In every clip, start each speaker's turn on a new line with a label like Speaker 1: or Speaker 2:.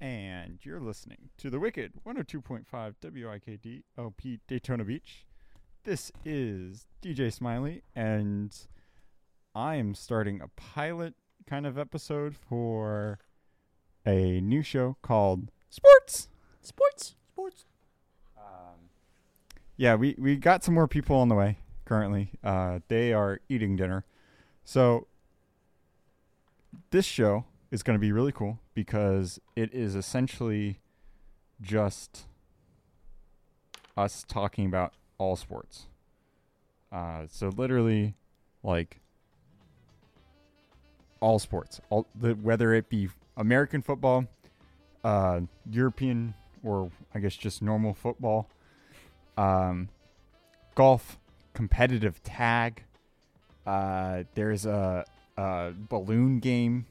Speaker 1: and you're listening to The Wicked 102.5 WIKD OP Daytona Beach. This is DJ Smiley, and I am starting a pilot kind of episode for a new show called Sports.
Speaker 2: Sports. Sports.
Speaker 1: Yeah, we, we got some more people on the way currently. Uh, they are eating dinner. So this show is going to be really cool because it is essentially just us talking about all sports. Uh, so literally, like all sports, all the, whether it be American football, uh, European, or I guess just normal football, um, golf, competitive tag. Uh, there's a, a balloon game.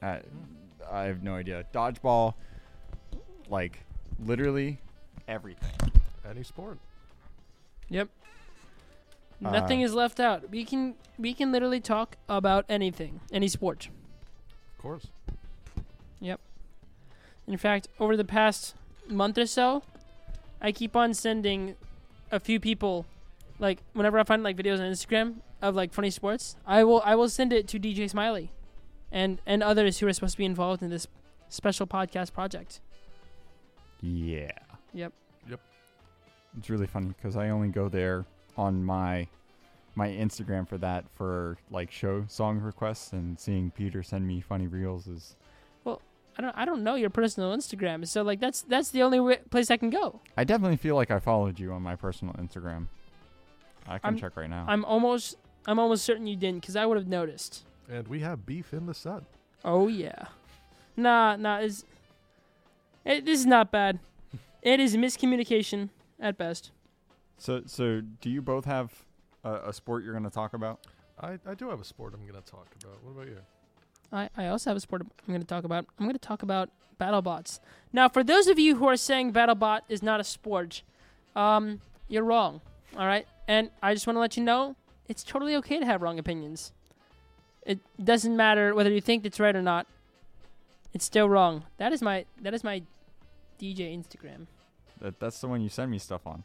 Speaker 1: Uh, I have no idea. Dodgeball, like literally everything.
Speaker 3: Any sport.
Speaker 2: Yep. Nothing
Speaker 1: Uh,
Speaker 2: is left out. We can we can literally talk about anything, any sport.
Speaker 3: Of course.
Speaker 2: In fact, over the past month or so, I keep on sending a few people, like whenever I find like videos on Instagram of like funny sports, I will I will send it to DJ Smiley, and and others who are supposed to be involved in this special podcast project.
Speaker 1: Yeah.
Speaker 2: Yep.
Speaker 3: Yep.
Speaker 1: It's really funny because I only go there on my my Instagram for that for like show song requests and seeing Peter send me funny reels is
Speaker 2: I don't I don't know your personal Instagram, so like that's that's the only way, place I can go.
Speaker 1: I definitely feel like I followed you on my personal Instagram. I can
Speaker 2: I'm-
Speaker 1: check right now.
Speaker 2: I'm almost I'm almost certain you didn't because I would have noticed.
Speaker 3: And we have beef in the sun.
Speaker 2: Oh yeah. Nah, nah. Is it, this is not bad. It is miscommunication at best.
Speaker 1: so so do you both have a, a sport you're going to talk about?
Speaker 3: I, I do have a sport I'm going to talk about. What about you?
Speaker 2: I, I also have a sport I'm going to talk about. I'm going to talk about BattleBots. Now, for those of you who are saying BattleBot is not a sport, um, you're wrong. All right, and I just want to let you know it's totally okay to have wrong opinions. It doesn't matter whether you think it's right or not. It's still wrong. That is my that is my DJ Instagram.
Speaker 1: That that's the one you send me stuff on.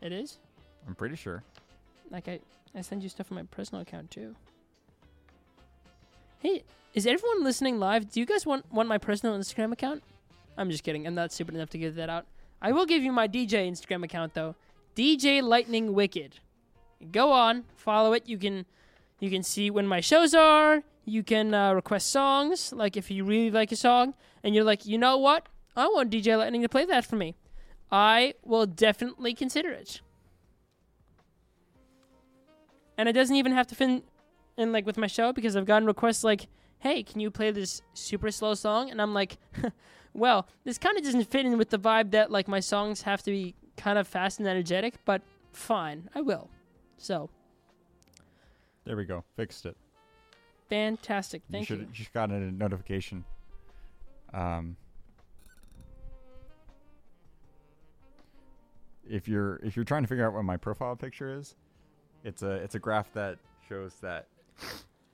Speaker 2: It is
Speaker 1: I'm pretty sure.
Speaker 2: like I I send you stuff on my personal account too. Hey, is everyone listening live? Do you guys want want my personal Instagram account? I'm just kidding. I'm not stupid enough to give that out. I will give you my DJ Instagram account though. DJ Lightning Wicked. Go on, follow it. You can you can see when my shows are. You can uh, request songs. Like if you really like a song and you're like, you know what, I want DJ Lightning to play that for me. I will definitely consider it and it doesn't even have to fit in like with my show because I've gotten requests like, "Hey, can you play this super slow song?" And I'm like, "Well, this kind of doesn't fit in with the vibe that like my songs have to be kind of fast and energetic, but fine, I will." So
Speaker 1: There we go. Fixed it.
Speaker 2: fantastic, thank
Speaker 1: you
Speaker 2: you.
Speaker 1: should just got a notification. Um If you're if you're trying to figure out what my profile picture is, it's a it's a graph that shows that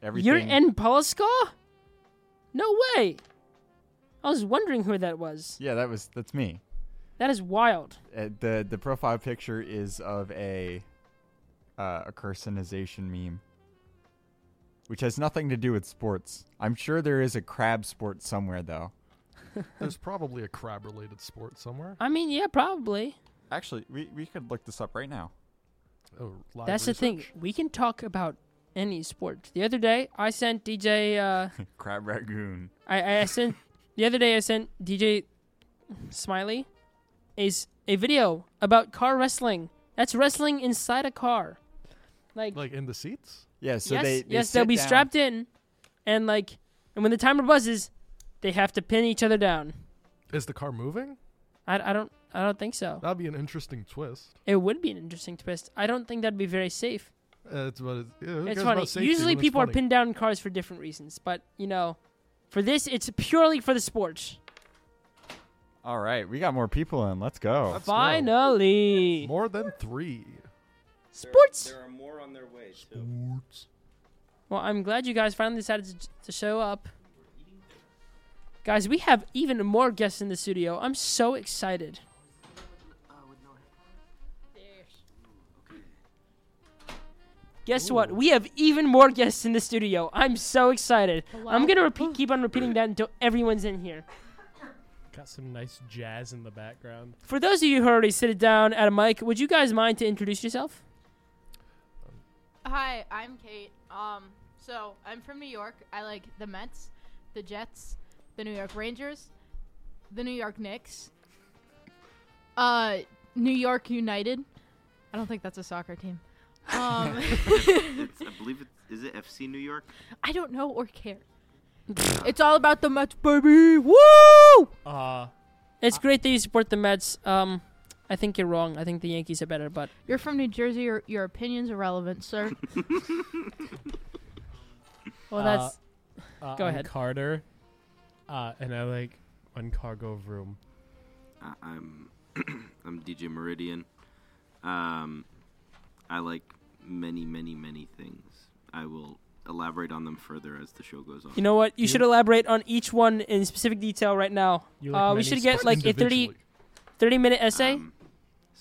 Speaker 1: everything
Speaker 2: You're in Polska? No way. I was wondering who that was.
Speaker 1: Yeah, that was that's me.
Speaker 2: That is wild.
Speaker 1: Uh, the the profile picture is of a uh, a carcinization meme, which has nothing to do with sports. I'm sure there is a crab sport somewhere though.
Speaker 3: There's probably a crab related sport somewhere.
Speaker 2: I mean, yeah, probably.
Speaker 1: Actually, we, we could look this up right now.
Speaker 3: Oh, live
Speaker 2: That's the thing.
Speaker 3: research?
Speaker 2: We can talk about any sport. The other day, I sent DJ. Uh,
Speaker 1: crab ragoon.
Speaker 2: I, I sent the other day. I sent DJ Smiley a s- a video about car wrestling. That's wrestling inside a car. Like,
Speaker 3: Like in the seats?
Speaker 1: Yeah, so
Speaker 2: yes,
Speaker 1: they, they
Speaker 2: yes, they'll
Speaker 1: sit
Speaker 2: be
Speaker 1: down.
Speaker 2: strapped in, and like, and when the timer buzzes, they have to pin each other down.
Speaker 3: Is the car moving?
Speaker 2: I, I don't I don't think so.
Speaker 3: That'd be an interesting twist.
Speaker 2: It would be an interesting twist. I don't think that'd be very safe.
Speaker 3: Uh, it's what it's, yeah, it
Speaker 2: It's
Speaker 3: goes
Speaker 2: funny.
Speaker 3: about safety
Speaker 2: Usually
Speaker 3: when it's
Speaker 2: people are
Speaker 3: funny.
Speaker 2: pinned down in cars for different reasons, but you know, for this it's purely for the sport.
Speaker 1: All right, we got more people in. Let's go.
Speaker 3: That's-
Speaker 2: Finally,
Speaker 3: More than three.
Speaker 2: sports.
Speaker 4: There are more on their way too.
Speaker 3: Sports.
Speaker 2: Well, I'm glad you guys finally decided to, to show up. Guys, we have even more guests in the studio. I'm so excited. Guess what? We have even more guests in the studio. I'm so excited. I'm
Speaker 4: Hello?
Speaker 2: gonna repeat, keep on repeating that until everyone's in here.
Speaker 5: Got some nice jazz in the background.
Speaker 2: For those of you who already sit down at a mic, would you guys mind to introduce yourself?
Speaker 4: Hi, I'm Kate. Um, so I'm from New York. I like the Mets, the Jets, the New York Rangers, the New York Knicks, uh, New York United. I don't think that's a soccer team. Um,
Speaker 6: It's, I believe it is it FC New York.
Speaker 4: I don't know or care. it's all about the Mets, baby. Woo!
Speaker 5: Uh,
Speaker 2: It's great that you support the Mets. Um, I think you're wrong. I think the Yankees are better, but
Speaker 4: You're from New Jersey. Your your opinion's irrelevant, sir.
Speaker 5: Uh,
Speaker 2: well, that's
Speaker 5: uh,
Speaker 2: Go
Speaker 5: I'm
Speaker 2: ahead.
Speaker 5: Carter. Uh, and I like one cargo room.
Speaker 6: I, Uh, I'm I'm DJ Meridian. Um, I like many, many, many things. I will elaborate on them further as the show goes on.
Speaker 2: you know what? You
Speaker 5: You-
Speaker 2: should elaborate on each one in specific detail right now.
Speaker 5: You
Speaker 2: Uh,
Speaker 5: like
Speaker 2: we
Speaker 5: many
Speaker 2: should get,
Speaker 5: sp-
Speaker 2: like, a 30
Speaker 3: Individually.
Speaker 2: 30 minute essay.
Speaker 6: Um,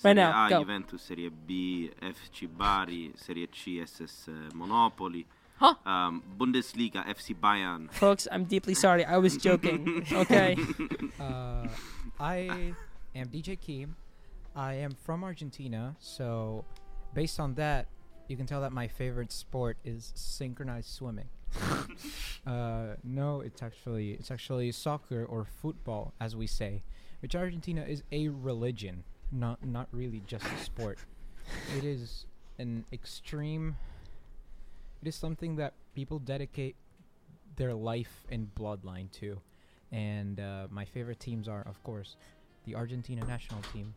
Speaker 2: Right
Speaker 6: Serie
Speaker 2: now,
Speaker 6: A,
Speaker 2: go.
Speaker 6: Juventus, Serie B, FC Bari, Serie C, SS uh, Monopoli,
Speaker 4: Huh?
Speaker 6: um, Bundesliga, FC Bayern.
Speaker 2: Folks, I'm deeply sorry. I was joking. Okay.
Speaker 7: Uh, I am DJ Keem. I am from Argentina, so based on that, you can tell that my favorite sport is synchronized swimming. uh, no, it's actually it's actually soccer or football, as we say, which Argentina is a religion, not not really just a sport. it is an extreme. It is something that people dedicate their life and bloodline to. And uh, my favorite teams are, of course, the Argentina national team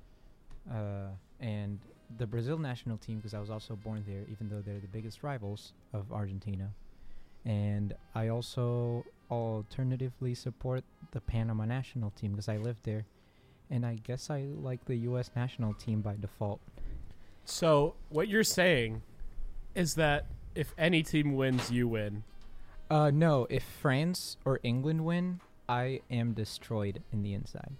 Speaker 7: uh, and the Brazil national team, because I was also born there, even though they're the biggest rivals of Argentina. And I also alternatively support the Panama national team because I live there. And I guess I like the U.S. national team by default.
Speaker 5: So what you're saying is that if any team wins, you win.
Speaker 7: Uh, no, if France or England win, I am destroyed in the inside.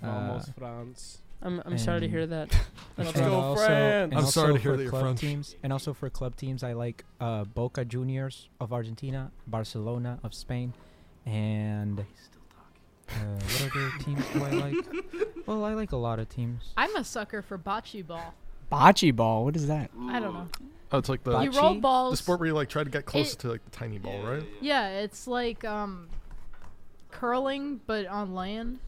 Speaker 5: Vamos
Speaker 7: Uh,
Speaker 5: France.
Speaker 2: I'm, I'm sorry to hear
Speaker 7: And-
Speaker 2: that.
Speaker 5: Let's
Speaker 7: And
Speaker 5: go,
Speaker 7: also-
Speaker 5: France!
Speaker 7: and
Speaker 3: I'm
Speaker 7: also
Speaker 3: sorry to hear
Speaker 7: for
Speaker 3: that you're
Speaker 7: club
Speaker 3: French.
Speaker 7: Teams, and also for club teams, I like uh, Boca Juniors of Argentina, Barcelona of Spain, and
Speaker 6: He's still talking.
Speaker 7: uh, what other teams do I like? Well, I like a lot of teams.
Speaker 4: I'm a sucker for bocce ball.
Speaker 8: Bocce ball. What is that?
Speaker 6: Ooh.
Speaker 4: I don't know.
Speaker 3: Oh, it's like
Speaker 4: You
Speaker 3: the,
Speaker 4: roll
Speaker 8: Bocce?
Speaker 4: balls.
Speaker 3: the sport where you like try to get close
Speaker 4: It-
Speaker 3: to like the tiny ball,
Speaker 6: Yeah,
Speaker 3: right?
Speaker 6: yeah, yeah.
Speaker 4: Yeah, it's like um curling but on land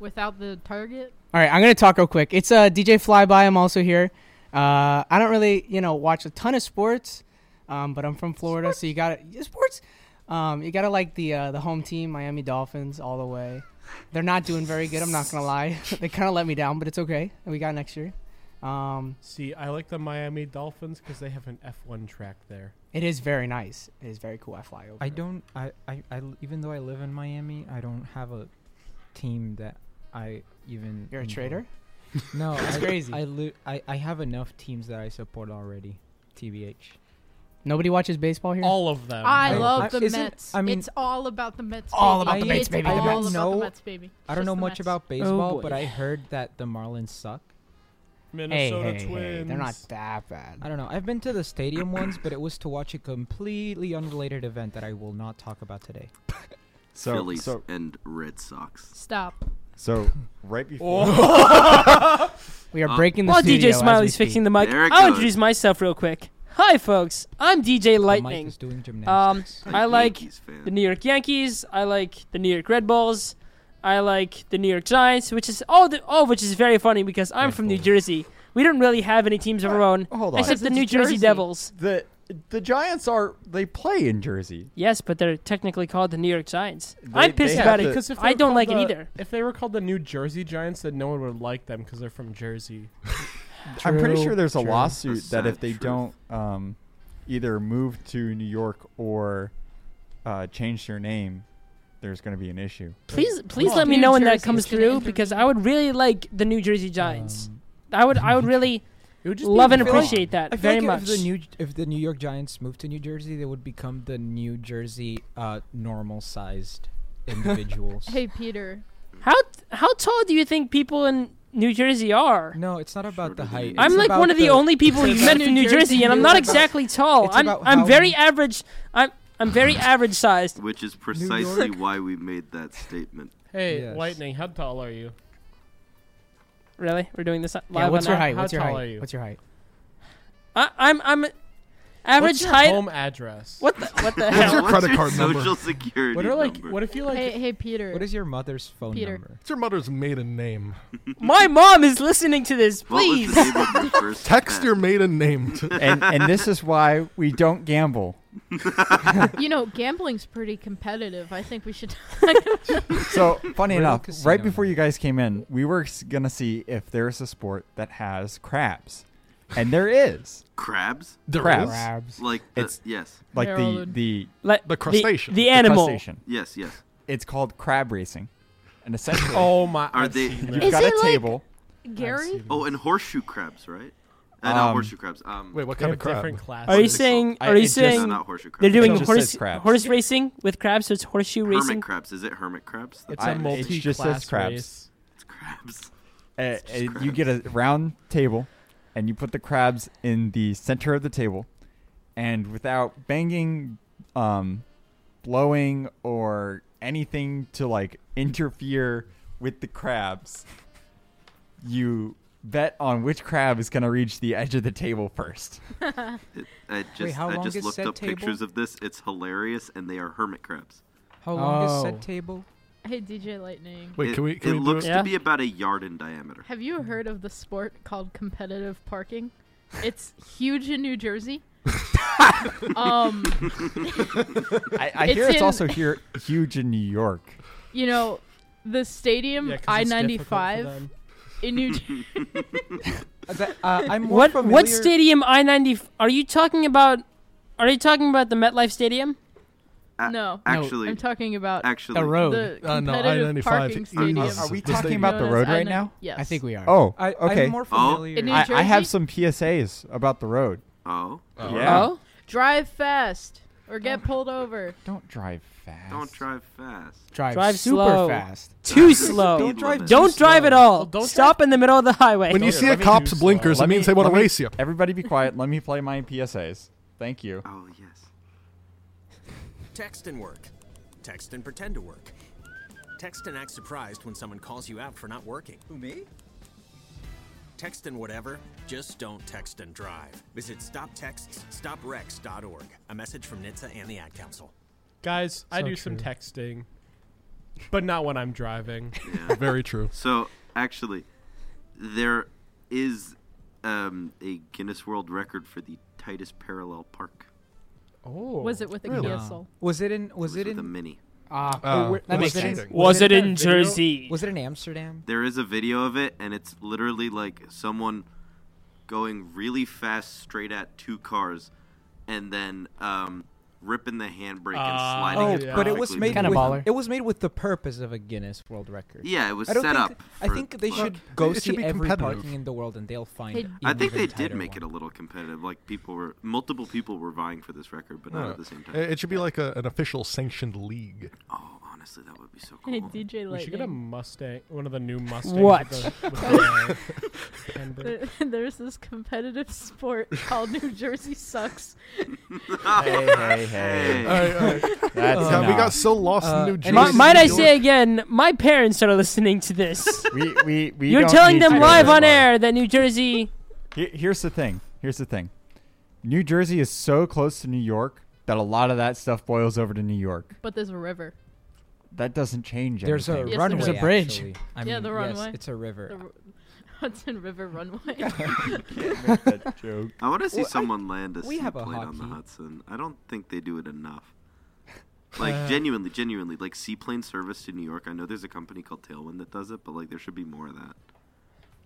Speaker 4: without the target.
Speaker 8: All right, I'm gonna talk real quick. It's uh, DJ Flyby. I'm also here. Uh, I don't really, you know, watch a ton of sports, um, but I'm from Florida, so you got to sports. Um, you gotta like the uh, the home team, Miami Dolphins, all the way. They're not doing very good. I'm not gonna lie. they kind of let me down, but it's okay. We got next year. Um,
Speaker 5: See, I like the Miami Dolphins because they have an F1 track there.
Speaker 8: it is very nice. It is very cool. I fly over.
Speaker 7: I
Speaker 8: it.
Speaker 7: don't. I, I, I. l- Even though I live in Miami, I don't have a team that I even.
Speaker 8: You're a
Speaker 7: enjoy.
Speaker 8: trader.
Speaker 7: No,
Speaker 8: That's
Speaker 7: I,
Speaker 8: crazy.
Speaker 7: I, li- I I have enough teams that I support already. Tbh.
Speaker 8: Nobody watches baseball here.
Speaker 5: All of
Speaker 6: Um,
Speaker 5: them.
Speaker 4: I
Speaker 7: I-
Speaker 4: love
Speaker 7: I-
Speaker 4: the
Speaker 7: isn't-
Speaker 4: Mets.
Speaker 7: I mean-
Speaker 4: it's all about the Mets.
Speaker 8: All
Speaker 4: baby.
Speaker 8: about the
Speaker 7: I-
Speaker 8: Mets, baby,
Speaker 4: It's
Speaker 8: the
Speaker 4: all
Speaker 8: Mets.
Speaker 4: about the
Speaker 7: No,
Speaker 4: Mets, baby.
Speaker 7: I don't
Speaker 4: Just
Speaker 7: know
Speaker 4: the
Speaker 7: much
Speaker 4: Mets. Oh,
Speaker 7: about baseball,
Speaker 2: boy.
Speaker 7: but I heard that the Marlins suck.
Speaker 8: hey,
Speaker 5: Minnesota
Speaker 8: hey,
Speaker 5: Twins.
Speaker 8: hey, they're not that bad.
Speaker 7: I don't know. I've been to the stadium once, but it was to watch a completely unrelated event that I will not talk about today.
Speaker 1: So,
Speaker 6: Phillies
Speaker 1: so,
Speaker 6: and Red Sox.
Speaker 4: Stop.
Speaker 1: so right before.
Speaker 8: We are
Speaker 6: Uh,
Speaker 8: breaking the
Speaker 2: Oh. While
Speaker 8: studio
Speaker 2: DJ
Speaker 8: as we
Speaker 2: Smiley's
Speaker 8: speak.
Speaker 2: fixing the mic,
Speaker 6: There it
Speaker 2: I'll
Speaker 6: goes.
Speaker 2: introduce myself real quick. Hi, folks. I'm DJ
Speaker 7: The mic
Speaker 2: Lightning.
Speaker 7: is doing
Speaker 2: Um,
Speaker 7: gymnastics.
Speaker 2: I like
Speaker 6: Yankees fan.
Speaker 2: the New York Yankees. I like the New York Red Bulls. I like the New York Giants, which is all the all which is very funny because I'm
Speaker 7: Red
Speaker 2: from New
Speaker 7: Bulls.
Speaker 2: Jersey. We don't really have any teams of our own
Speaker 1: Hold on.
Speaker 2: except
Speaker 4: Because
Speaker 2: the
Speaker 4: it's
Speaker 2: New Jersey,
Speaker 4: Jersey.
Speaker 2: Devils.
Speaker 1: The the Giants are they play in Jersey.
Speaker 2: Yes, but they're technically called the New York Giants.
Speaker 1: They-
Speaker 2: I'm
Speaker 1: they
Speaker 2: pissed
Speaker 1: have
Speaker 2: about
Speaker 1: to-
Speaker 2: it.
Speaker 5: because if they
Speaker 2: I
Speaker 5: were
Speaker 2: don't
Speaker 5: called
Speaker 2: like it
Speaker 5: the-
Speaker 2: either.
Speaker 5: If they were called the New Jersey Giants, then no one would like them because they're from Jersey.
Speaker 1: I'm pretty
Speaker 8: True,
Speaker 1: sure there's a
Speaker 8: true.
Speaker 1: lawsuit
Speaker 6: That's
Speaker 1: that
Speaker 6: sad
Speaker 1: if they
Speaker 6: truth.
Speaker 1: don't um, either move to New York or uh, change their name, there's going to be an issue.
Speaker 2: Please, please
Speaker 5: Come
Speaker 2: let
Speaker 5: on.
Speaker 2: me
Speaker 4: New
Speaker 2: know when that
Speaker 4: Jersey
Speaker 2: comes
Speaker 4: is gonna
Speaker 2: through
Speaker 4: intervene.
Speaker 2: because I would really like the New Jersey Giants.
Speaker 7: Um,
Speaker 2: I would, I would really
Speaker 5: It would just be
Speaker 2: love and
Speaker 5: a villain.
Speaker 2: appreciate
Speaker 7: I
Speaker 2: that
Speaker 7: feel
Speaker 2: very
Speaker 7: like
Speaker 2: much.
Speaker 7: If the New if the New York Giants moved to New Jersey, they would become the New Jersey uh, normal sized individuals.
Speaker 4: Hey, Peter.
Speaker 2: How how tall do you think people in New Jersey are?
Speaker 7: No, it's not about the
Speaker 6: doesn't
Speaker 7: height.
Speaker 6: mean
Speaker 2: I'm
Speaker 7: It's
Speaker 2: like
Speaker 7: about
Speaker 2: one of the,
Speaker 7: the
Speaker 2: only people you've met from New Jersey, and I'm not exactly tall.
Speaker 7: it's
Speaker 2: I'm
Speaker 7: about
Speaker 2: I'm
Speaker 7: how-
Speaker 2: very average. I'm I'm very average sized.
Speaker 6: Which is precisely
Speaker 7: York.
Speaker 6: why we made that statement.
Speaker 5: Hey,
Speaker 7: Yes.
Speaker 5: Lightning, how tall are you?
Speaker 2: Really, we're doing this live
Speaker 8: Yeah, what's
Speaker 2: on
Speaker 8: your
Speaker 2: air?
Speaker 8: height?
Speaker 5: How
Speaker 8: What's your
Speaker 5: tall
Speaker 8: height?
Speaker 5: are you?
Speaker 8: What's your height?
Speaker 2: I, I'm I'm average
Speaker 5: What's your
Speaker 2: height.
Speaker 5: home address?
Speaker 2: What the what the
Speaker 3: What's
Speaker 2: hell?
Speaker 3: your credit card
Speaker 6: social
Speaker 3: number?
Speaker 6: security
Speaker 5: What are like?
Speaker 6: number?
Speaker 5: What if you like?
Speaker 4: Hey, hey, Peter.
Speaker 7: What is your mother's phone
Speaker 4: Peter.
Speaker 7: number?
Speaker 3: What's your mother's maiden name?
Speaker 2: My mom is listening to this.
Speaker 6: What was
Speaker 2: Please.
Speaker 6: the name of your first
Speaker 3: Text
Speaker 6: pet?
Speaker 3: your maiden name. To,
Speaker 1: and and this is why we don't gamble.
Speaker 4: you know, gambling's pretty competitive. I think we should.
Speaker 1: So funny
Speaker 7: Real
Speaker 1: enough,
Speaker 7: casino
Speaker 1: right before
Speaker 7: night.
Speaker 1: you guys came in, we were s- gonna see if there's a sport that has crabs, and there is.
Speaker 6: crabs.
Speaker 3: There
Speaker 1: Crap.
Speaker 3: is?
Speaker 8: Crabs.
Speaker 6: Like the-
Speaker 1: It's-
Speaker 6: yes,
Speaker 1: Like the
Speaker 4: Harold.
Speaker 1: the
Speaker 2: Like,
Speaker 3: The crustacean.
Speaker 2: The, animal.
Speaker 1: crustacean.
Speaker 6: yes, yes.
Speaker 1: It's called crab racing, and essentially
Speaker 5: Oh my!
Speaker 6: Are
Speaker 5: I've
Speaker 6: they-
Speaker 5: seen
Speaker 1: you've
Speaker 5: that.
Speaker 4: Is
Speaker 1: got
Speaker 4: it
Speaker 1: a
Speaker 4: like-
Speaker 1: table.
Speaker 4: Gary?
Speaker 6: Oh, and horseshoe crabs, right? Uh, not
Speaker 1: Um,
Speaker 6: horseshoe crabs. Um,
Speaker 3: Wait, what
Speaker 5: They
Speaker 3: kind
Speaker 5: have
Speaker 3: of crab?
Speaker 5: different classes.
Speaker 2: Are you
Speaker 6: it
Speaker 2: saying?
Speaker 1: called?
Speaker 2: Are
Speaker 1: I-
Speaker 2: you
Speaker 1: it just-
Speaker 6: no,
Speaker 2: saying
Speaker 6: not horseshoe crabs.
Speaker 2: they're doing
Speaker 1: It just
Speaker 2: horse
Speaker 1: says crabs.
Speaker 2: horse racing with crabs? So it's horseshoe
Speaker 6: hermit
Speaker 2: racing.
Speaker 6: crabs. Is it hermit crabs?
Speaker 5: It's
Speaker 1: I-
Speaker 5: a
Speaker 1: it
Speaker 5: multi-class
Speaker 1: just says crabs.
Speaker 5: race.
Speaker 6: It's crabs.
Speaker 1: Uh,
Speaker 6: just
Speaker 1: uh, you get a round table, and you put the crabs in the center of the table, and without banging, um, blowing, or anything to like interfere with the crabs, you bet on which crab is gonna reach the edge of the table first.
Speaker 6: It, I just
Speaker 7: how
Speaker 6: I
Speaker 7: long
Speaker 6: just
Speaker 7: is
Speaker 6: looked
Speaker 7: said
Speaker 6: up
Speaker 7: table?
Speaker 6: pictures of this. It's hilarious, and they are hermit crabs.
Speaker 7: How long is
Speaker 8: Oh.
Speaker 7: said table?
Speaker 4: Hey, DJ Lightning.
Speaker 3: Wait,
Speaker 6: it,
Speaker 3: can we? Can
Speaker 6: it
Speaker 3: we do
Speaker 6: looks
Speaker 3: it?
Speaker 6: to
Speaker 2: Yeah.
Speaker 6: be about a yard in diameter.
Speaker 4: Have you heard of the sport called competitive parking? It's huge in New Jersey. um,
Speaker 1: I, I
Speaker 4: It's
Speaker 1: hear it's
Speaker 4: in-
Speaker 1: also here huge in New York.
Speaker 4: you know, the stadium
Speaker 5: Yeah, 'cause it's
Speaker 4: I ninety
Speaker 5: difficult for
Speaker 4: five
Speaker 5: them.
Speaker 4: in New Jersey.
Speaker 7: Uh, that- uh, I'm more
Speaker 2: What
Speaker 7: familiar.
Speaker 2: what stadium I ninety? Are you talking about? Are you talking about the MetLife Stadium?
Speaker 6: A-
Speaker 4: No,
Speaker 6: actually,
Speaker 4: I'm talking about
Speaker 6: actually,
Speaker 8: The road.
Speaker 4: the
Speaker 3: Uh, no,
Speaker 4: competitive
Speaker 3: I-95
Speaker 4: parking
Speaker 3: is-
Speaker 4: stadium.
Speaker 6: Are
Speaker 1: Are we
Speaker 3: The
Speaker 1: talking
Speaker 3: stadium.
Speaker 1: about the
Speaker 4: known as
Speaker 1: road
Speaker 4: I-90
Speaker 1: right now?
Speaker 4: Yes.
Speaker 8: I think we are.
Speaker 1: Oh,
Speaker 7: I,
Speaker 1: okay.
Speaker 7: I'm more
Speaker 6: Oh.
Speaker 7: familiar.
Speaker 4: In New
Speaker 1: I, I have
Speaker 4: Jersey?
Speaker 1: some PSAs about the road.
Speaker 6: Oh,
Speaker 1: Yeah. Oh.
Speaker 2: Oh,
Speaker 4: drive fast or get pulled over.
Speaker 1: Don't drive fast.
Speaker 6: don't drive fast.
Speaker 8: Drive,
Speaker 2: Drive
Speaker 8: super
Speaker 2: slow.
Speaker 8: fast.
Speaker 2: too
Speaker 6: That's the
Speaker 2: slow.
Speaker 6: speed
Speaker 7: drive
Speaker 6: limit.
Speaker 2: Don't drive at all.
Speaker 5: Well, don't
Speaker 2: Stop in the middle of the highway.
Speaker 3: When you
Speaker 5: Don't
Speaker 3: see a
Speaker 5: let me
Speaker 3: cop's
Speaker 5: do so.
Speaker 3: blinkers, it
Speaker 1: Let me-
Speaker 3: means they want
Speaker 1: let
Speaker 3: to
Speaker 1: me-
Speaker 3: race you.
Speaker 1: Everybody be quiet. Let me play my PSAs. Thank you.
Speaker 6: Oh yes.
Speaker 9: Text and work. Text and pretend to work. Text and act surprised when someone calls you out for not working. Who, me? Text and whatever, just don't text and drive. Visit stoptextsstoprex.org. A message from NHTSA and the Ad Council.
Speaker 5: Guys, I
Speaker 7: So
Speaker 5: do some
Speaker 7: true.
Speaker 5: texting, but not when I'm driving.
Speaker 3: Very true.
Speaker 6: So actually, there is um, a Guinness World Record for the tightest parallel park.
Speaker 5: Oh,
Speaker 4: Was it with a
Speaker 3: Really?
Speaker 4: cancel?
Speaker 7: Was it in? Was
Speaker 6: Was
Speaker 7: it
Speaker 6: with a
Speaker 7: in?
Speaker 6: mini?
Speaker 8: Ah,
Speaker 3: Uh,
Speaker 8: that
Speaker 3: what
Speaker 8: makes
Speaker 3: was
Speaker 8: sense.
Speaker 3: cheating?
Speaker 2: Was it
Speaker 7: that
Speaker 2: in
Speaker 7: video?
Speaker 2: Jersey?
Speaker 7: Was it in Amsterdam?
Speaker 6: There is a video of it, and it's literally like someone going really fast straight at two cars, and then um, ripping the handbrake and
Speaker 5: Ah,
Speaker 6: sliding.
Speaker 5: oh,
Speaker 6: it
Speaker 5: yeah.
Speaker 7: But it was
Speaker 6: perfectly
Speaker 7: made
Speaker 8: Kinda
Speaker 6: through.
Speaker 7: with,
Speaker 8: baller.
Speaker 7: It was made with the purpose of a Guinness World Record.
Speaker 6: Yeah, it was
Speaker 7: I don't
Speaker 6: set
Speaker 7: think,
Speaker 6: up.
Speaker 7: I
Speaker 6: for-
Speaker 7: think they
Speaker 6: like,
Speaker 7: should
Speaker 3: Look,
Speaker 7: go
Speaker 3: it should
Speaker 7: see
Speaker 3: be
Speaker 7: every
Speaker 3: competitive.
Speaker 7: parking in the world, and they'll find.
Speaker 4: Hey,
Speaker 7: an
Speaker 6: I think
Speaker 7: even
Speaker 6: they did
Speaker 7: tighter
Speaker 6: make it a
Speaker 7: one.
Speaker 6: little competitive. Like people were, multiple people were vying for this record, but not
Speaker 3: Yeah.
Speaker 6: at the same time.
Speaker 3: It it should be like a, an official sanctioned league.
Speaker 6: oh, honestly, that would be so cool.
Speaker 4: Hey, DJ
Speaker 5: We should get a
Speaker 4: Lightning.
Speaker 5: Mustang, one of the new Mustangs.
Speaker 2: What?
Speaker 5: With the, with the, uh, handbrake.
Speaker 4: There- There's this competitive sport called New Jersey Sucks.
Speaker 1: hey, hey, hey.
Speaker 6: Hey.
Speaker 1: That's
Speaker 2: Uh,
Speaker 3: God, we got
Speaker 1: enough.
Speaker 3: so lost
Speaker 7: Uh,
Speaker 3: in New
Speaker 7: and
Speaker 3: Jersey.
Speaker 2: Mi- might I
Speaker 7: New
Speaker 2: say again? My parents are listening to this.
Speaker 1: we, we, we
Speaker 2: You're
Speaker 1: don't
Speaker 2: telling
Speaker 1: need
Speaker 2: them
Speaker 1: to go
Speaker 2: live
Speaker 1: that
Speaker 2: on
Speaker 1: far.
Speaker 2: air that New Jersey.
Speaker 1: Here- here's the thing. Here's the thing. New Jersey is so close to New York that a lot of that stuff boils over to New York.
Speaker 4: But there's a river.
Speaker 1: That doesn't change
Speaker 7: There's a
Speaker 1: anything.
Speaker 4: Yes,
Speaker 7: runway.
Speaker 4: there's a
Speaker 8: bridge.
Speaker 7: actually. I
Speaker 4: Yeah,
Speaker 7: mean,
Speaker 4: the
Speaker 7: yes,
Speaker 4: runway.
Speaker 7: it's a river.
Speaker 4: The r- Hudson River Runway.
Speaker 1: that joke.
Speaker 6: I want to see
Speaker 7: Well, I-
Speaker 6: someone land a
Speaker 7: we have a
Speaker 6: seaplane on the
Speaker 7: hockey.
Speaker 6: Hudson. I don't think they do it enough. Like
Speaker 7: Uh,
Speaker 6: genuinely, genuinely, like seaplane service to New York. I know there's a company called Tailwind that does it, but like there should be more of that.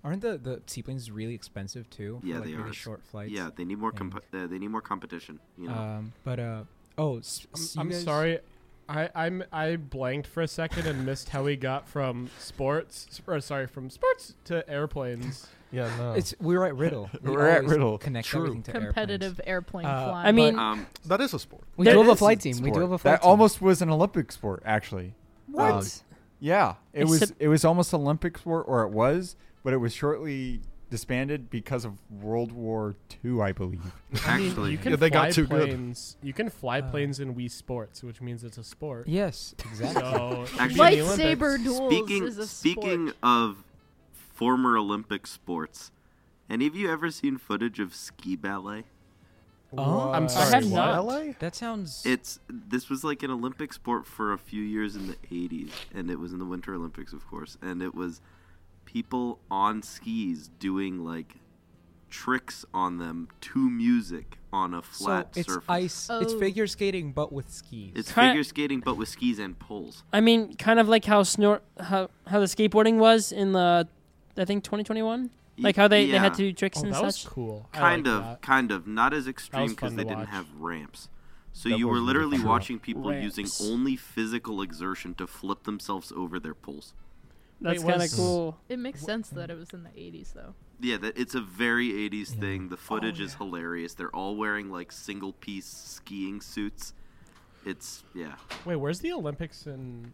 Speaker 7: Aren't the the seaplanes really expensive too? for,
Speaker 6: Yeah,
Speaker 7: like,
Speaker 6: they
Speaker 7: really
Speaker 6: are.
Speaker 7: short flights.
Speaker 6: Yeah, they need more.
Speaker 7: and-
Speaker 6: Comp- uh, they need more competition. You know.
Speaker 7: Um, but uh, oh, s-
Speaker 5: I'm,
Speaker 7: s- you
Speaker 5: I'm
Speaker 7: guys-
Speaker 5: sorry. I, I'm I blanked for a second and missed how we got from sports sp- or sorry from sports to airplanes.
Speaker 3: Yeah, no.
Speaker 7: It's we were at Riddle. We
Speaker 1: We're at
Speaker 7: always
Speaker 1: Riddle.
Speaker 7: Connect
Speaker 3: True.
Speaker 7: everything to airplanes.
Speaker 4: competitive airplane
Speaker 7: Uh,
Speaker 4: flying.
Speaker 2: I mean,
Speaker 6: um,
Speaker 3: that is a sport.
Speaker 8: We
Speaker 2: There
Speaker 8: do have a
Speaker 2: is
Speaker 8: flight team. We do have a flight
Speaker 1: That
Speaker 8: team.
Speaker 1: almost was an Olympic sport, actually.
Speaker 2: What?
Speaker 1: Um, Yeah, it
Speaker 2: It's
Speaker 1: was
Speaker 2: a-
Speaker 1: it was almost Olympic sport, or it was, but it was shortly disbanded because of World War II, I believe.
Speaker 6: Actually,
Speaker 5: you can
Speaker 3: Yeah, they
Speaker 5: fly
Speaker 3: got too good.
Speaker 5: planes. You can fly planes in Wii Sports, which means it's a sport.
Speaker 7: Uh. Yes, exactly.
Speaker 5: So
Speaker 6: Actually-
Speaker 4: Lightsaber duels
Speaker 6: speaking
Speaker 4: is a
Speaker 6: speaking
Speaker 4: sport.
Speaker 6: of former Olympic sports, any of you ever seen footage of ski ballet?
Speaker 7: Oh.
Speaker 5: I'm
Speaker 7: I
Speaker 5: sorry.
Speaker 2: have
Speaker 5: what?
Speaker 2: not.
Speaker 7: That sounds.
Speaker 6: It's this was like an Olympic sport for a few years in the 80s, and it was in the Winter Olympics, of course, and it was people on skis doing like tricks on them to music on a
Speaker 7: so
Speaker 6: flat
Speaker 7: it's
Speaker 6: surface.
Speaker 7: ice. It's
Speaker 4: Oh.
Speaker 7: figure skating, but with skis.
Speaker 6: It's
Speaker 2: Kinda-
Speaker 6: figure skating, but with skis and poles.
Speaker 2: I mean, kind of like how snor- how how the skateboarding was in the, I think 2021.
Speaker 6: Y-
Speaker 2: Like how they, they had
Speaker 6: yeah.
Speaker 2: to do tricks
Speaker 5: Oh,
Speaker 2: and
Speaker 5: that was
Speaker 2: such.
Speaker 5: cool. I
Speaker 6: kind
Speaker 5: like
Speaker 6: of
Speaker 5: that.
Speaker 6: kind of not as extreme
Speaker 5: fun
Speaker 6: because
Speaker 5: to
Speaker 6: they didn't
Speaker 5: watch.
Speaker 6: have ramps so
Speaker 1: That
Speaker 6: you were
Speaker 1: was really
Speaker 6: literally
Speaker 1: fun.
Speaker 6: watching people
Speaker 2: Ramps.
Speaker 6: using only physical exertion to flip themselves over their poles
Speaker 2: That's
Speaker 5: Wait,
Speaker 2: kind of
Speaker 5: was-
Speaker 2: cool.
Speaker 4: It makes sense that
Speaker 7: mm.
Speaker 4: it was in the 80s, though.
Speaker 6: yeah that, it's a very 80s thing the
Speaker 2: Oh,
Speaker 6: footage is hilarious they're all wearing like single piece skiing suits it's yeah
Speaker 5: Wait, where's the Olympics in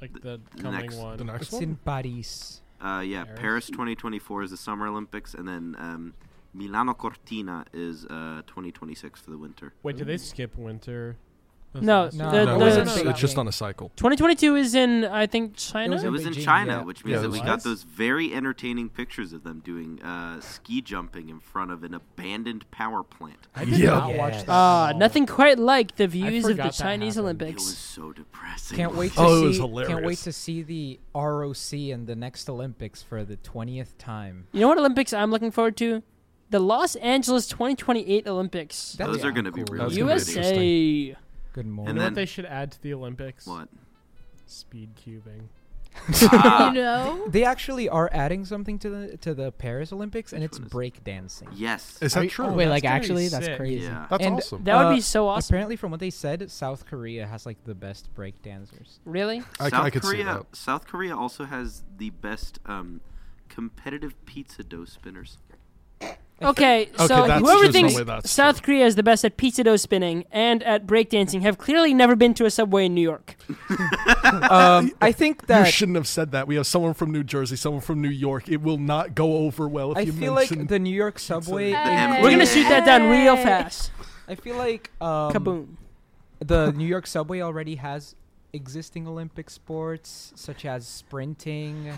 Speaker 5: like the,
Speaker 6: the
Speaker 5: coming
Speaker 6: next-
Speaker 5: one?
Speaker 3: The next
Speaker 7: It's
Speaker 3: one?
Speaker 7: in Paris.
Speaker 6: uh, yeah
Speaker 5: Paris.
Speaker 6: paris 2024 is the summer olympics and then um, milano cortina is uh, 2026 for the winter
Speaker 5: Wait, did they skip winter? That's
Speaker 2: No,
Speaker 5: last
Speaker 2: the-
Speaker 5: year.
Speaker 7: No,
Speaker 3: no,
Speaker 2: the-
Speaker 3: it's,
Speaker 7: no,
Speaker 3: it's
Speaker 7: no, no.
Speaker 3: just on a cycle.
Speaker 2: 2022 is in I think China.
Speaker 7: was
Speaker 6: it
Speaker 7: in
Speaker 6: was in
Speaker 7: Beijing,
Speaker 6: China,
Speaker 7: yeah.
Speaker 6: which
Speaker 3: Yeah,
Speaker 6: means
Speaker 3: it
Speaker 6: that we
Speaker 5: was.
Speaker 6: got those very entertaining pictures of them doing uh, ski jumping in front of an abandoned power plant.
Speaker 5: I did
Speaker 3: Yeah.
Speaker 5: not watch
Speaker 7: Yes.
Speaker 5: that.
Speaker 2: Ah,
Speaker 5: at all.
Speaker 2: nothing quite like the views of
Speaker 5: forgot
Speaker 2: the
Speaker 5: that
Speaker 2: Chinese
Speaker 5: happened.
Speaker 6: It was
Speaker 2: Olympics.
Speaker 6: so depressing.
Speaker 7: Can't wait to
Speaker 3: Oh, it was
Speaker 7: see. Can't wait
Speaker 3: hilarious.
Speaker 7: to see the ROC in the next Olympics for the twentieth time.
Speaker 2: You know what Olympics I'm looking forward to? The Los Angeles 2028 Olympics.
Speaker 7: That
Speaker 6: Those are
Speaker 7: sounds
Speaker 6: going to be
Speaker 7: cool.
Speaker 3: That's
Speaker 6: really
Speaker 3: gonna be
Speaker 2: USA.
Speaker 7: Good
Speaker 5: You
Speaker 7: morning.
Speaker 5: know
Speaker 6: then-
Speaker 5: what they should add to the Olympics?
Speaker 6: What?
Speaker 5: Speed cubing.
Speaker 4: you know?
Speaker 7: Ah. They actually are adding something to the to the Paris Olympics, and
Speaker 6: Which
Speaker 7: it's
Speaker 6: one is-
Speaker 7: break dancing.
Speaker 6: Yes.
Speaker 3: Is
Speaker 5: Are
Speaker 3: that
Speaker 5: you-
Speaker 3: true?
Speaker 5: oh,
Speaker 8: Wait,
Speaker 5: that's
Speaker 8: like
Speaker 5: gonna be
Speaker 8: actually, that's
Speaker 5: sick.
Speaker 8: crazy.
Speaker 6: yeah.
Speaker 3: That's
Speaker 7: and
Speaker 3: awesome.
Speaker 2: That would
Speaker 7: Uh,
Speaker 2: be so awesome.
Speaker 7: Apparently, from what they said, South Korea has like the best break dancers.
Speaker 2: Really?
Speaker 3: I, c-
Speaker 6: South
Speaker 3: I could
Speaker 6: Korea.
Speaker 3: see that.
Speaker 6: South Korea also has the best um, competitive pizza dough spinners.
Speaker 2: Okay, so
Speaker 3: Okay, that's-
Speaker 2: whoever
Speaker 3: there's no
Speaker 2: thinks
Speaker 3: way that's
Speaker 2: South Korea is the best at pizza dough spinning and at breakdancing have clearly never been to a subway in New York.
Speaker 7: Um, I think
Speaker 3: You
Speaker 7: that
Speaker 3: shouldn't have said that. We have someone from New Jersey, someone from New York. It will not go over well if
Speaker 7: I
Speaker 3: you
Speaker 7: feel like
Speaker 3: mention.
Speaker 7: the New York subway.
Speaker 6: Hey.
Speaker 7: they-
Speaker 2: We're gonna
Speaker 6: see-
Speaker 2: shoot that down real
Speaker 4: Hey.
Speaker 2: fast.
Speaker 7: I feel like um,
Speaker 2: Kaboom.
Speaker 7: the New York subway already has existing Olympic sports such as sprinting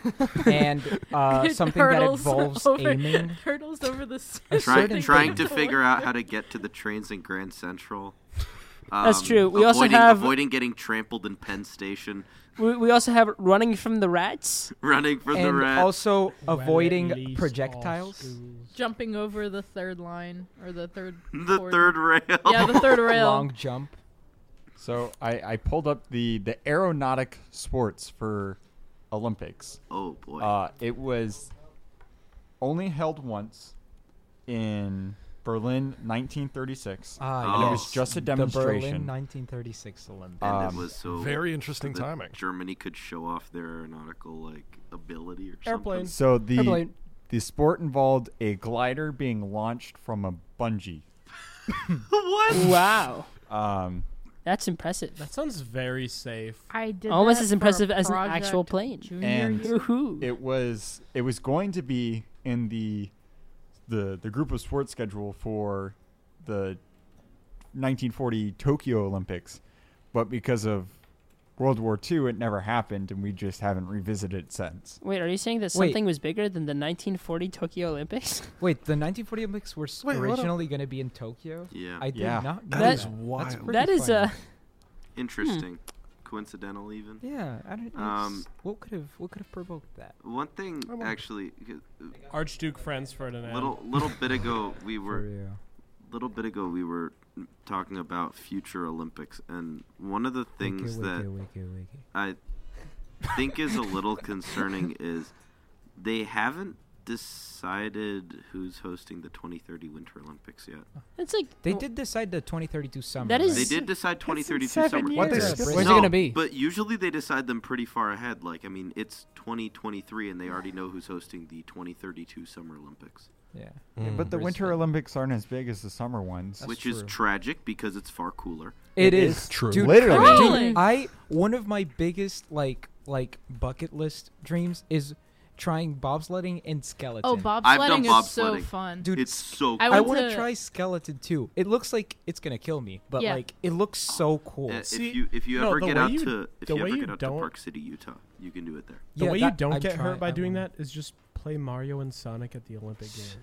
Speaker 7: and uh,
Speaker 4: It
Speaker 7: something that
Speaker 4: hurdles
Speaker 7: involves
Speaker 4: over-
Speaker 7: aiming.
Speaker 4: Hurdles over the s-
Speaker 6: Try,
Speaker 7: certain
Speaker 6: trying to
Speaker 4: things.
Speaker 6: figure out how to get to the trains in Grand Central.
Speaker 2: That's
Speaker 6: Um,
Speaker 2: true. We also
Speaker 6: avoiding-
Speaker 2: have-
Speaker 6: avoiding getting trampled in Penn Station,
Speaker 2: We, we also have running from the rats.
Speaker 6: running from the
Speaker 7: and
Speaker 6: rats.
Speaker 7: also
Speaker 5: Well, at
Speaker 7: avoiding
Speaker 5: least all
Speaker 7: projectiles.
Speaker 5: schools.
Speaker 4: Jumping over the third line or the third.
Speaker 6: the
Speaker 4: cord-
Speaker 6: third rail.
Speaker 4: Yeah, the third rail.
Speaker 7: Long jump.
Speaker 1: So I, I pulled up the the aeronautic sports for Olympics.
Speaker 6: Oh boy.
Speaker 1: Uh, it was only held once in Berlin, 1936.
Speaker 7: Ah,
Speaker 1: and it
Speaker 6: Oh.
Speaker 1: was just a
Speaker 7: The Berlin
Speaker 1: demonstration.
Speaker 7: 1936 Olympics.
Speaker 6: and
Speaker 1: um,
Speaker 6: it was so
Speaker 3: Very interesting
Speaker 6: that
Speaker 3: timing.
Speaker 6: Germany could show off their aeronautical like ability or
Speaker 5: Airplane.
Speaker 6: something.
Speaker 1: so the
Speaker 7: Airplane.
Speaker 1: the sport involved a glider being launched from a bungee.
Speaker 6: what?
Speaker 2: Wow.
Speaker 1: Um,
Speaker 2: That's impressive.
Speaker 5: That sounds very safe.
Speaker 4: I did
Speaker 2: Almost
Speaker 4: that
Speaker 2: as
Speaker 4: for
Speaker 2: impressive
Speaker 4: a
Speaker 2: as an actual plane.
Speaker 4: project Junior
Speaker 1: And-
Speaker 4: year.
Speaker 2: Woohoo.
Speaker 1: it was it was going to be in the the the group of sports schedule for the 1940 Tokyo Olympics, but because of World War II, it never happened, and we just haven't revisited it since.
Speaker 2: Wait, are you saying that
Speaker 7: Wait.
Speaker 2: something was bigger than the 1940 Tokyo Olympics?
Speaker 7: Wait, the 1940 Olympics were s
Speaker 3: Wait, what a-
Speaker 7: originally going to be in Tokyo?
Speaker 6: Yeah.
Speaker 7: I did
Speaker 1: Yeah.
Speaker 7: not know
Speaker 3: That
Speaker 2: That-
Speaker 3: is
Speaker 7: That's
Speaker 3: wild.
Speaker 7: pretty
Speaker 2: that is
Speaker 7: funny.
Speaker 2: uh,
Speaker 6: Interesting. Coincidental, even.
Speaker 7: Yeah, I don't.
Speaker 6: Um,
Speaker 7: it's- what could have what could have provoked that?
Speaker 6: One thing, actually, uh,
Speaker 5: Archduke Franz Ferdinand.
Speaker 6: little little bit ago we
Speaker 7: For
Speaker 6: were
Speaker 7: you?
Speaker 6: little bit ago we were talking about future Olympics, and one of the things
Speaker 7: Wiki,
Speaker 6: that
Speaker 7: wiki, wiki, wiki.
Speaker 6: I think is a little concerning is they haven't decided who's hosting the 2030 Winter Olympics yet.
Speaker 2: it's like
Speaker 7: They did decide the 2032 summer.
Speaker 2: That is-
Speaker 6: They
Speaker 7: right?
Speaker 6: did decide 2032
Speaker 2: seven
Speaker 6: summer.
Speaker 2: What
Speaker 3: they
Speaker 7: years.
Speaker 3: skip-
Speaker 8: Where's
Speaker 6: no,
Speaker 8: it gonna be?
Speaker 6: But usually they decide them pretty far ahead. Like, I mean, it's 2023 and they already know who's hosting the 2032 Summer Olympics,
Speaker 7: Yeah.
Speaker 1: but the
Speaker 6: Mm,
Speaker 7: Where's
Speaker 1: Winter
Speaker 7: the-
Speaker 1: Olympics aren't as big as the summer ones.
Speaker 7: That's
Speaker 6: which is
Speaker 7: true.
Speaker 6: tragic because it's far cooler.
Speaker 7: It
Speaker 1: is
Speaker 7: is
Speaker 3: true.
Speaker 7: Dude,
Speaker 1: Literally.
Speaker 7: dude,
Speaker 2: Crawling.
Speaker 7: I one of my biggest like like bucket list dreams is trying bobsledding and skeleton.
Speaker 4: Oh,
Speaker 6: done
Speaker 4: bobsledding is so
Speaker 6: bobsledding.
Speaker 4: fun.
Speaker 7: dude,
Speaker 6: It's so
Speaker 4: I
Speaker 6: cool.
Speaker 7: I
Speaker 4: went
Speaker 7: want to
Speaker 4: to-
Speaker 7: try skeleton too. It looks like it's gonna kill me, but
Speaker 4: Yeah.
Speaker 7: like it looks so cool.
Speaker 6: Uh, if
Speaker 5: See,
Speaker 6: you if you
Speaker 5: no,
Speaker 6: ever
Speaker 5: the
Speaker 6: get
Speaker 5: way
Speaker 6: out
Speaker 5: you-
Speaker 6: to if
Speaker 5: the
Speaker 6: you
Speaker 5: way
Speaker 6: ever
Speaker 5: you
Speaker 6: get out to
Speaker 5: don't-
Speaker 6: Park City, Utah, you can do it there.
Speaker 5: The
Speaker 7: Yeah,
Speaker 5: way you
Speaker 7: that-
Speaker 5: don't
Speaker 7: I'm
Speaker 5: get
Speaker 7: trying-
Speaker 5: hurt by
Speaker 7: I'm-
Speaker 5: doing that is just play Mario and Sonic at the Olympic Games.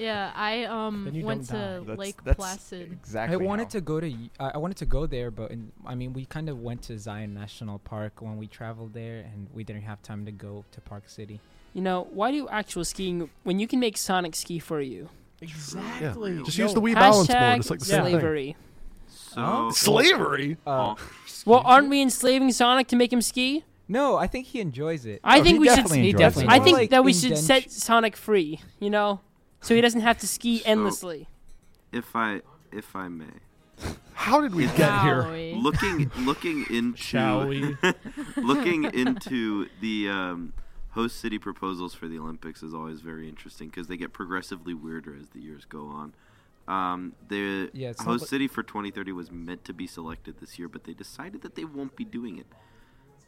Speaker 4: Yeah, I um
Speaker 5: Then you
Speaker 4: went
Speaker 5: don't die.
Speaker 4: to
Speaker 1: That's-
Speaker 4: Lake
Speaker 1: that's
Speaker 4: Placid.
Speaker 1: Exactly.
Speaker 7: I wanted
Speaker 1: how-
Speaker 7: to go to y- I I wanted to go there, but in, I mean, we kind of went to Zion National Park when we traveled there, and we didn't have time to go to Park City.
Speaker 2: You know, why do actual skiing when you can make Sonic ski for you?
Speaker 5: exactly.
Speaker 3: Just use the Wii balance board.
Speaker 2: Hashtag
Speaker 3: It's like the same thing.
Speaker 2: slavery.
Speaker 6: So
Speaker 3: Slavery. Oh.
Speaker 7: Uh,
Speaker 2: Well, aren't we enslaving Sonic to make him ski?
Speaker 7: no, I think he enjoys it.
Speaker 2: I
Speaker 1: Oh,
Speaker 2: think
Speaker 1: he
Speaker 2: we should.
Speaker 1: definitely
Speaker 8: He
Speaker 1: enjoys
Speaker 8: definitely
Speaker 1: it.
Speaker 2: I
Speaker 7: More
Speaker 2: think
Speaker 7: like
Speaker 2: that we should
Speaker 7: indention-
Speaker 2: set Sonic free. You know, so he doesn't have to ski
Speaker 6: So-
Speaker 2: endlessly.
Speaker 6: if I if I may,
Speaker 3: How did we get here?
Speaker 4: Wowie.
Speaker 6: looking looking into
Speaker 5: Shall we?
Speaker 6: looking into the um, host city proposals for the Olympics is always very interesting because they get progressively weirder as the years go on. Um, the
Speaker 7: Yeah, it sounds
Speaker 6: host
Speaker 7: like-
Speaker 6: city for 2030 was meant to be selected this year, but they decided that they won't be doing it.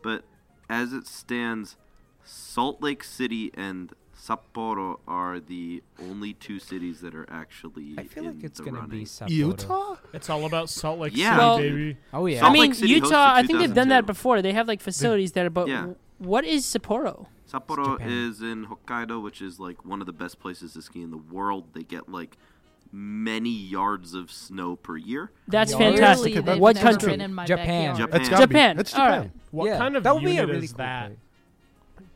Speaker 6: But as it stands, Salt Lake City and Sapporo are the only two cities that are actually.
Speaker 7: I feel
Speaker 6: in
Speaker 7: like it's
Speaker 6: the
Speaker 7: gonna
Speaker 6: running.
Speaker 7: be Sapporo.
Speaker 3: Utah?
Speaker 5: it's all about Salt Lake
Speaker 6: Yeah.
Speaker 5: City,
Speaker 2: Well-
Speaker 5: baby.
Speaker 8: Oh yeah.
Speaker 2: I
Speaker 6: Salt
Speaker 2: mean,
Speaker 6: Lake City
Speaker 2: Utah. I
Speaker 6: hosted
Speaker 2: think they've done that
Speaker 6: 2002.
Speaker 2: before. They have like facilities there, but
Speaker 6: Yeah.
Speaker 2: w- what is Sapporo?
Speaker 6: Sapporo
Speaker 7: Japan.
Speaker 6: is in Hokkaido, which is like one of the best places to ski in the world. They get like many yards of snow per year.
Speaker 2: That's
Speaker 7: Literally,
Speaker 2: fantastic.
Speaker 4: Literally, they've
Speaker 2: What
Speaker 4: never
Speaker 2: country?
Speaker 4: been in my
Speaker 7: Japan.
Speaker 4: backyard.
Speaker 6: Japan.
Speaker 3: It's gotta
Speaker 2: Japan.
Speaker 3: Be. It's
Speaker 2: All
Speaker 3: Japan.
Speaker 2: right.
Speaker 5: What
Speaker 7: yeah,
Speaker 5: kind of
Speaker 7: that would be a
Speaker 5: unit
Speaker 7: really
Speaker 5: is
Speaker 7: cool
Speaker 5: that?
Speaker 7: place.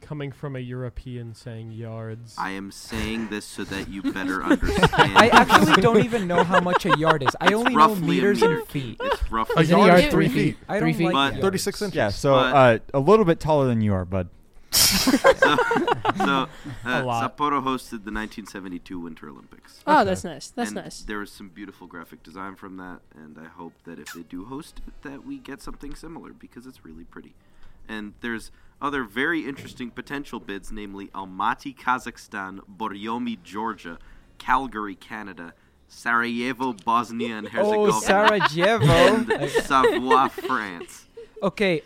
Speaker 5: Coming from a European saying yards.
Speaker 6: I am saying this so that you better understand.
Speaker 7: I actually don't even know how much a yard is.
Speaker 6: Mm.
Speaker 7: I
Speaker 6: It's
Speaker 7: only know
Speaker 6: roughly a
Speaker 7: meters
Speaker 6: meter.
Speaker 7: and feet.
Speaker 6: It's roughly
Speaker 3: A
Speaker 8: Is it
Speaker 3: yard
Speaker 8: yard
Speaker 3: is three
Speaker 8: three
Speaker 3: feet.
Speaker 7: I
Speaker 8: Three
Speaker 7: don't
Speaker 8: feet?
Speaker 7: like
Speaker 6: But-
Speaker 7: yards.
Speaker 3: 36 inches.
Speaker 1: Yeah, so uh,
Speaker 6: But-
Speaker 1: a little bit taller than you are, bud.
Speaker 6: so. Uh,
Speaker 5: lot.
Speaker 6: Sapporo hosted the 1972 Winter Olympics.
Speaker 2: Oh, that's nice. That's
Speaker 6: and
Speaker 2: nice.
Speaker 6: There was some beautiful graphic design from that, and I hope that if they do host it, that we get something similar because it's really pretty. And there's other very interesting potential bids, namely Almaty, Kazakhstan, Boryomi, Georgia, Calgary, Canada, Sarajevo, Bosnia and Herzegovina,
Speaker 7: Oh, Sarajevo.
Speaker 6: and Savoie, France.
Speaker 7: okay,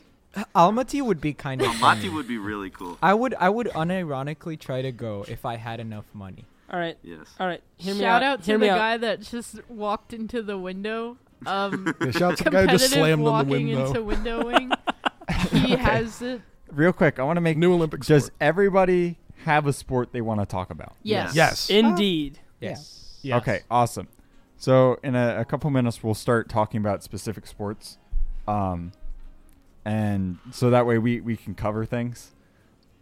Speaker 7: Almaty would be kind of. funny.
Speaker 6: Almaty would be really cool.
Speaker 7: I would I would unironically try to go if I had enough money.
Speaker 2: All right.
Speaker 6: Yes.
Speaker 2: All right. Hear me out.
Speaker 4: Shout out to
Speaker 2: Hear
Speaker 4: the
Speaker 2: me out.
Speaker 4: guy that just walked into the window. Um,
Speaker 3: Yeah, shout out to the guy who
Speaker 4: competitive
Speaker 3: just slammed on the
Speaker 4: walking
Speaker 3: window.
Speaker 4: into windowing. he has it.
Speaker 1: Real quick, I want to make.
Speaker 3: New Olympic
Speaker 1: does
Speaker 3: sport.
Speaker 1: everybody have a sport they want to talk about?
Speaker 4: Yes.
Speaker 3: Yes.
Speaker 2: Indeed.
Speaker 7: Yes.
Speaker 5: Yes.
Speaker 1: Okay, awesome. So in a, a couple minutes, we'll start talking about specific sports, um, and so that way we we can cover things.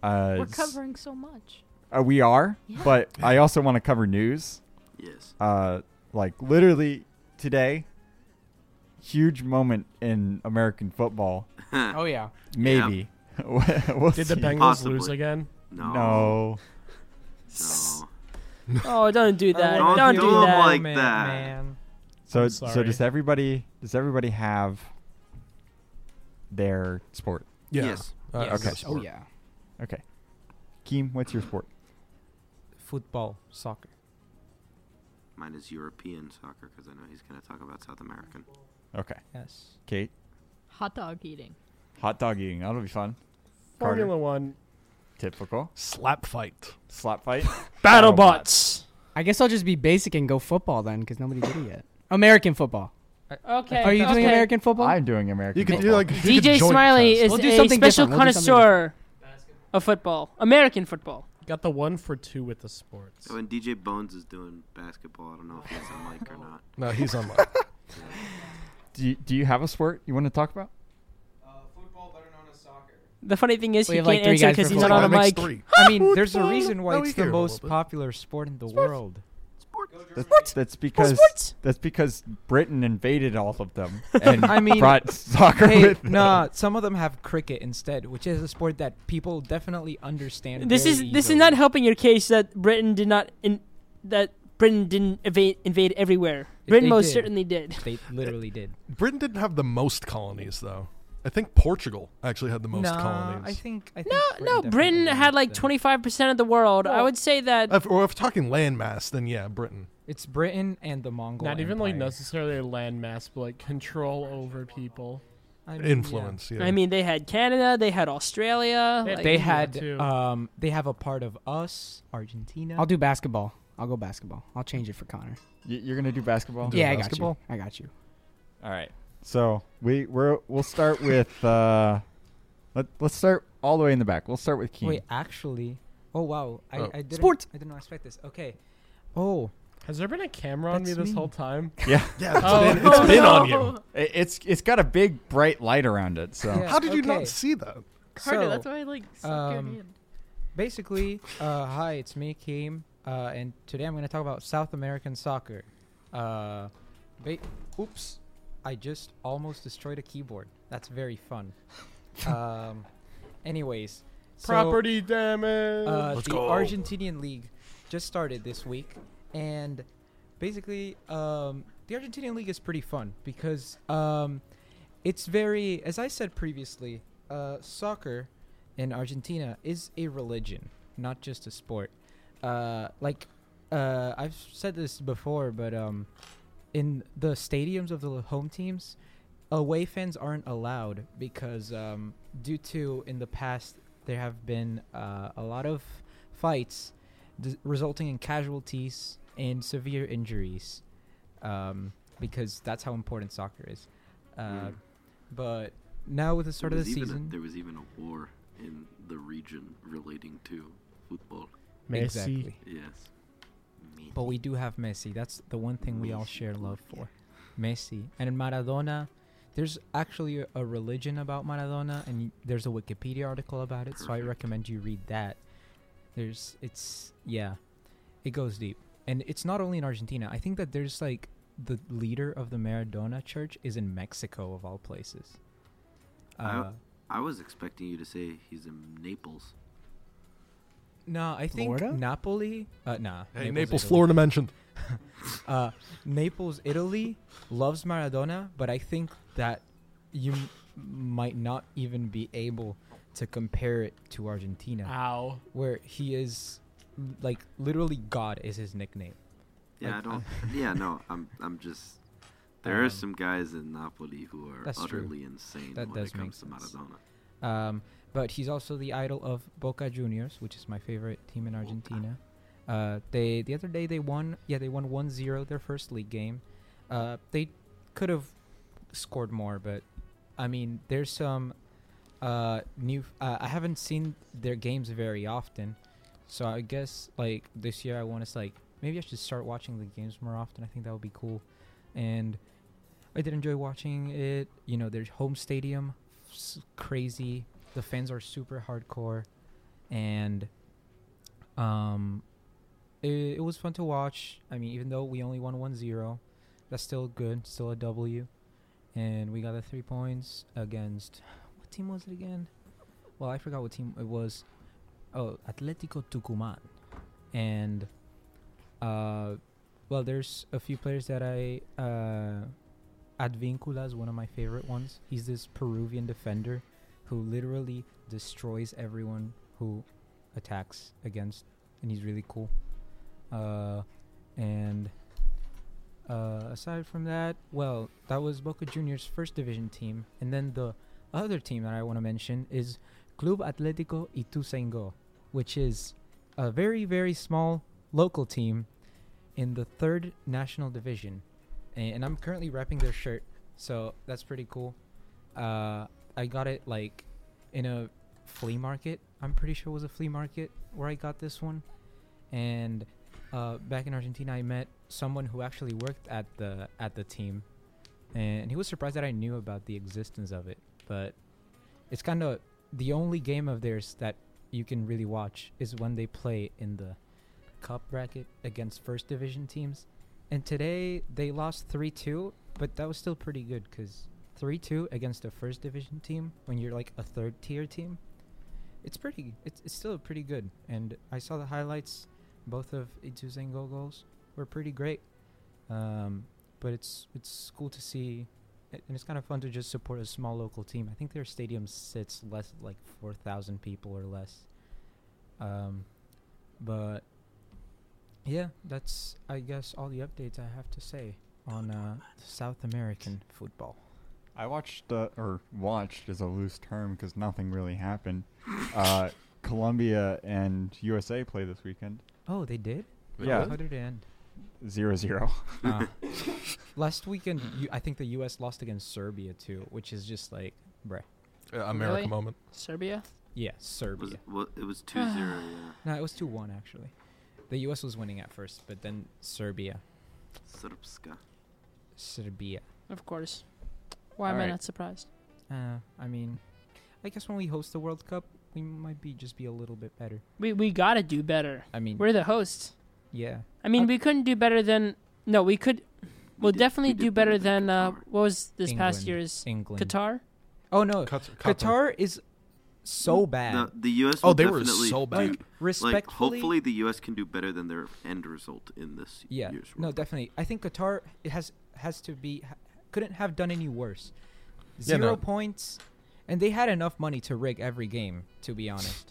Speaker 1: Uh,
Speaker 4: We're
Speaker 1: s-
Speaker 4: covering so much.
Speaker 1: uh, we are,
Speaker 4: Yeah.
Speaker 1: but I also want to cover news.
Speaker 6: Yes.
Speaker 1: Uh, like literally today, huge moment in American football.
Speaker 8: Oh yeah.
Speaker 1: Maybe. We'll
Speaker 5: Did the
Speaker 1: see.
Speaker 5: Bengals
Speaker 6: Possibly.
Speaker 5: lose again?
Speaker 6: No.
Speaker 1: No.
Speaker 6: no.
Speaker 2: Oh, don't do that.
Speaker 6: Don't
Speaker 2: Don't
Speaker 6: do
Speaker 2: do
Speaker 6: them
Speaker 2: that.
Speaker 6: like that.
Speaker 7: Man.
Speaker 1: So
Speaker 5: I'm
Speaker 1: so
Speaker 5: sorry.
Speaker 1: does everybody does everybody have their sport?
Speaker 3: Yeah.
Speaker 6: Yes.
Speaker 7: Uh,
Speaker 1: okay.
Speaker 8: Oh yeah.
Speaker 1: Okay. Keem, what's your sport?
Speaker 7: Football, soccer.
Speaker 6: Mine is European soccer because I know he's going to talk about South American.
Speaker 1: Okay.
Speaker 7: Yes.
Speaker 1: Kate,
Speaker 4: Hot dog eating.
Speaker 1: hot dog eating. That'll be fun. Carter?
Speaker 5: Formula One.
Speaker 1: Typical.
Speaker 3: Slap fight.
Speaker 1: Slap fight.
Speaker 2: BattleBots.
Speaker 8: Oh, I guess I'll just be basic and go football then, because nobody did it yet. American football.
Speaker 2: Okay.
Speaker 8: Are you
Speaker 2: okay.
Speaker 8: doing American football?
Speaker 1: I'm doing American.
Speaker 3: You could do
Speaker 1: football.
Speaker 3: like you could
Speaker 2: DJ
Speaker 3: joint
Speaker 2: Smiley
Speaker 3: test.
Speaker 2: is
Speaker 8: We'll do
Speaker 2: a
Speaker 8: something
Speaker 2: special
Speaker 8: different. We'll do something
Speaker 2: connoisseur of football, American football.
Speaker 5: Got the one for two with the sports.
Speaker 6: Oh, and DJ Bones is doing basketball. I don't know if he's on mic or not.
Speaker 3: No, he's on my.
Speaker 1: do you, do you have a sport you want to talk about?
Speaker 2: The funny thing is,
Speaker 8: We
Speaker 2: he
Speaker 8: have,
Speaker 2: can't
Speaker 8: like, three
Speaker 2: answer
Speaker 8: guys
Speaker 2: because
Speaker 8: for
Speaker 2: he's
Speaker 8: football.
Speaker 2: not on a
Speaker 3: That makes
Speaker 2: mic.
Speaker 3: three.
Speaker 7: I mean, there's a reason why
Speaker 3: Now we
Speaker 7: it's
Speaker 3: hear
Speaker 7: the
Speaker 3: a little
Speaker 7: most
Speaker 3: bit.
Speaker 7: popular sport in the world.
Speaker 1: That's, that's because
Speaker 2: Sports.
Speaker 1: that's because Britain invaded all of them and
Speaker 7: I mean-
Speaker 1: brought soccer
Speaker 7: Hey,
Speaker 1: with them.
Speaker 7: nah, some of them have cricket instead, which is a sport that people definitely understand.
Speaker 2: This
Speaker 7: very
Speaker 2: is this is
Speaker 7: easily.
Speaker 2: not helping your case that Britain did not in, that Britain didn't invade invade everywhere.
Speaker 7: They
Speaker 2: Britain most
Speaker 7: did.
Speaker 2: certainly did.
Speaker 7: They literally did.
Speaker 3: Britain didn't have the most colonies though. I think Portugal actually had the most
Speaker 7: nah,
Speaker 3: colonies.
Speaker 7: I think. I think
Speaker 2: No, no.
Speaker 7: definitely
Speaker 2: Britain
Speaker 7: wins
Speaker 2: had like
Speaker 7: them.
Speaker 2: twenty five percent of the world. I would say that
Speaker 3: If, or if we're talking landmass, then yeah, Britain.
Speaker 7: It's Britain and the Mongol.
Speaker 5: Not even like
Speaker 7: Empire.
Speaker 5: necessarily a landmass, but like control over people.
Speaker 7: I mean, yeah.
Speaker 3: Influence. Yeah.
Speaker 2: I mean, they had Canada, they had Australia.
Speaker 5: They-
Speaker 2: like-
Speaker 7: They
Speaker 5: India,
Speaker 7: had
Speaker 5: too.
Speaker 7: um they have a part of us, Argentina.
Speaker 8: I'll do basketball. I'll go basketball. I'll change it for Connor.
Speaker 1: Y- you're gonna do basketball.
Speaker 8: yeah, I
Speaker 1: basketball?
Speaker 8: got you. I got you.
Speaker 1: All right. So we we're, we'll start with uh, let let's start all the way in the back. We'll start with Keen.
Speaker 7: Wait, actually. Oh wow. I,
Speaker 3: Oh.
Speaker 7: I didn't
Speaker 8: Sports.
Speaker 7: I didn't expect this. Okay. Oh,
Speaker 5: Has there been a camera on me
Speaker 7: That's
Speaker 5: this
Speaker 7: me.
Speaker 5: whole time?
Speaker 1: Yeah,
Speaker 3: yeah, that's
Speaker 5: Oh,
Speaker 3: been, it's been on you.
Speaker 4: no.
Speaker 1: it, it's it's got a big bright light around it. So
Speaker 7: Yeah,
Speaker 3: How did you
Speaker 7: okay.
Speaker 3: not see that?
Speaker 4: Carter,
Speaker 7: So,
Speaker 4: that's why I like suck
Speaker 7: um,
Speaker 4: your hand.
Speaker 7: basically, uh, hi, it's me, Keem, uh, and today I'm going to talk about South American soccer. Uh, ba- oops, I just almost destroyed a keyboard. That's very fun. um, anyways, so,
Speaker 5: Property damage.
Speaker 7: uh,
Speaker 3: Let's
Speaker 7: the
Speaker 3: go.
Speaker 7: Argentinian league just started this week, and basically, um, the Argentinian league is pretty fun because um, it's very, as I said previously, uh, soccer in Argentina is a religion, not just a sport. Uh, like uh, I've said this before, but um, in the stadiums of the l- home teams, away fans aren't allowed because um, due to in the past there have been uh, a lot of fights d- resulting in casualties and severe injuries um, because that's how important soccer is. Uh,
Speaker 6: Mm.
Speaker 7: But now with the start
Speaker 6: There
Speaker 7: of
Speaker 6: was
Speaker 7: the
Speaker 6: even a-
Speaker 7: season,
Speaker 6: there was even a war in the region relating to football.
Speaker 5: Messi.
Speaker 7: exactly.
Speaker 6: Yes. Me.
Speaker 7: But we do have Messi. That's the one thing we all
Speaker 6: Messi,
Speaker 7: share love
Speaker 6: Portugal.
Speaker 7: for. Messi. And in Maradona, there's actually a, a religion about Maradona, and y- there's a Wikipedia article about it, so I
Speaker 6: Perfect.
Speaker 7: recommend you read that. There's, it's, yeah, it goes deep. And it's not only in Argentina. I think that there's like the leader of the Maradona church is in Mexico, of all places.
Speaker 6: I-
Speaker 7: Uh,
Speaker 6: I was expecting you to say he's in Naples.
Speaker 7: no, I think
Speaker 8: Florida?
Speaker 7: Napoli. Uh, nah.
Speaker 3: Hey, Naples,
Speaker 7: Italy.
Speaker 3: Florida mentioned.
Speaker 7: uh, Naples, Italy loves Maradona, but I think that you m- might not even be able to compare it to Argentina,
Speaker 5: Ow.
Speaker 7: where he is l- like literally God is his nickname.
Speaker 6: Yeah,
Speaker 7: Like,
Speaker 6: I
Speaker 7: uh,
Speaker 6: don't. yeah, no, I'm. I'm just. There are
Speaker 7: Um,
Speaker 6: some guys in Napoli who are
Speaker 7: that's true.
Speaker 6: utterly insane
Speaker 7: That
Speaker 6: when
Speaker 7: does
Speaker 6: it comes
Speaker 7: make
Speaker 6: to
Speaker 7: sense.
Speaker 6: Maradona.
Speaker 7: Um, but he's also the idol of Boca Juniors, which is my favorite team in Argentina. Uh, they the other day they won, yeah, they won 1-0 their first league game. Uh, they could have scored more, but I mean, there's some uh, new. Uh, I haven't seen their games very often, so I guess like this year I want to like maybe I should start watching the games more often. I think that would be cool, and I did enjoy watching it. You know, their home stadium, s- crazy. The fans are super hardcore, and um, it, it was fun to watch. I mean, even though we only won 1-0, that's still good, still a W, and we got the three points against what team was it again? Well, I forgot what team it was. Oh, Atletico Tucumán, and uh, well, there's a few players that I uh. Advíncula is one of my favorite ones. He's this Peruvian defender who literally destroys everyone who attacks against, and he's really cool. Uh, and uh, aside from that, well, that was Boca Juniors' first division team, and then the other team that I want to mention is Club Atlético Ituzaingó, which is a very very small local team in the third national division and, and I'm currently wrapping their shirt, so that's pretty cool. Uh, I got it like in a flea market. I'm pretty sure it was a flea market where I got this one. And uh, back in Argentina, I met someone who actually worked at the at the team, and he was surprised that I knew about the existence of it. But it's kind of the only game of theirs that you can really watch is when they play in the cup bracket against first division teams. And today they lost 3 2, but that was still pretty good because 3 2 against a first division team when you're like a third tier team, it's pretty, it's, it's still pretty good. And I saw the highlights, both of Ituzango goals were pretty great. Um, but it's it's cool to see, a- and it's kind of fun to just support a small local team. I think their stadium sits less like 4,000 people or less. Um, but Yeah, that's I guess all the updates I have to say on uh, South American football.
Speaker 1: I watched uh, or watched is a loose term because nothing really happened. Uh, Colombia and USA play this weekend.
Speaker 7: Oh, they did.
Speaker 1: Yeah,
Speaker 7: How did it end?
Speaker 1: zero zero.
Speaker 7: Ah. last weekend, you, I think the U.S. lost against Serbia too, which is just like, bruh.
Speaker 3: Uh, America
Speaker 2: Really?
Speaker 3: moment.
Speaker 2: Serbia.
Speaker 7: Yeah,
Speaker 6: Was
Speaker 7: Serbia.
Speaker 6: it, well, it was 2 0, yeah.
Speaker 7: No, it was two one actually. The U.S. was winning at first, but then Serbia,
Speaker 6: Srpska.
Speaker 7: Serbia.
Speaker 2: Of course. Why am I
Speaker 1: Alright.
Speaker 2: not surprised?
Speaker 7: Uh, I mean, I guess when we host the World Cup, we might be just be a little bit better.
Speaker 2: We we gotta do better.
Speaker 7: I mean,
Speaker 2: We're the hosts.
Speaker 7: yeah.
Speaker 2: I mean, we couldn't do better than. No, we could. We'll
Speaker 6: did-
Speaker 2: definitely
Speaker 6: we did
Speaker 2: do better than uh,
Speaker 6: Qatar.
Speaker 2: what was this past
Speaker 7: England,
Speaker 2: year's
Speaker 7: England.
Speaker 2: Qatar.
Speaker 7: Oh no,
Speaker 3: Qatar.
Speaker 7: Qatar is so bad.
Speaker 6: The, the U.S.
Speaker 3: Oh,
Speaker 6: will
Speaker 3: they were
Speaker 6: definitely
Speaker 3: so bad.
Speaker 6: do- like,
Speaker 7: Respectfully,
Speaker 6: hopefully the U.S. can do better than their end result in this
Speaker 7: yeah,
Speaker 6: year's
Speaker 7: no,
Speaker 6: World Cup.
Speaker 7: definitely. I think Qatar it has has to be ha- couldn't have done any worse.
Speaker 3: Yeah,
Speaker 7: Zero
Speaker 3: no.
Speaker 7: points, and they had enough money to rig every game. To be honest,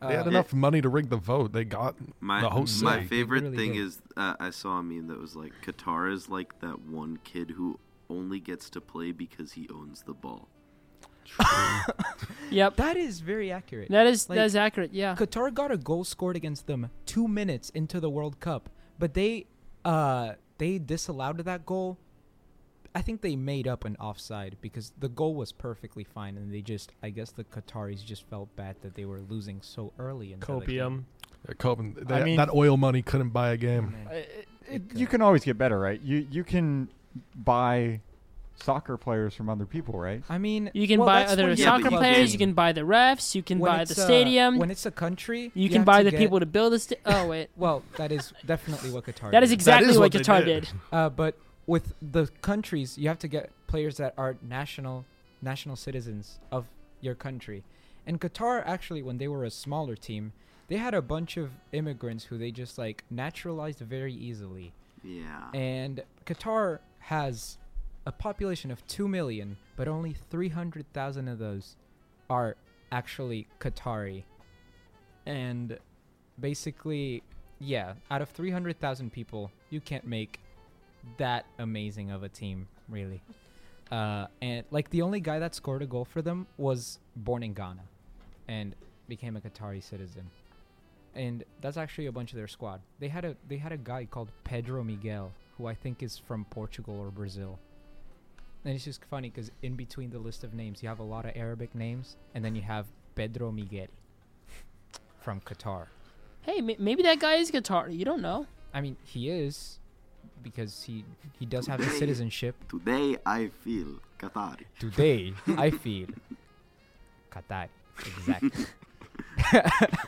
Speaker 3: They had
Speaker 7: Uh,
Speaker 3: enough money to rig the vote. They got
Speaker 6: My,
Speaker 3: the host.
Speaker 6: my
Speaker 3: site.
Speaker 6: favorite
Speaker 7: really
Speaker 6: thing
Speaker 7: did.
Speaker 6: is uh, I saw a meme that was like Qatar is like that one kid who only gets to play because he owns the ball.
Speaker 2: Yep.
Speaker 7: that is very accurate.
Speaker 2: That is
Speaker 7: Like,
Speaker 2: that is accurate. Yeah.
Speaker 7: Qatar got a goal scored against them two minutes into the World Cup, but they uh they disallowed that goal. I think they made up an offside because the goal was perfectly fine, and they just I guess the Qataris just felt bad that they were losing so early. into the game.
Speaker 5: Copium.
Speaker 3: They're coping. They,
Speaker 1: mean-
Speaker 3: that oil money couldn't buy a game.
Speaker 7: Man.
Speaker 1: It-
Speaker 7: Good
Speaker 1: you
Speaker 7: God.
Speaker 1: can always get better, right? You you can buy soccer players from other people, right?
Speaker 7: I mean,
Speaker 2: You can
Speaker 7: well,
Speaker 2: buy
Speaker 7: that's when
Speaker 2: other
Speaker 7: you
Speaker 6: Yeah,
Speaker 2: soccer
Speaker 6: but
Speaker 7: have a
Speaker 2: players. You
Speaker 7: game.
Speaker 2: can buy the refs. You can
Speaker 7: When
Speaker 2: buy
Speaker 7: it's
Speaker 2: the
Speaker 7: a-
Speaker 2: stadium.
Speaker 7: when it's a country,
Speaker 2: you can
Speaker 7: have
Speaker 2: buy
Speaker 7: to
Speaker 2: the
Speaker 7: get-
Speaker 2: people to build the. Sta- oh wait,
Speaker 7: Well, that is definitely what Qatar.
Speaker 2: that is
Speaker 7: did.
Speaker 2: exactly
Speaker 3: is
Speaker 2: what
Speaker 3: what they
Speaker 2: Qatar
Speaker 3: did.
Speaker 2: did.
Speaker 7: Uh, but with the countries, you have to get players that are national national citizens of your country. And Qatar actually, when they were a smaller team, they had a bunch of immigrants who they just like naturalized very easily.
Speaker 6: Yeah.
Speaker 7: And Qatar has a population of two million, but only three hundred thousand of those are actually Qatari. And basically, yeah, out of three hundred thousand people, you can't make that amazing of a team, really. Uh, and like the only guy that scored a goal for them was born in Ghana, and became a Qatari citizen. And that's actually a bunch of their squad. They had a they had a guy called Pedro Miguel, who I think is from Portugal or Brazil. And it's just funny because in between the list of names, you have a lot of Arabic names, and then you have Pedro Miguel from Qatar.
Speaker 2: Hey, m- maybe that guy is Qatar. You don't know.
Speaker 7: I mean, he is because he he does have the citizenship.
Speaker 6: Today I feel Qatar.
Speaker 7: Today I feel Qatar. Exactly.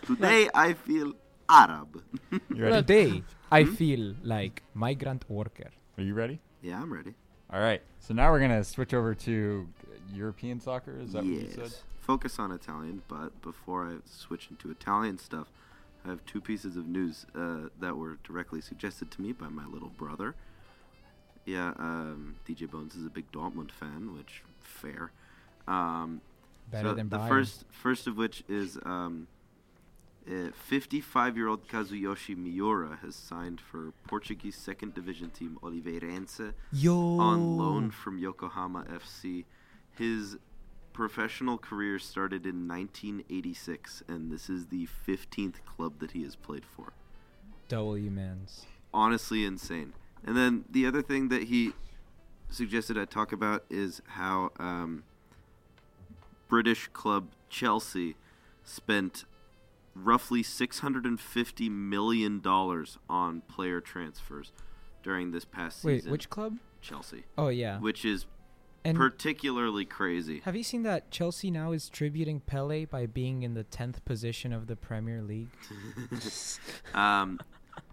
Speaker 6: Today I feel Arab.
Speaker 1: You ready? Hmm?
Speaker 7: Today I feel like migrant worker.
Speaker 1: Are you ready?
Speaker 6: Yeah, I'm ready.
Speaker 1: All right. So now we're gonna switch over to European soccer. Is that what you said?
Speaker 6: Focus on Italian, but before I switch into Italian stuff, I have two pieces of news uh, that were directly suggested to me by my little brother. Yeah, um, DJ Bones is a big Dortmund fan, which fair. Um,
Speaker 7: Better
Speaker 6: so
Speaker 7: than
Speaker 6: the
Speaker 7: Bayern.
Speaker 6: first, first of which is um, uh, 55-year-old Kazuyoshi Miura has signed for Portuguese second division team Oliveirense
Speaker 7: Yo.
Speaker 6: on loan from Yokohama FC. His professional career started in 1986, and this is the 15th club that he has played for.
Speaker 7: W mans.
Speaker 6: Honestly, insane. And then the other thing that he suggested I talk about is how um, British club Chelsea spent roughly 650 million dollars on player transfers during this past
Speaker 7: Wait,
Speaker 6: season.
Speaker 7: which club?
Speaker 6: Chelsea?
Speaker 7: Oh yeah.
Speaker 6: Which is
Speaker 7: and
Speaker 6: particularly crazy.
Speaker 7: have you seen that Chelsea now is tributing Pele by being in the tenth position of the Premier League?
Speaker 6: Um,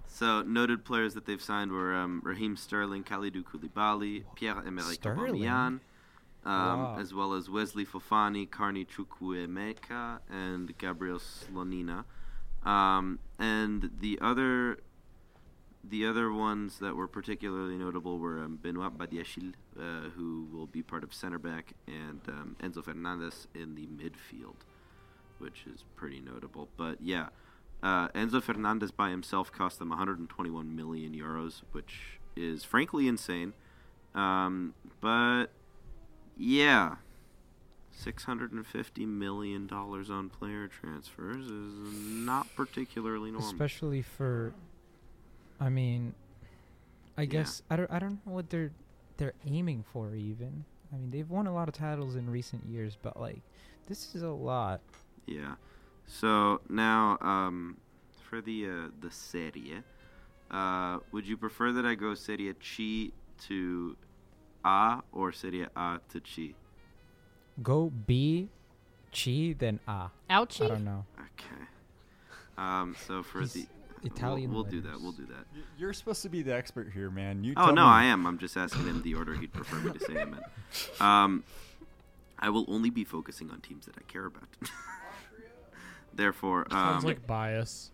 Speaker 6: so noted players that they've signed were um, Raheem Sterling, Khalidou Koulibaly, Pierre-Emerick
Speaker 7: Sterling?
Speaker 6: Aubameyang, um,
Speaker 7: Wow.
Speaker 6: as well as Wesley Fofani, Carney Chukwuemeka, and Gabriel Slonina. Um, and the other the other ones that were particularly notable were um, Benoit Badiachil, uh, who will be part of center back, and um, Enzo Fernandez in the midfield, which is pretty notable. But yeah, Uh, Enzo Fernandez by himself cost them 121 million euros, which is frankly insane. Um, but yeah, 650 million dollars on player transfers is not particularly normal.
Speaker 7: especially for i mean i
Speaker 6: Yeah.
Speaker 7: guess i don't i don't know what they're they're aiming for even i mean they've won a lot of titles in recent years but like this is a lot
Speaker 6: Yeah. So now um, for the uh, the serie, uh, would you prefer that I go serie C to A or serie A to C?
Speaker 7: go b chi then ah i
Speaker 4: Ouchie.
Speaker 7: don't know
Speaker 6: Okay. Um, so for
Speaker 7: He's
Speaker 6: the we'll-
Speaker 7: Italian
Speaker 6: we'll, do that.
Speaker 7: letters.
Speaker 6: We'll do that.
Speaker 1: Y- You're supposed to be the expert here, man. You.
Speaker 6: Oh
Speaker 1: tell
Speaker 6: no,
Speaker 1: me.
Speaker 6: I am. I'm just asking him the order he'd prefer me to say them in. Um, I will only be focusing on teams that I care about. Therefore, um,
Speaker 5: Sounds like bias.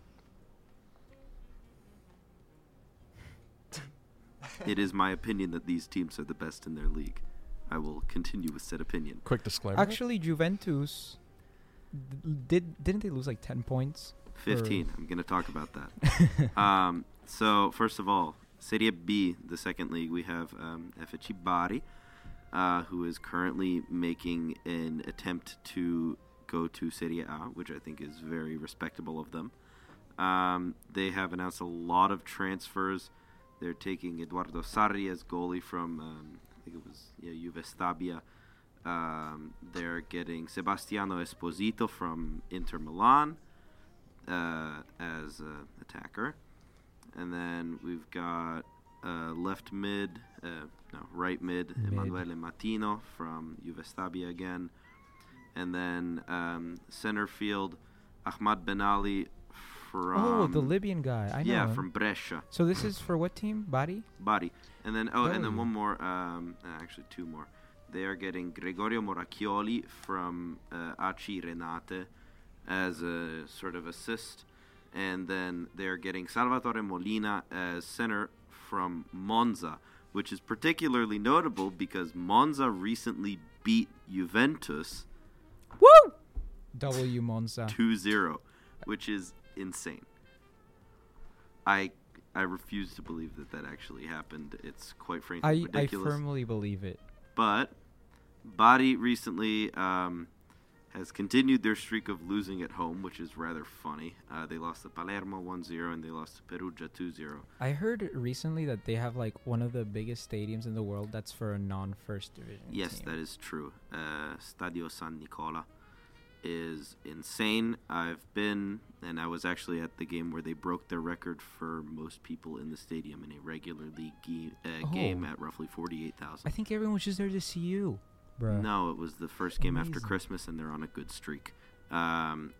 Speaker 6: it is my opinion that these teams are the best in their league. I will continue with said opinion.
Speaker 3: Quick disclaimer.
Speaker 7: actually juventus d- did didn't they lose like 10 points
Speaker 6: 15. I'm going to talk about that. um, so, first of all, Serie B, the second league, we have um, FC Bari, uh, who is currently making an attempt to go to Serie A, which I think is very respectable of them. Um, they have announced a lot of transfers. They're taking Eduardo Sarri as goalie from, um, I think it was yeah, Juve Stabia. Um, they're getting Sebastiano Esposito from Inter Milan uh, as uh, attacker, and then we've got uh, left mid, uh, no right mid,
Speaker 7: Mid.
Speaker 6: Emanuele Matino from Juve Stabia again, and then um, center field Ahmad Benali from
Speaker 7: oh the libyan guy i know
Speaker 6: yeah
Speaker 7: him.
Speaker 6: from Brescia
Speaker 7: so this is for what team body
Speaker 6: body, and then oh, and then
Speaker 7: Oh.
Speaker 6: one more, um, uh, actually two more. They are getting Gregorio Moracchioli from uh, Aci Renate as a sort of assist, and then they are getting Salvatore Molina as center from Monza, which is particularly notable because Monza recently beat Juventus
Speaker 7: w monza
Speaker 6: 2-0, which is insane. I I refuse to believe that that actually happened. It's quite frankly
Speaker 7: i i
Speaker 6: ridiculous.
Speaker 7: firmly believe it
Speaker 6: but Body recently um, has continued their streak of losing at home, which is rather funny. Uh, they lost to Palermo 1-0 and they lost to Perugia 2-0.
Speaker 7: I heard recently that they have like one of the biggest stadiums in the world that's for a non-first division.
Speaker 6: Yes,
Speaker 7: team.
Speaker 6: that is true. Uh, Stadio San Nicola is insane. I've been, and I was actually at the game where they broke their record for most people in the stadium in a regular league ge- uh, game
Speaker 7: Oh.
Speaker 6: at roughly
Speaker 7: I
Speaker 6: 48,000.
Speaker 7: think everyone was just there to see you, bro.
Speaker 6: No, it was the first game after
Speaker 7: Amazing.
Speaker 6: Christmas, and they're on a good streak. Um,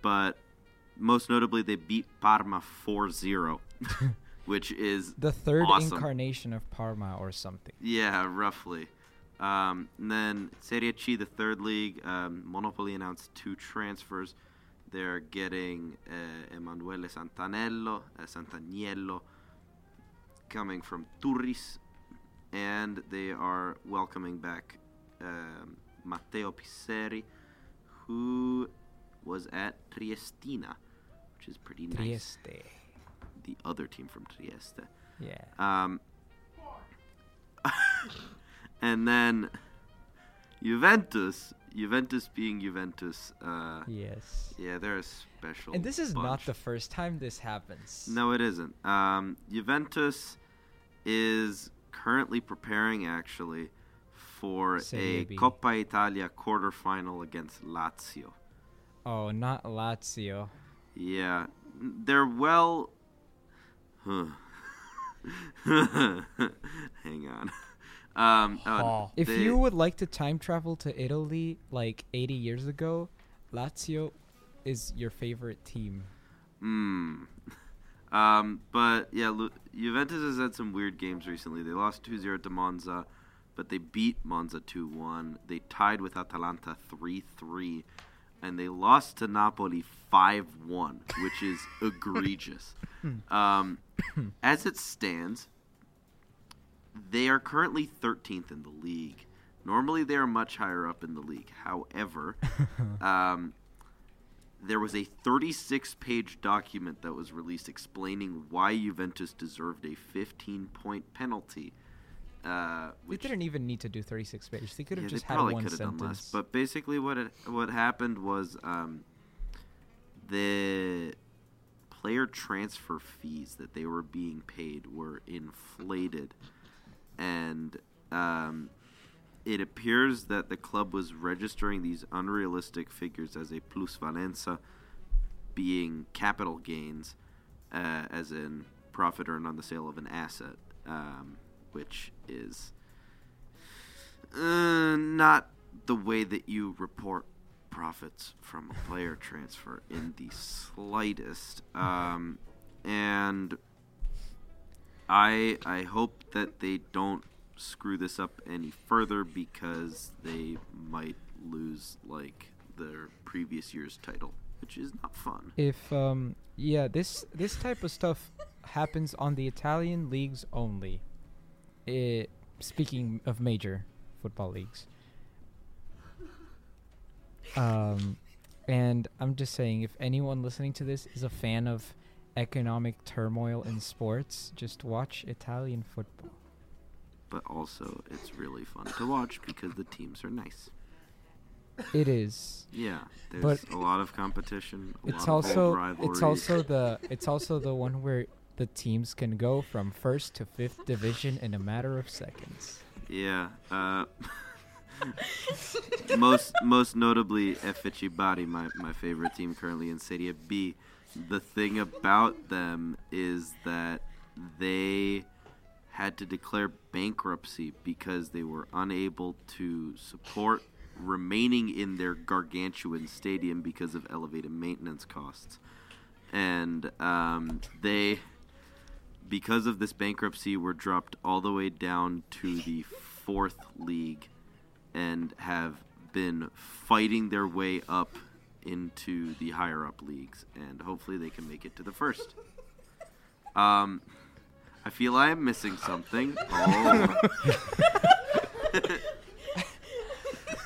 Speaker 6: but most notably, they beat Parma 4 0, which is,
Speaker 7: The third
Speaker 6: Awesome.
Speaker 7: incarnation of Parma or something.
Speaker 6: yeah, roughly. Um, and then Serie C, the third league, um, Monopoly announced two transfers. They're getting uh, Emanuele Santanello, uh, Santaniello, coming from Turris, and they are welcoming back um, Matteo Pizzeri, who was at Triestina, which is pretty nice.
Speaker 7: Trieste.
Speaker 6: The other team from Trieste.
Speaker 7: Yeah.
Speaker 6: Um, and then Juventus, Juventus being Juventus, uh,
Speaker 7: Yes.
Speaker 6: yeah, they're a special.
Speaker 7: And this is not
Speaker 6: bunch.
Speaker 7: the first time this happens.
Speaker 6: No, it isn't. Um, Juventus is currently preparing actually for
Speaker 7: Serie
Speaker 6: a
Speaker 7: B.
Speaker 6: Coppa Italia quarterfinal against Lazio.
Speaker 7: Oh, not Lazio.
Speaker 6: Yeah, they're well. Huh. Hang on. Um, oh,
Speaker 7: If
Speaker 6: they-
Speaker 7: you would like to time travel to Italy like 80 years ago, Lazio is your favorite team.
Speaker 6: Mm. Um, but yeah, Lu- Juventus has had some weird games recently. They lost 2-0 to Monza, but they beat Monza 2-1. They tied with Atalanta 3-3, and they lost to Napoli 5-1, which is egregious. Um, as it stands, they are currently 13th in the league. Normally, they are much higher up in the league. However, um, there was a 36 page document that was released explaining why Juventus deserved a 15 point penalty. Uh,
Speaker 7: We
Speaker 6: which
Speaker 7: didn't even need to do 36 pages. They could have
Speaker 6: yeah,
Speaker 7: just
Speaker 6: they
Speaker 7: had
Speaker 6: probably
Speaker 7: one
Speaker 6: could have
Speaker 7: sentence.
Speaker 6: Done less. But basically, what it, what happened was um, the player transfer fees that they were being paid were inflated, and um, it appears that the club was registering these unrealistic figures as a plusvalenza, being capital gains, uh, as in profit earned on the sale of an asset, um, which is uh, not the way that you report profits from a player transfer in the slightest. Um, and I I hope that they don't screw this up any further because they might lose like their previous year's title, which is not fun.
Speaker 7: if um yeah this this type of stuff happens on the Italian leagues only. It, speaking of major football leagues. Um and I'm just saying if anyone listening to this is a fan of economic turmoil in sports, just watch Italian football.
Speaker 6: But also, it's really fun to watch because the teams are nice.
Speaker 7: It is
Speaker 6: Yeah, there's
Speaker 7: But
Speaker 6: a lot of competition. A lot of old
Speaker 7: It's also
Speaker 6: rivalries.
Speaker 7: it's also the it's also the one where the teams can go from first to fifth division in a matter of seconds.
Speaker 6: Yeah. Uh, most most notably, Effichibari, my, my favorite team currently in Serie B. The thing about them is that they had to declare bankruptcy because they were unable to support remaining in their gargantuan stadium because of elevated maintenance costs. And um, they because of this bankruptcy, were dropped all the way down to the fourth league and have been fighting their way up into the higher up leagues. And hopefully they can make it to the first. Um, I feel I am missing something. Oh.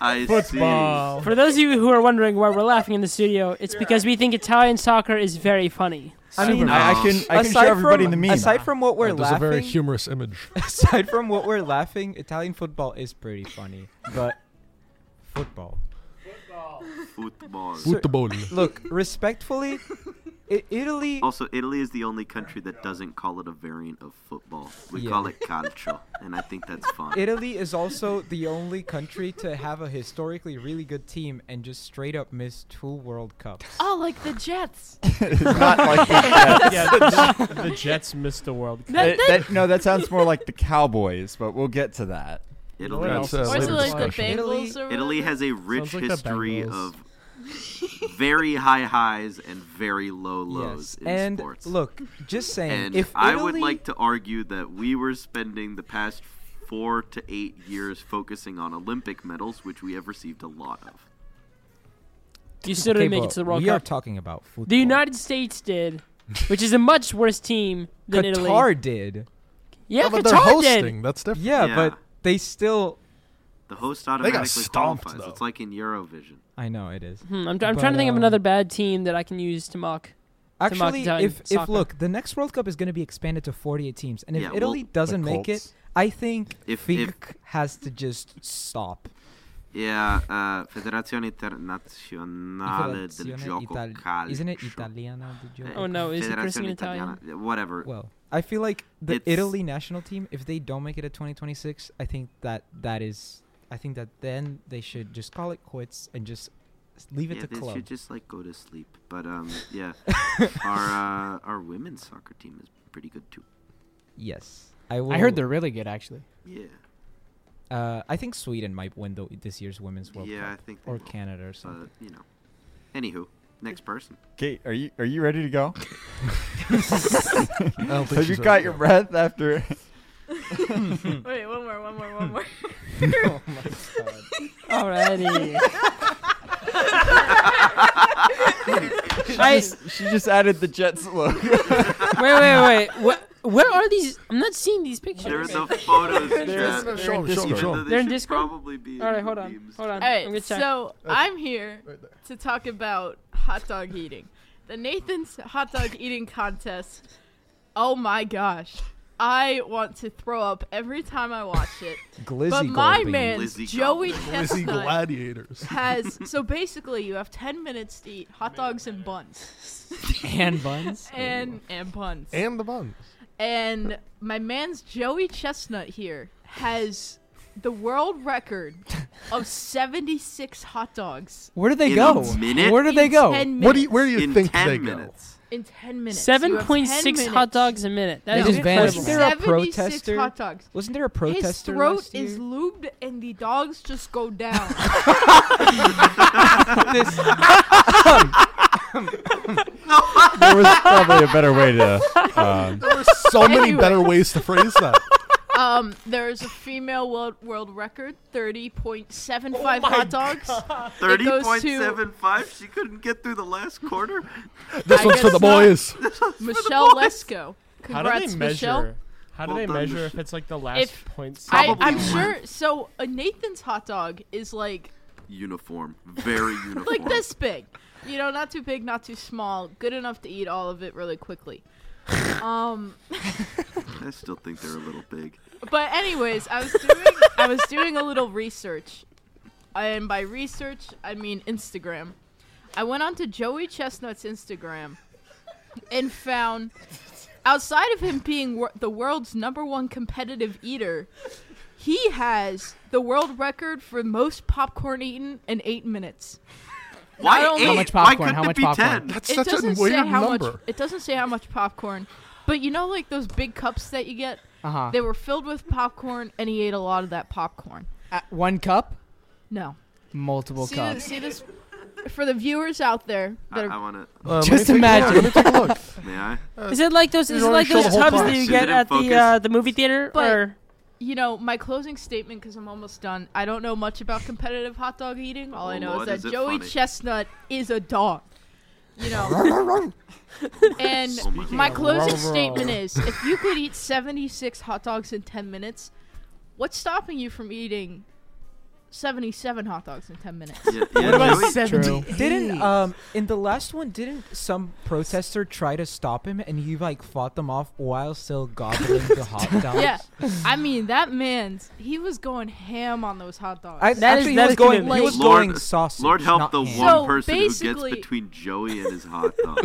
Speaker 6: I
Speaker 5: Football.
Speaker 2: For those of you who are wondering why we're laughing in the studio, it's because we think Italian soccer is very funny.
Speaker 1: I mean, I, I
Speaker 6: nice.
Speaker 1: can I can show everybody the meme.
Speaker 7: Aside from what we're
Speaker 3: That was a
Speaker 7: laughing,
Speaker 3: very humorous image.
Speaker 7: aside from what we're laughing, Italian football is pretty funny. But football.
Speaker 6: see football.
Speaker 3: Football.
Speaker 7: Look, respectfully, I- Italy.
Speaker 6: Also, Italy is the only country that doesn't call it a variant of football. We
Speaker 7: Yeah.
Speaker 6: call it calcio, and I think that's fun.
Speaker 7: Italy is also the only country to have a historically really good team and just straight up miss two World Cups.
Speaker 4: Oh, like the Jets.
Speaker 1: It's not like the Jets.
Speaker 5: yeah, the, the Jets missed the World Cup.
Speaker 1: It- that- no, that sounds more like the Cowboys, but we'll get to that.
Speaker 6: Italy
Speaker 3: That's a
Speaker 4: Or is it
Speaker 3: later
Speaker 4: like the
Speaker 3: discussion.
Speaker 4: Bengals or
Speaker 6: Italy
Speaker 4: whatever?
Speaker 6: has a rich
Speaker 5: like the
Speaker 6: history
Speaker 5: Bengals.
Speaker 6: of very high highs and very low
Speaker 7: yes,
Speaker 6: lows in
Speaker 7: and
Speaker 6: sports.
Speaker 7: look, just saying,
Speaker 6: and
Speaker 7: if
Speaker 6: I would
Speaker 7: Italy-
Speaker 6: like to argue that we were spending the past four to eight years focusing on Olympic medals, which we have received a lot of.
Speaker 2: You still didn't
Speaker 7: Okay,
Speaker 2: make
Speaker 7: but
Speaker 2: it to the World
Speaker 7: we are
Speaker 2: Cup.
Speaker 7: talking about football.
Speaker 2: the United States did, which is a much worse team than Italy.
Speaker 7: Qatar did.
Speaker 2: Yeah,
Speaker 3: but they're
Speaker 2: Qatar
Speaker 3: hosting.
Speaker 2: did.
Speaker 3: That's different.
Speaker 7: Yeah,
Speaker 6: Yeah.
Speaker 7: but they still.
Speaker 6: The host
Speaker 3: got
Speaker 6: automatically
Speaker 3: stomped,
Speaker 6: qualifies.
Speaker 3: though.
Speaker 6: It's like in Eurovision.
Speaker 7: I know it is.
Speaker 2: Hmm, I'm, I'm
Speaker 7: But,
Speaker 2: trying to think of
Speaker 7: um,
Speaker 2: another bad team that I can use to mock. mock
Speaker 7: Actually,
Speaker 2: Italian
Speaker 7: if if
Speaker 2: soccer.
Speaker 7: look, the next World Cup is going to be expanded to 48 teams, and if
Speaker 6: Yeah,
Speaker 7: Italy
Speaker 6: well, the
Speaker 7: doesn't make it,
Speaker 1: Colts.
Speaker 7: I think
Speaker 6: If-
Speaker 7: Fink
Speaker 6: if-
Speaker 7: has to just stop.
Speaker 6: Yeah, uh, Federazione Internazionale del
Speaker 7: Federazione
Speaker 6: Gioco
Speaker 7: Itali-
Speaker 6: Calcio.
Speaker 7: Isn't it Italiana di
Speaker 6: Eh,
Speaker 7: Gioco?
Speaker 2: Oh, no, is it
Speaker 6: Federazione
Speaker 2: Christian
Speaker 6: Italiana- Whatever.
Speaker 7: Well, I feel like the
Speaker 6: It's-
Speaker 7: Italy national team, if they don't make it at 2026, I think that that is, I think that then they should just call it quits and just s- leave it
Speaker 6: yeah,
Speaker 7: to
Speaker 6: they
Speaker 7: club.
Speaker 6: should just like go to sleep. But um, yeah, our uh, our women's soccer team is pretty good too.
Speaker 7: Yes, I will.
Speaker 8: I heard they're really good, actually.
Speaker 6: Yeah,
Speaker 7: Uh, I think Sweden might win the, this year's Women's World
Speaker 6: yeah,
Speaker 7: Cup
Speaker 6: I think they
Speaker 7: or
Speaker 6: will.
Speaker 7: Canada or something.
Speaker 6: But you know, anywho, next person.
Speaker 1: Kate, are you are you ready to go?
Speaker 3: I don't think
Speaker 1: Have you
Speaker 3: she's
Speaker 1: got
Speaker 3: ever-
Speaker 1: your breath after?
Speaker 4: Wait, one more, one more, one more.
Speaker 7: Oh
Speaker 2: Alrighty. I,
Speaker 1: She just added the Jets logo.
Speaker 2: wait, wait, wait. What, where are these? I'm not seeing these pictures.
Speaker 6: There are the photos.
Speaker 1: They're-
Speaker 6: Chad.
Speaker 3: Show
Speaker 1: they're in
Speaker 3: 'em, show 'em,
Speaker 1: Discord.
Speaker 3: show 'em.
Speaker 6: They
Speaker 2: They're in
Speaker 6: should
Speaker 2: Discord?
Speaker 6: probably be. in
Speaker 2: All right,
Speaker 6: the
Speaker 2: hold on,
Speaker 6: memes.
Speaker 2: hold on.
Speaker 4: All
Speaker 2: I'm gonna
Speaker 4: right,
Speaker 2: check.
Speaker 4: so I'm here
Speaker 3: Right there.
Speaker 4: to talk about hot dog eating. The Nathan's hot dog eating contest. Oh my gosh. I want to throw up every time I watch it.
Speaker 10: Glizzy
Speaker 4: but my
Speaker 10: Goldbean.
Speaker 4: man,
Speaker 6: Lizzie
Speaker 4: Joey
Speaker 6: Goldbean.
Speaker 3: Lizzie
Speaker 4: Chestnut,
Speaker 3: Gladiators.
Speaker 4: has. So basically, you have 10 minutes to eat hot dogs and buns.
Speaker 8: and buns.
Speaker 4: And, and buns.
Speaker 3: And the buns.
Speaker 4: And my man's Joey Chestnut here has the world record of 76 hot dogs
Speaker 8: Where do they
Speaker 6: In
Speaker 8: go?
Speaker 6: a minute?
Speaker 8: Where do they
Speaker 4: in
Speaker 8: go?
Speaker 4: 10
Speaker 3: What do you, where do you
Speaker 6: in
Speaker 3: think
Speaker 6: 10
Speaker 3: they
Speaker 6: minutes.
Speaker 4: in 10 minutes. You
Speaker 2: Seven
Speaker 4: have
Speaker 2: point
Speaker 4: 10
Speaker 2: six hot
Speaker 4: minutes.
Speaker 2: dogs a minute. That
Speaker 8: They
Speaker 2: is
Speaker 8: just vanished.
Speaker 2: incredible.
Speaker 10: Wasn't there a
Speaker 4: 76
Speaker 10: protester?
Speaker 4: hot dogs.
Speaker 10: Wasn't there a
Speaker 4: His
Speaker 10: protester
Speaker 4: throat
Speaker 10: last year?
Speaker 4: is lubed and the dogs just go down.
Speaker 1: there was probably a better way to. Um,
Speaker 3: go? There's so many
Speaker 4: Anyway.
Speaker 3: better ways to phrase that.
Speaker 4: um, there is a female world, world record, 30.75 hot dogs. It
Speaker 6: Thirty
Speaker 4: goes
Speaker 6: point
Speaker 4: to-
Speaker 6: seven five. She couldn't get through the last quarter.
Speaker 3: This
Speaker 4: I
Speaker 3: one's for
Speaker 4: guess
Speaker 3: the
Speaker 4: not.
Speaker 3: boys.
Speaker 4: Michelle Lesko.
Speaker 5: How
Speaker 4: Congrats,
Speaker 5: do they measure?
Speaker 4: Michelle.
Speaker 5: How do
Speaker 6: Well
Speaker 5: they
Speaker 6: done,
Speaker 5: measure
Speaker 6: Michelle.
Speaker 5: if it's like the last
Speaker 4: If-
Speaker 5: point?
Speaker 4: I,
Speaker 6: Probably
Speaker 4: I'm
Speaker 6: won.
Speaker 4: sure. So a Nathan's hot dog is like
Speaker 6: Uniform, very uniform.
Speaker 4: like this big, you know, not too big, not too small, good enough to eat all of it really quickly. Um,
Speaker 6: I still think they're a little big.
Speaker 4: But anyways, I was doing I was doing a little research, and by research I mean Instagram. I went onto Joey Chestnut's Instagram and found, outside of him being wor- the world's number one competitive eater, he has the world record for most popcorn eaten in eight minutes.
Speaker 6: Why
Speaker 4: don't-
Speaker 6: eight?
Speaker 4: How
Speaker 8: much
Speaker 6: Why
Speaker 8: popcorn?
Speaker 6: couldn't
Speaker 8: How
Speaker 6: it
Speaker 8: much
Speaker 6: be
Speaker 8: popcorn?
Speaker 6: ten?
Speaker 3: That's such a weird
Speaker 4: how
Speaker 3: number.
Speaker 4: much. It doesn't say how much popcorn, but you know, like those big cups that you get.
Speaker 8: Uh
Speaker 3: Uh-huh.
Speaker 8: huh.
Speaker 4: They were filled with popcorn, and he ate a lot of that popcorn.
Speaker 8: One cup,
Speaker 4: No.
Speaker 8: multiple
Speaker 4: See, the,
Speaker 8: cups.
Speaker 4: see this for the viewers out there
Speaker 6: I,
Speaker 4: that
Speaker 6: I
Speaker 4: are
Speaker 6: want to.
Speaker 3: Uh, let me
Speaker 8: Just
Speaker 3: take a look.
Speaker 8: imagine.
Speaker 3: Let me take a look.
Speaker 6: May I?
Speaker 2: Is it like those? Is it
Speaker 3: already
Speaker 2: like
Speaker 3: showed
Speaker 2: those
Speaker 3: the whole
Speaker 2: tubs that
Speaker 3: box.
Speaker 2: you
Speaker 6: Is
Speaker 2: get
Speaker 6: it in
Speaker 2: at the
Speaker 6: focus?
Speaker 2: uh, the movie theater?
Speaker 4: But-
Speaker 2: or
Speaker 4: you know my closing statement because I'm almost done. I don't know much about competitive hot dog eating. All I
Speaker 6: Oh,
Speaker 4: know
Speaker 6: Lord,
Speaker 4: is
Speaker 6: is
Speaker 4: that
Speaker 6: it
Speaker 4: Joey
Speaker 6: funny.
Speaker 4: Chestnut is a dog. You know. and
Speaker 6: Oh my
Speaker 4: my
Speaker 6: God.
Speaker 4: closing
Speaker 5: Roar, roar.
Speaker 4: statement is: if you could eat 76 hot dogs in 10 minutes, what's stopping you from eating 77 hot dogs in 10 minutes?
Speaker 6: Yeah, yeah, Joey-
Speaker 8: True.
Speaker 10: Didn't um in the last one didn't some protester try to stop him and he like fought them off while still gobbling the hot dogs?
Speaker 4: Yeah, I mean that man's he was going ham on those hot dogs.
Speaker 10: I,
Speaker 2: That is-
Speaker 10: actually,
Speaker 2: that
Speaker 10: he
Speaker 2: is
Speaker 10: was going.
Speaker 2: commitment.
Speaker 10: He was
Speaker 6: Lord-
Speaker 10: going sausage.
Speaker 6: Lord help
Speaker 10: not
Speaker 6: the one
Speaker 10: ham.
Speaker 4: So,
Speaker 6: person who gets
Speaker 4: basically-
Speaker 6: between Joey and his hot dog.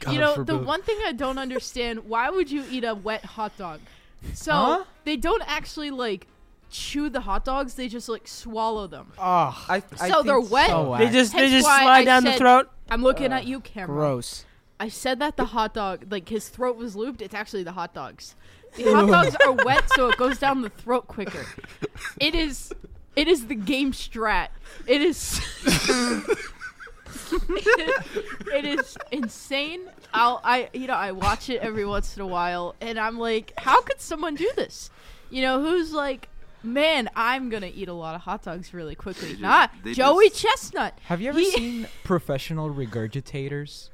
Speaker 3: God
Speaker 4: you know, the
Speaker 3: forbid.
Speaker 4: one thing I don't understand, why would you eat a wet hot dog? So
Speaker 10: Huh?
Speaker 4: they don't actually like chew the hot dogs, they just like swallow them.
Speaker 8: Oh,
Speaker 10: I, I
Speaker 4: so they're
Speaker 10: think
Speaker 4: wet.
Speaker 10: so.
Speaker 2: they just they
Speaker 4: Hence
Speaker 2: just
Speaker 4: why
Speaker 2: slide
Speaker 4: I
Speaker 2: down the
Speaker 4: said-
Speaker 2: throat.
Speaker 4: I'm looking at you, camera.
Speaker 8: gross.
Speaker 4: I said that the hot dog, like his throat was lubed, it's actually the hot dogs. The hot dogs are wet so it goes down the throat quicker. It is it is the game strat. It is it is insane. I'll I you know I watch it every once in a while and I'm like, how could someone do this? You know who's like, man, I'm gonna eat a lot of hot dogs really quickly.
Speaker 6: They just-
Speaker 4: Not
Speaker 6: they
Speaker 4: Joey
Speaker 6: just-
Speaker 4: Chestnut.
Speaker 10: Have you ever
Speaker 4: He-
Speaker 10: seen professional regurgitators?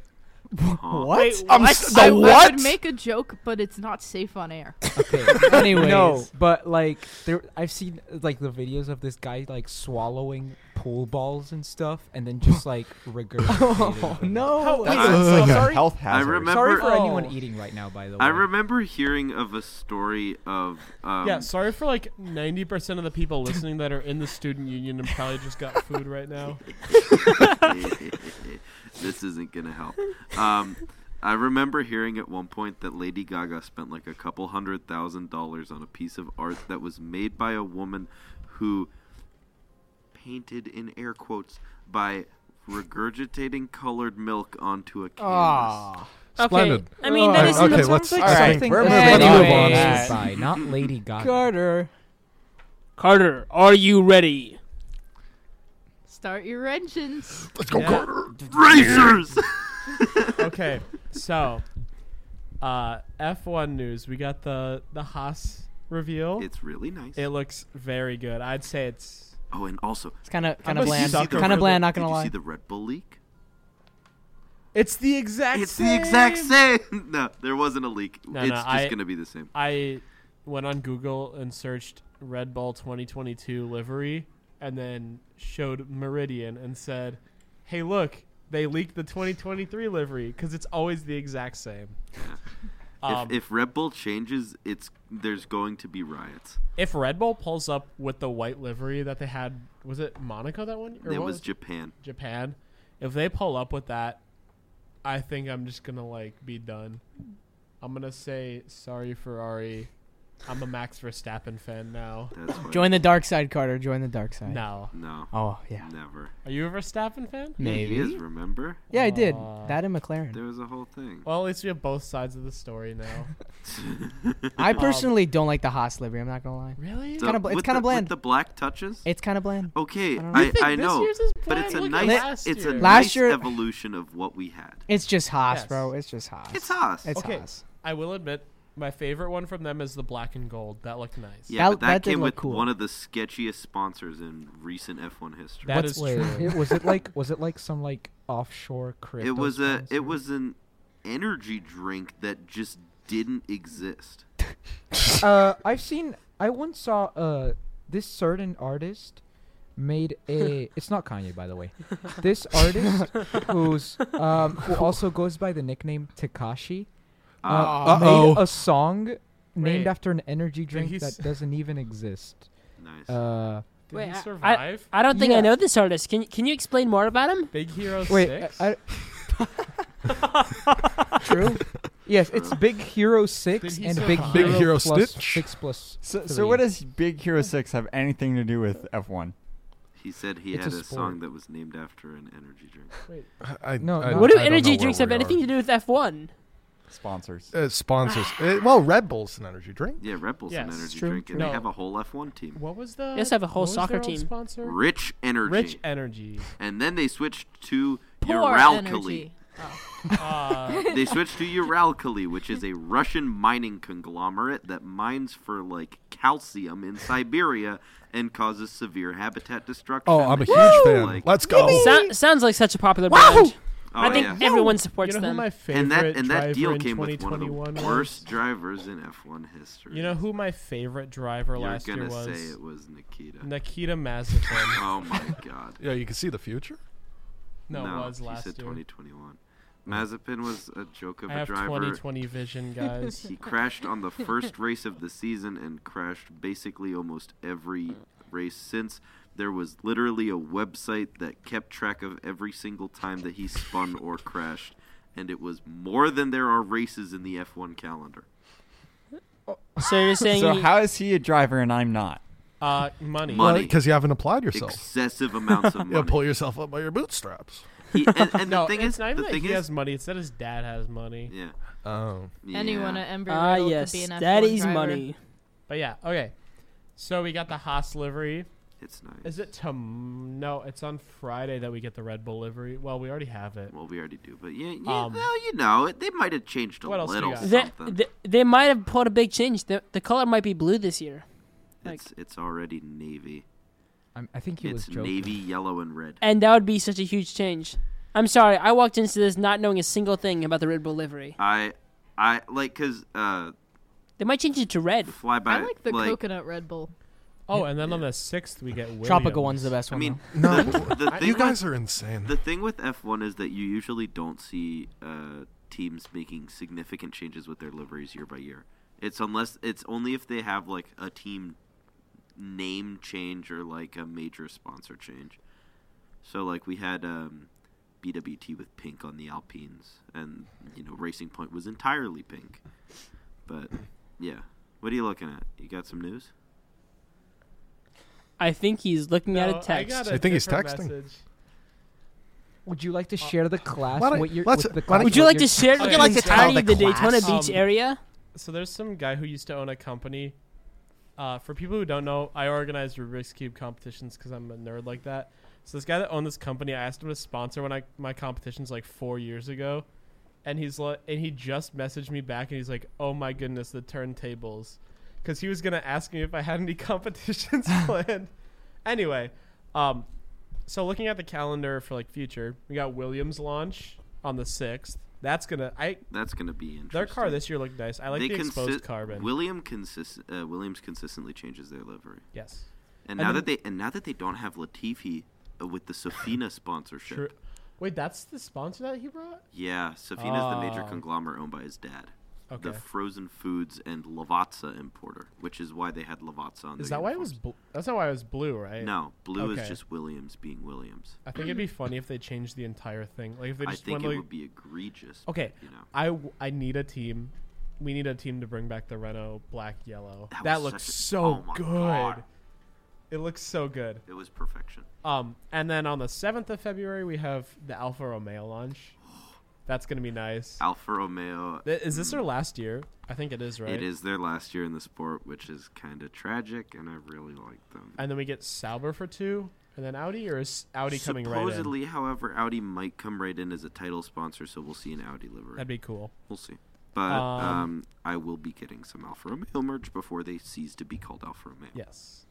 Speaker 8: What?
Speaker 3: I'm s-
Speaker 4: I, I
Speaker 3: the what?
Speaker 4: would make a joke, but it's not safe on air.
Speaker 10: Okay.
Speaker 8: Anyways,
Speaker 10: no, but like there, I've seen like the videos of this guy like swallowing pool balls and stuff, and then just like regurgitating.
Speaker 8: Oh,
Speaker 10: them.
Speaker 8: no.
Speaker 1: that
Speaker 8: Wait,
Speaker 1: sounds
Speaker 8: so
Speaker 1: like a
Speaker 8: sorry.
Speaker 1: health hazard.
Speaker 6: I remember.
Speaker 10: Sorry for anyone
Speaker 8: Oh.
Speaker 10: eating right now, by the way.
Speaker 6: I remember hearing of a story of. Um,
Speaker 5: yeah, sorry for like ninety percent of the people listening that are in the student union and probably just got food right now.
Speaker 6: this isn't gonna help. Um, I remember hearing at one point that Lady Gaga spent like a couple hundred thousand dollars on a piece of art that was made by a woman who painted in air quotes by regurgitating colored milk onto a canvas.
Speaker 8: Aw.
Speaker 3: Splendid.
Speaker 2: Okay. I mean, that
Speaker 3: Oh,
Speaker 2: is
Speaker 3: okay,
Speaker 2: that's
Speaker 3: let's-
Speaker 2: almost
Speaker 10: All
Speaker 2: like
Speaker 1: right,
Speaker 10: right,
Speaker 1: we're moving
Speaker 8: on. Anyways.
Speaker 10: by, not Lady Gaga.
Speaker 8: Carter.
Speaker 2: Carter, are you ready?
Speaker 4: Start your engines.
Speaker 3: Let's go,
Speaker 5: Yeah.
Speaker 3: Carter.
Speaker 6: Racers.
Speaker 5: Okay, so uh, F1 news. We got the the Haas reveal.
Speaker 6: it's really nice.
Speaker 5: it looks very good. I'd say it's
Speaker 6: oh, and also,
Speaker 8: It's kind of kind
Speaker 5: a
Speaker 8: of bland.
Speaker 5: sucker
Speaker 8: Kind
Speaker 5: for
Speaker 8: of bland. Not
Speaker 6: did
Speaker 8: gonna
Speaker 6: you
Speaker 8: lie.
Speaker 6: see the Red Bull leak?
Speaker 5: it's the exact.
Speaker 6: It's the exact same. No, there wasn't a leak.
Speaker 5: No,
Speaker 6: it's
Speaker 5: no,
Speaker 6: just
Speaker 5: I-
Speaker 6: gonna be the same.
Speaker 5: I went on Google and searched Red Bull 2022 livery and then showed Meridian and said, hey, look, they leaked the 2023 livery because it's always the exact same. Um,
Speaker 6: if, if Red Bull changes, it's there's going to be riots.
Speaker 5: if Red Bull pulls up with the white livery that they had, was it Monaco that one? Or
Speaker 6: it
Speaker 5: what
Speaker 6: was Japan.
Speaker 5: Japan. If they pull up with that, I think I'm just gonna like be done. I'm gonna say sorry, Ferrari. I'm a Max Verstappen fan now.
Speaker 6: That's why.
Speaker 8: Join the dark side, Carter. Join the dark side.
Speaker 5: No,
Speaker 6: No,
Speaker 8: Oh yeah,
Speaker 6: never.
Speaker 5: are you a Verstappen fan?
Speaker 8: maybe.
Speaker 6: He is. Remember,
Speaker 8: Yeah, I did
Speaker 5: Aw.
Speaker 8: that and McLaren.
Speaker 6: there was a whole thing.
Speaker 5: Well, at least we have both sides of the story now. Um,
Speaker 8: I personally don't like the Haas livery. I'm not gonna lie.
Speaker 5: really?
Speaker 6: So
Speaker 8: kinda bl- it's
Speaker 6: with
Speaker 8: kinda
Speaker 6: Um, the-
Speaker 8: bland.
Speaker 6: With the black touches.
Speaker 8: It's kind of bland.
Speaker 6: okay,
Speaker 8: I don't know.
Speaker 6: I,
Speaker 8: You
Speaker 5: think
Speaker 6: I
Speaker 5: this
Speaker 6: know,
Speaker 5: year's is
Speaker 6: but it's
Speaker 5: bland?
Speaker 6: a
Speaker 5: Look at
Speaker 6: nice
Speaker 5: last
Speaker 6: it's a
Speaker 5: year.
Speaker 8: Last
Speaker 6: nice
Speaker 8: year-
Speaker 6: evolution of what we had.
Speaker 8: It's just Haas,
Speaker 5: Yes.
Speaker 8: bro. It's just Haas.
Speaker 6: It's Haas.
Speaker 8: It's
Speaker 5: Okay.
Speaker 8: Haas.
Speaker 5: I will admit, my favorite one from them is the black and gold. That looked nice.
Speaker 8: that-
Speaker 6: yeah, but that,
Speaker 8: that did
Speaker 6: came
Speaker 8: look
Speaker 6: with
Speaker 8: cool.
Speaker 6: one of the sketchiest sponsors in recent F1 history.
Speaker 5: That is
Speaker 10: Wait,
Speaker 5: true.
Speaker 10: it, was it like was it like some like offshore crypto?
Speaker 6: it was a
Speaker 10: sponsor?
Speaker 6: it was an energy drink that just didn't exist.
Speaker 10: uh, I've seen. I once saw uh this certain artist made a. It's not Kanye, by the way. This artist who's um who also goes by the nickname Takashi. Uh,
Speaker 3: Uh-oh.
Speaker 10: made a song named
Speaker 5: Ah. Wait.
Speaker 10: after an energy drink
Speaker 5: he
Speaker 10: that
Speaker 5: s-
Speaker 10: doesn't even exist.
Speaker 6: Nice.
Speaker 10: Uh,
Speaker 5: Did
Speaker 2: Wait,
Speaker 5: he
Speaker 2: I- I-
Speaker 5: survive?
Speaker 2: I don't think I
Speaker 10: Yeah.
Speaker 2: know this artist. Can can you explain more about him?
Speaker 5: Big Hero
Speaker 10: wait,
Speaker 5: Six.
Speaker 10: I, I- true. Yes, it's Big Hero Six
Speaker 5: Did he
Speaker 10: and Big
Speaker 5: survive?
Speaker 10: Hero,
Speaker 3: Big Hero
Speaker 10: plus
Speaker 3: Snitch?
Speaker 10: Six plus.
Speaker 1: So,
Speaker 10: three.
Speaker 1: so what does Big Hero Six have anything to do with F one?
Speaker 6: he said he
Speaker 10: it's
Speaker 6: had
Speaker 10: a
Speaker 6: a, song
Speaker 10: sport.
Speaker 6: that was named after an energy drink.
Speaker 3: I,
Speaker 10: No,
Speaker 3: I-
Speaker 10: no.
Speaker 2: What do
Speaker 3: I don't know
Speaker 2: energy
Speaker 3: where
Speaker 2: drinks
Speaker 3: we
Speaker 2: have anything to do with F1?
Speaker 1: Sponsors.
Speaker 3: are. Uh, sponsors. Uh, well, Red Bull's an energy drink.
Speaker 6: Yeah, Red Bull's
Speaker 5: Yes,
Speaker 6: an energy
Speaker 8: true,
Speaker 6: drink, and
Speaker 5: true.
Speaker 6: they have a whole F1 team.
Speaker 5: what was the?
Speaker 2: They also have a whole
Speaker 5: what was
Speaker 2: soccer
Speaker 5: their old
Speaker 2: team.
Speaker 5: Sponsor?
Speaker 6: Rich Energy.
Speaker 5: Rich Energy.
Speaker 6: and then they switched to
Speaker 4: Poor
Speaker 6: Uralkali.
Speaker 4: energy.
Speaker 5: Uh,
Speaker 6: they switched to Uralkali, which is a Russian mining conglomerate that mines for like calcium in Siberia and causes severe habitat destruction.
Speaker 3: Oh, I'm a huge fan.
Speaker 6: Like-
Speaker 3: Let's go.
Speaker 2: Sou- sounds like such a popular brand.
Speaker 6: Oh,
Speaker 2: I think
Speaker 6: yeah.
Speaker 2: everyone
Speaker 5: you
Speaker 2: supports
Speaker 5: know who
Speaker 2: them.
Speaker 5: my favorite
Speaker 6: and that and
Speaker 5: driver
Speaker 6: that deal
Speaker 5: in
Speaker 6: came with one of
Speaker 5: 2021
Speaker 6: the
Speaker 5: was?
Speaker 6: worst drivers in F1 history.
Speaker 5: You know who my favorite driver
Speaker 6: You're
Speaker 5: last year
Speaker 6: gonna
Speaker 5: was?
Speaker 6: say it was Nikita.
Speaker 5: Nikita Mazepin.
Speaker 6: Oh my God.
Speaker 3: Yeah, you can see the future.
Speaker 5: no, it was
Speaker 6: he
Speaker 5: last
Speaker 6: said
Speaker 5: year.
Speaker 6: 2021. Mazepin was a joke of
Speaker 5: I
Speaker 6: a
Speaker 5: have
Speaker 6: driver.
Speaker 5: 2020 vision, guys.
Speaker 6: He crashed on the first race of the season and crashed basically almost every race since. There was literally a website that kept track of every single time that he spun or crashed, and it was more than there are races in the F1 calendar.
Speaker 2: So you're saying
Speaker 1: So
Speaker 2: he-
Speaker 1: how is he a driver and I'm not?
Speaker 5: uh, money.
Speaker 6: Money.
Speaker 3: Because you haven't applied yourself.
Speaker 6: Excessive amounts of
Speaker 3: Yeah,
Speaker 6: money.
Speaker 3: pull yourself up by your bootstraps.
Speaker 6: He- and, and
Speaker 5: No,
Speaker 6: the thing
Speaker 5: it's
Speaker 6: is,
Speaker 5: not even
Speaker 6: the
Speaker 5: that
Speaker 6: thing
Speaker 5: he
Speaker 6: is,
Speaker 5: has money. It's that his dad has money. Um,
Speaker 6: yeah,
Speaker 3: Oh.
Speaker 6: yeah.
Speaker 4: Anyone at Ember
Speaker 2: Ah,
Speaker 4: Riddle
Speaker 2: yes,
Speaker 4: could be an F1
Speaker 2: daddy's
Speaker 4: driver.
Speaker 2: money.
Speaker 5: But yeah, okay. So we got the Haas livery.
Speaker 6: it's nice.
Speaker 5: Is it tom? No, it's on Friday that we get the Red Bull livery. Well, we already have it.
Speaker 6: Well, we already do, but yeah, yeah
Speaker 5: Um,
Speaker 6: well, you know, it, they might have changed a
Speaker 5: what else do you
Speaker 6: little
Speaker 5: got?
Speaker 2: They,
Speaker 6: something.
Speaker 2: they, they might have pulled a big change. The, the color might be blue this year. like-
Speaker 6: it's it's already navy.
Speaker 10: I'm, I think he was
Speaker 6: It's
Speaker 10: joking.
Speaker 6: navy, yellow, and red.
Speaker 2: And that would be such a huge change. I'm sorry, I walked into this not knowing a single thing about the Red Bull livery.
Speaker 6: I, I like because uh,
Speaker 2: They might change it to red.
Speaker 6: fly by.
Speaker 4: I like the coconut Red Bull.
Speaker 5: Oh, and then on the sixth we get Williams.
Speaker 8: Tropical one's the best
Speaker 6: I
Speaker 8: one.
Speaker 6: mean,
Speaker 3: No.
Speaker 6: the, the thing
Speaker 3: you guys
Speaker 6: with,
Speaker 3: are insane.
Speaker 6: the thing with F one is that you usually don't see uh, teams making significant changes with their liveries year by year. It's unless it's only if they have like a team name change or like a major sponsor change. So like we had um, BWT with pink on the Alpines, and you know Racing Point was entirely pink. But yeah, what are you looking at? You got some news?
Speaker 2: I think he's looking
Speaker 5: No,
Speaker 2: at a
Speaker 5: I,
Speaker 2: text.
Speaker 5: got
Speaker 3: I think he's
Speaker 5: different
Speaker 3: texting.
Speaker 5: message.
Speaker 10: Would you like to share the class
Speaker 3: Uh, why don't-
Speaker 10: what you're,
Speaker 3: let's-
Speaker 10: with the
Speaker 3: why
Speaker 10: class?
Speaker 3: don't
Speaker 2: would you
Speaker 10: what
Speaker 2: like to
Speaker 10: you're-
Speaker 2: share
Speaker 5: Would
Speaker 2: the
Speaker 5: you like to
Speaker 2: entirety
Speaker 3: tell
Speaker 2: of the
Speaker 3: the class?
Speaker 2: Daytona Beach
Speaker 5: Um,
Speaker 2: area?
Speaker 5: So there's some guy who used to own a company. Uh, for people who don't know, I organize Rubik's Cube competitions because I'm a nerd like that. So this guy that owned this company, I asked him to sponsor when I my competitions like four years ago, and he's like, and he just messaged me back and he's like, "Oh my goodness, the turntables," because he was gonna ask me if I had any competitions planned. Anyway, um, so looking at the calendar for like future, we got Williams launch on the sixth. That's gonna I
Speaker 6: That's gonna be interesting.
Speaker 5: their car this year looked nice. I like the exposed
Speaker 6: consi-
Speaker 5: carbon.
Speaker 6: William consist- uh, Williams consistently changes their livery,
Speaker 5: yes.
Speaker 6: and
Speaker 5: And
Speaker 6: now
Speaker 5: then-
Speaker 6: that they and now that they don't have Latifi uh, with the Safina sponsorship,
Speaker 5: True. Wait, that's the sponsor that he brought?
Speaker 6: Yeah, Safina's the major
Speaker 5: Ah.
Speaker 6: conglomerate owned by his dad,
Speaker 5: Okay.
Speaker 6: the frozen foods and Lavazza importer, which is why they had Lavazza on.
Speaker 5: Is
Speaker 6: their
Speaker 5: that why it was?
Speaker 6: uniforms.
Speaker 5: Bl- that's not why it was blue, right?
Speaker 6: No, blue
Speaker 5: Okay.
Speaker 6: is just Williams being Williams.
Speaker 5: I think it'd be funny if they changed the entire thing. Like if they
Speaker 6: I
Speaker 5: just
Speaker 6: think
Speaker 5: went
Speaker 6: it
Speaker 5: like,
Speaker 6: would be egregious.
Speaker 5: okay,
Speaker 6: you know.
Speaker 5: I w- I need a team. We need a team to bring back the Renault black yellow. That,
Speaker 6: That was
Speaker 5: looks
Speaker 6: such a-
Speaker 5: so
Speaker 6: oh my
Speaker 5: good.
Speaker 6: God.
Speaker 5: It looks so good.
Speaker 6: It was perfection.
Speaker 5: Um, and then on the seventh of February we have the Alfa Romeo launch. That's gonna be nice.
Speaker 6: Alfa Romeo. mm,
Speaker 5: Th- Is this their last year? I think it is, right?
Speaker 6: It is their last year in the sport, which is kind of tragic, and I really like them.
Speaker 5: And then we get Sauber for two, and then Audi, or is Audi coming right in?
Speaker 6: Supposedly, however, Audi might come right in as a title sponsor, so we'll see an Audi livery.
Speaker 5: That'd be cool.
Speaker 6: We'll see. But
Speaker 5: Um,
Speaker 6: um, I will be getting some Alfa Romeo merch before they cease to be called Alfa Romeo.
Speaker 5: Yes.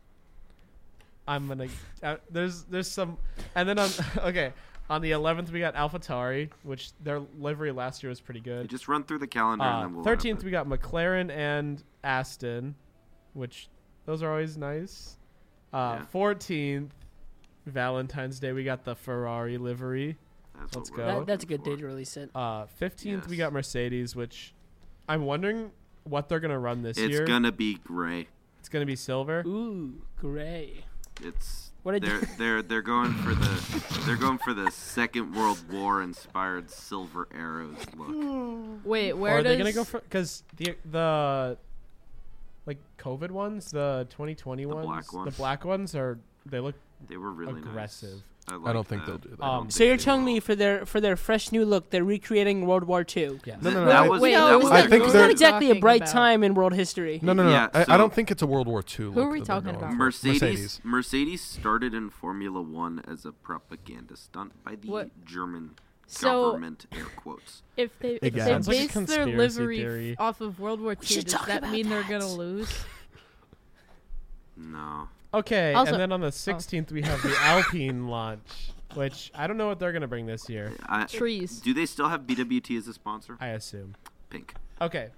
Speaker 5: I'm gonna. Uh, there's there's some, and then on okay on the 11th we got AlphaTauri, which their livery last year was pretty
Speaker 6: They
Speaker 5: good.
Speaker 6: Just run through the calendar and
Speaker 5: Uh,
Speaker 6: then we'll. wrap
Speaker 5: 13th
Speaker 6: it.
Speaker 5: we got McLaren and Aston, which those are always nice. Uh,
Speaker 6: Yeah.
Speaker 5: 14th Valentine's Day we got the Ferrari livery.
Speaker 6: That's
Speaker 5: let's
Speaker 6: what
Speaker 5: go.
Speaker 6: we're
Speaker 5: That-
Speaker 6: looking
Speaker 2: That, that's a good
Speaker 6: for.
Speaker 2: day to release it.
Speaker 5: Uh, 15th we
Speaker 6: Yes.
Speaker 5: got Mercedes, which I'm wondering what they're gonna run this
Speaker 6: It's
Speaker 5: year.
Speaker 6: gonna be gray.
Speaker 5: it's gonna be silver.
Speaker 2: Ooh, gray.
Speaker 6: It's
Speaker 2: What a
Speaker 6: they're they're they're going for the they're going for the Second World War inspired silver arrows look.
Speaker 4: Wait,
Speaker 5: Or
Speaker 4: where
Speaker 5: are
Speaker 4: does
Speaker 5: they gonna go for? Because the the like COVID ones, the 2020
Speaker 6: The
Speaker 5: ones,
Speaker 6: black
Speaker 5: the
Speaker 6: ones.
Speaker 5: black ones are they look
Speaker 6: They were really nice.
Speaker 5: aggressive.
Speaker 3: I
Speaker 6: I,
Speaker 3: don't
Speaker 6: like
Speaker 3: think
Speaker 6: that.
Speaker 3: they'll do that.
Speaker 6: I don't
Speaker 5: Um,
Speaker 6: think
Speaker 2: So you're
Speaker 6: they
Speaker 2: telling
Speaker 6: will.
Speaker 2: me for their for their fresh new look, they're recreating World War II.
Speaker 5: Yeah.
Speaker 6: Th-
Speaker 3: no, no,
Speaker 6: that
Speaker 3: I-
Speaker 6: was
Speaker 2: Wait,
Speaker 6: that
Speaker 4: no,
Speaker 6: was
Speaker 4: isn't
Speaker 3: I
Speaker 6: their
Speaker 3: think
Speaker 6: good
Speaker 2: It's
Speaker 4: they're-
Speaker 2: not exactly a
Speaker 4: Talking
Speaker 2: bright
Speaker 4: about-
Speaker 2: time in world history.
Speaker 3: No, no, no.
Speaker 6: Yeah,
Speaker 3: I, I don't
Speaker 6: so-
Speaker 3: think it's a World War II.
Speaker 4: Who are
Speaker 3: look
Speaker 4: we
Speaker 3: that they're
Speaker 4: talking
Speaker 3: going
Speaker 4: about?
Speaker 3: for.
Speaker 6: Mercedes, Mercedes started in Formula One as a propaganda stunt by the
Speaker 4: What?
Speaker 6: German
Speaker 4: So-
Speaker 6: government air quotes.
Speaker 4: if they if
Speaker 3: It
Speaker 4: they
Speaker 3: sounds
Speaker 5: like a
Speaker 4: base their
Speaker 5: conspiracy
Speaker 4: livery
Speaker 5: theory.
Speaker 4: f- off of World War II,
Speaker 2: should
Speaker 4: does
Speaker 2: talk
Speaker 4: that
Speaker 2: about
Speaker 4: mean they're
Speaker 2: that.
Speaker 4: gonna lose?
Speaker 6: No.
Speaker 5: Okay,
Speaker 4: Also- oh.
Speaker 5: and then on the 16th we have the Alpine launch, which I don't know what they're gonna bring this year.
Speaker 6: I,
Speaker 4: Trees.
Speaker 6: do they still have BWT as a sponsor?
Speaker 5: I assume.
Speaker 6: Pink.
Speaker 5: Okay.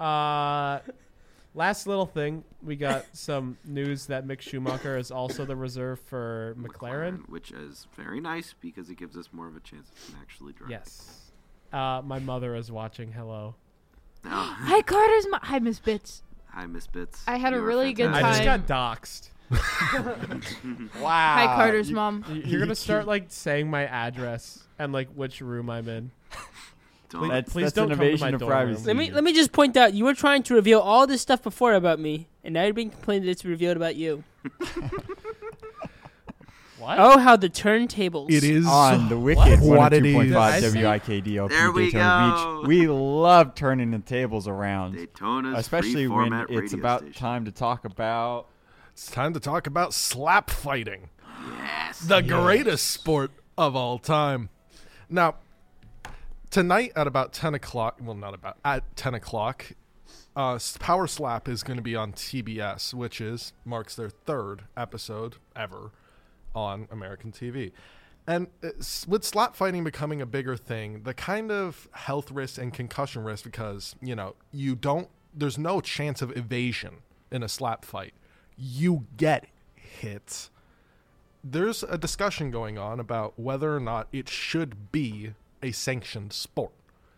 Speaker 5: Uh, last little thing, we got some news that Mick Schumacher is also the reserve for McLaren.
Speaker 6: Which is very nice because it gives us more of a chance to actually drive.
Speaker 5: Yes. Uh, my mother is watching. Hello.
Speaker 6: No.
Speaker 4: Hi, Carter's. My- Hi, Miss Bits.
Speaker 6: Hi, Miss Bits.
Speaker 4: I had a
Speaker 6: You were
Speaker 4: really good
Speaker 5: I
Speaker 6: fantastic.
Speaker 5: just
Speaker 4: Time.
Speaker 5: got doxxed.
Speaker 1: Wow.
Speaker 4: Hi, Carter's mom.
Speaker 5: You- You're gonna start like saying my address and like which room I'm in.
Speaker 6: Don't-
Speaker 1: That's-
Speaker 5: Please
Speaker 1: that's
Speaker 5: don't come
Speaker 1: an
Speaker 5: to my
Speaker 1: invasion of
Speaker 5: dorm room.
Speaker 1: privacy.
Speaker 2: Let me let me just point out you were trying to reveal all this stuff before about me, and now you're being complained that it's revealed about you.
Speaker 5: What?
Speaker 2: Oh, how the turntables!
Speaker 3: It is
Speaker 1: on the Wicked
Speaker 3: What it is.
Speaker 1: 102.5
Speaker 5: Did
Speaker 1: WIKDLP
Speaker 6: There we
Speaker 1: Daytona
Speaker 6: go.
Speaker 1: Beach. We love turning the tables around,
Speaker 6: Daytona's
Speaker 1: especially
Speaker 6: free
Speaker 1: when
Speaker 6: format
Speaker 1: it's
Speaker 6: radio
Speaker 1: about
Speaker 6: station.
Speaker 1: time to talk about
Speaker 3: It's time to talk about slap fighting.
Speaker 6: Yes.
Speaker 3: the greatest sport of all time. Now, tonight at about 10 o'clock, well, not about, at 10 o'clock, uh, S- Power Slap is going to be on TBS, which is marks their third episode ever on American TV. And it's, with slap fighting becoming a bigger thing, the kind of health risk and concussion risk, because, you know, you don't, there's no chance of evasion in a slap fight. You get hit there's a discussion going on about whether or not it should be a sanctioned sport.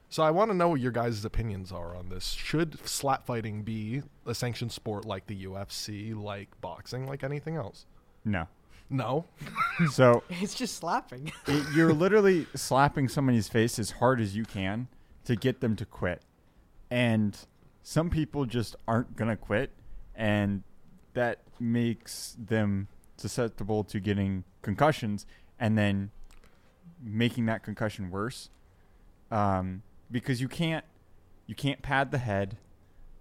Speaker 3: So I want to know what your guys' opinions are on this. Should slap fighting be a sanctioned sport like the UFC, like boxing, like anything else?
Speaker 1: no.
Speaker 3: No.
Speaker 1: So
Speaker 8: It's just slapping.
Speaker 1: it, you're literally slapping somebody's face as hard as you can to get them to quit. And some people just aren't going to quit. And that makes them susceptible to getting concussions and then making that concussion worse. Um, because you can't you can't pad the head.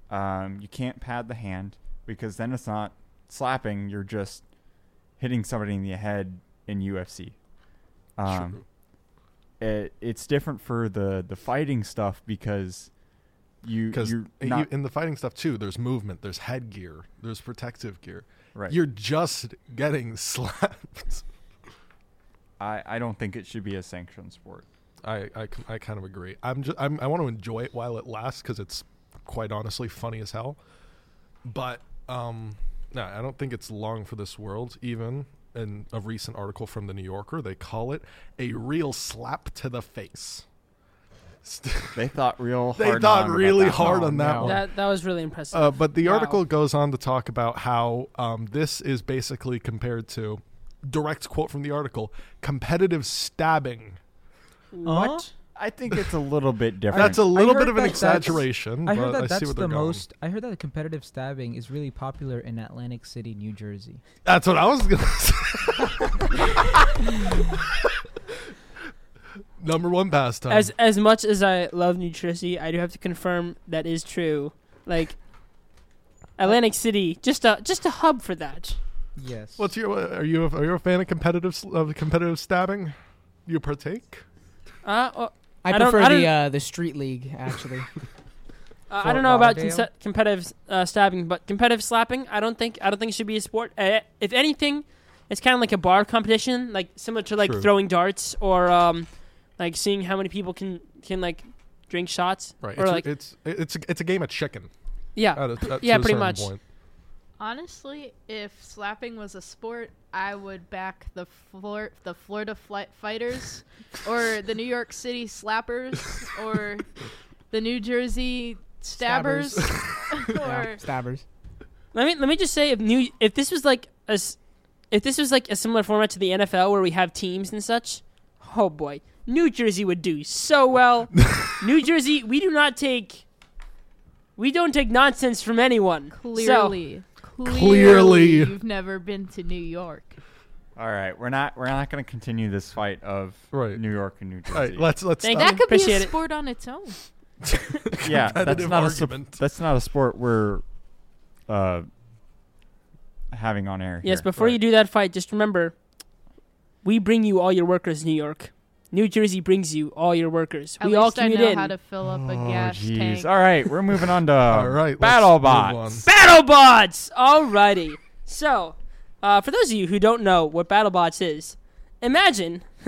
Speaker 1: Um, you can't pad the hand because then it's not slapping. You're just hitting somebody in the head in UFC. Um, it, it's different for the, the fighting stuff because you
Speaker 3: Because
Speaker 1: you're not
Speaker 3: in the fighting stuff too, there's movement, there's headgear, there's protective gear.
Speaker 1: right.
Speaker 3: You're just getting slapped.
Speaker 1: I, I don't think it should be a sanctioned sport.
Speaker 3: I, I, I kind of agree. I'm just I'm, I want to enjoy it while it lasts because it's quite honestly funny as hell. But um, no, I don't think it's long for this world even. in a recent article from the New Yorker. They call it a real slap to the face. St-
Speaker 1: They thought real.
Speaker 3: They
Speaker 1: hard
Speaker 3: thought
Speaker 1: on about
Speaker 3: really
Speaker 1: that.
Speaker 3: hard on that
Speaker 1: no.
Speaker 3: one.
Speaker 2: That that was really impressive.
Speaker 3: Uh, but the article goes on to talk about how um, this is basically compared to direct quote from the article competitive stabbing.
Speaker 10: What?
Speaker 1: I think it's a little bit different.
Speaker 3: That's a little bit
Speaker 10: heard
Speaker 3: of an
Speaker 10: that that's-
Speaker 3: exaggeration,
Speaker 10: I heard
Speaker 3: but
Speaker 10: that
Speaker 3: I
Speaker 10: that's
Speaker 3: see what
Speaker 10: the
Speaker 3: they're going.
Speaker 10: most. I heard that competitive stabbing is really popular in Atlantic City, New Jersey.
Speaker 3: That's what I was gonna say. Number one pastime.
Speaker 2: as as much as I love New Jersey, I do have to confirm that is true. Like Atlantic City, just a just a hub for that.
Speaker 10: Yes.
Speaker 3: What's your? Are you? A, are you a fan of competitive s- of competitive stabbing? You partake?
Speaker 2: Uh, well,
Speaker 8: I,
Speaker 2: I don't-
Speaker 8: prefer
Speaker 2: I
Speaker 8: the
Speaker 2: don't-
Speaker 8: uh, the street league actually.
Speaker 2: uh, I
Speaker 10: Fort
Speaker 2: don't know about
Speaker 10: Lauderdale?
Speaker 2: conse- competitive uh, stabbing, but competitive slapping, I don't think I don't think it should be a sport. Uh, if anything, it's kind of like a bar competition, like similar to like
Speaker 3: True.
Speaker 2: throwing darts or um, like seeing how many people can can like drink shots
Speaker 3: Right.
Speaker 2: or
Speaker 3: It's,
Speaker 2: like
Speaker 3: it's it's a, it's a game of chicken.
Speaker 2: yeah.
Speaker 3: At a, at-
Speaker 2: Yeah,
Speaker 3: to a certain
Speaker 2: pretty much.
Speaker 3: Point.
Speaker 4: Honestly, if slapping was a sport, I would back the Flor- the Florida flight fighters, or the New York City slappers, or the New Jersey stabbers,
Speaker 8: yeah,
Speaker 4: or
Speaker 8: stabbers.
Speaker 2: Let me let me just say if new if this was like a s- if this was like a similar format to the NFL where we have teams and such, oh boy, New Jersey would do so well. new Jersey, we do not take we don't take nonsense from anyone. So,
Speaker 4: clearly,
Speaker 3: Clearly.
Speaker 4: you've never been to New York.
Speaker 1: All right, we're not we're not going to continue this fight of
Speaker 3: Right.
Speaker 1: New York and New Jersey.
Speaker 3: All right. Let's let's.
Speaker 2: Thank
Speaker 3: stop.
Speaker 4: That could be a
Speaker 2: Appreciate it.
Speaker 4: sport on its own.
Speaker 1: yeah, that's
Speaker 3: competitive
Speaker 1: not a
Speaker 3: argument.
Speaker 1: sp- that's not a sport we're uh, having on air.
Speaker 2: yes,
Speaker 1: here.
Speaker 2: before you do that fight, just remember, we bring you all your workers, New York. New Jersey brings you all your workers.
Speaker 4: At
Speaker 2: we all
Speaker 4: least I
Speaker 2: commute
Speaker 4: know
Speaker 2: in.
Speaker 4: how to fill up a
Speaker 1: Oh,
Speaker 4: gas
Speaker 1: jeez.
Speaker 4: tank.
Speaker 1: All right, we're moving on to
Speaker 3: All right.
Speaker 1: battle
Speaker 3: let's move
Speaker 1: bots.
Speaker 3: on.
Speaker 2: BattleBots! Alrighty. So, uh, for those of you who don't know what BattleBots is, imagine,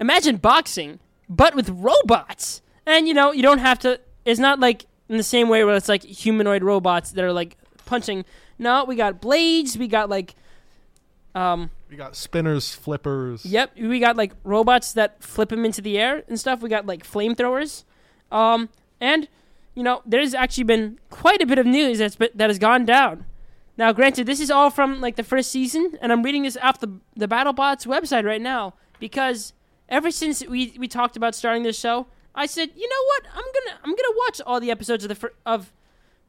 Speaker 2: imagine boxing, but with robots. And, you know, you don't have to, it's not like in the same way where it's like humanoid robots that are like punching. No, we got blades, we got like, um,
Speaker 3: We got spinners, flippers.
Speaker 2: Yep, we got like robots that flip him into the air and stuff. We got like flamethrowers, um, and you know there's actually been quite a bit of news that's been, that has gone down. Now, granted, this is all from like the first season, and I'm reading this off the the BattleBots website right now because ever since we we talked about starting this show, I said, you know what, I'm gonna I'm gonna watch all the episodes of the fir- of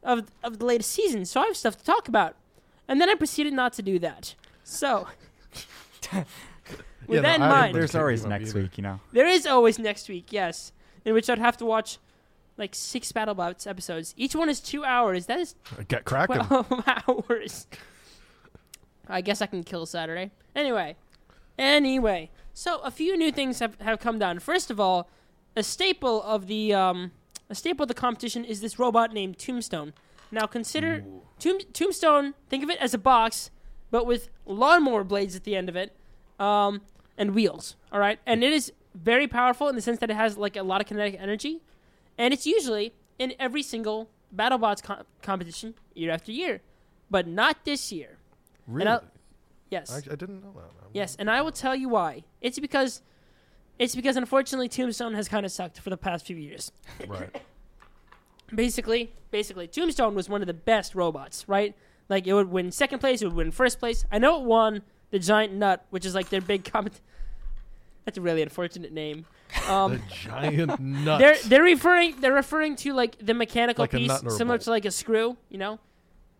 Speaker 2: of of the latest season, so I have stuff to talk about, and then I proceeded not to do that. So. With
Speaker 3: Yeah, no,
Speaker 2: that in
Speaker 3: I-
Speaker 2: mind,
Speaker 1: There's
Speaker 3: Kick
Speaker 1: always
Speaker 3: you up
Speaker 1: next
Speaker 3: either.
Speaker 1: week, you know.
Speaker 2: there is always next week, yes, in which I'd have to watch like six BattleBots episodes. Each one is two hours. That is
Speaker 3: Uh, Get cracking.
Speaker 2: twelve hours. I guess I can kill Saturday. Anyway, anyway, so a few new things have, have come down. First of all, a staple of the um, a staple of the competition is this robot named Tombstone. Now consider tomb, Tombstone. Think of it as a box, but with lawnmower blades at the end of it, um, and wheels. All right, and it is very powerful in the sense that it has like a lot of kinetic energy, and it's usually in every single BattleBots com- competition year after year, but not this year.
Speaker 3: Really?
Speaker 2: I'll-
Speaker 3: I,
Speaker 2: Yes.
Speaker 3: I didn't know that.
Speaker 2: Yes, and I will tell you why. It's because it's because unfortunately Tombstone has kind of sucked for the past few years.
Speaker 3: Right.
Speaker 2: Basically, basically Tombstone was one of the best robots, right? Like it would win second place, it would win first place. I know it won the Giant Nut, which is like their big comment. That's a really unfortunate name.
Speaker 3: the
Speaker 2: Um,
Speaker 3: giant nut.
Speaker 2: they're they're referring they're referring to like the mechanical
Speaker 3: Like a
Speaker 2: piece
Speaker 3: nut or a
Speaker 2: similar
Speaker 3: bolt.
Speaker 2: to like a screw, you know?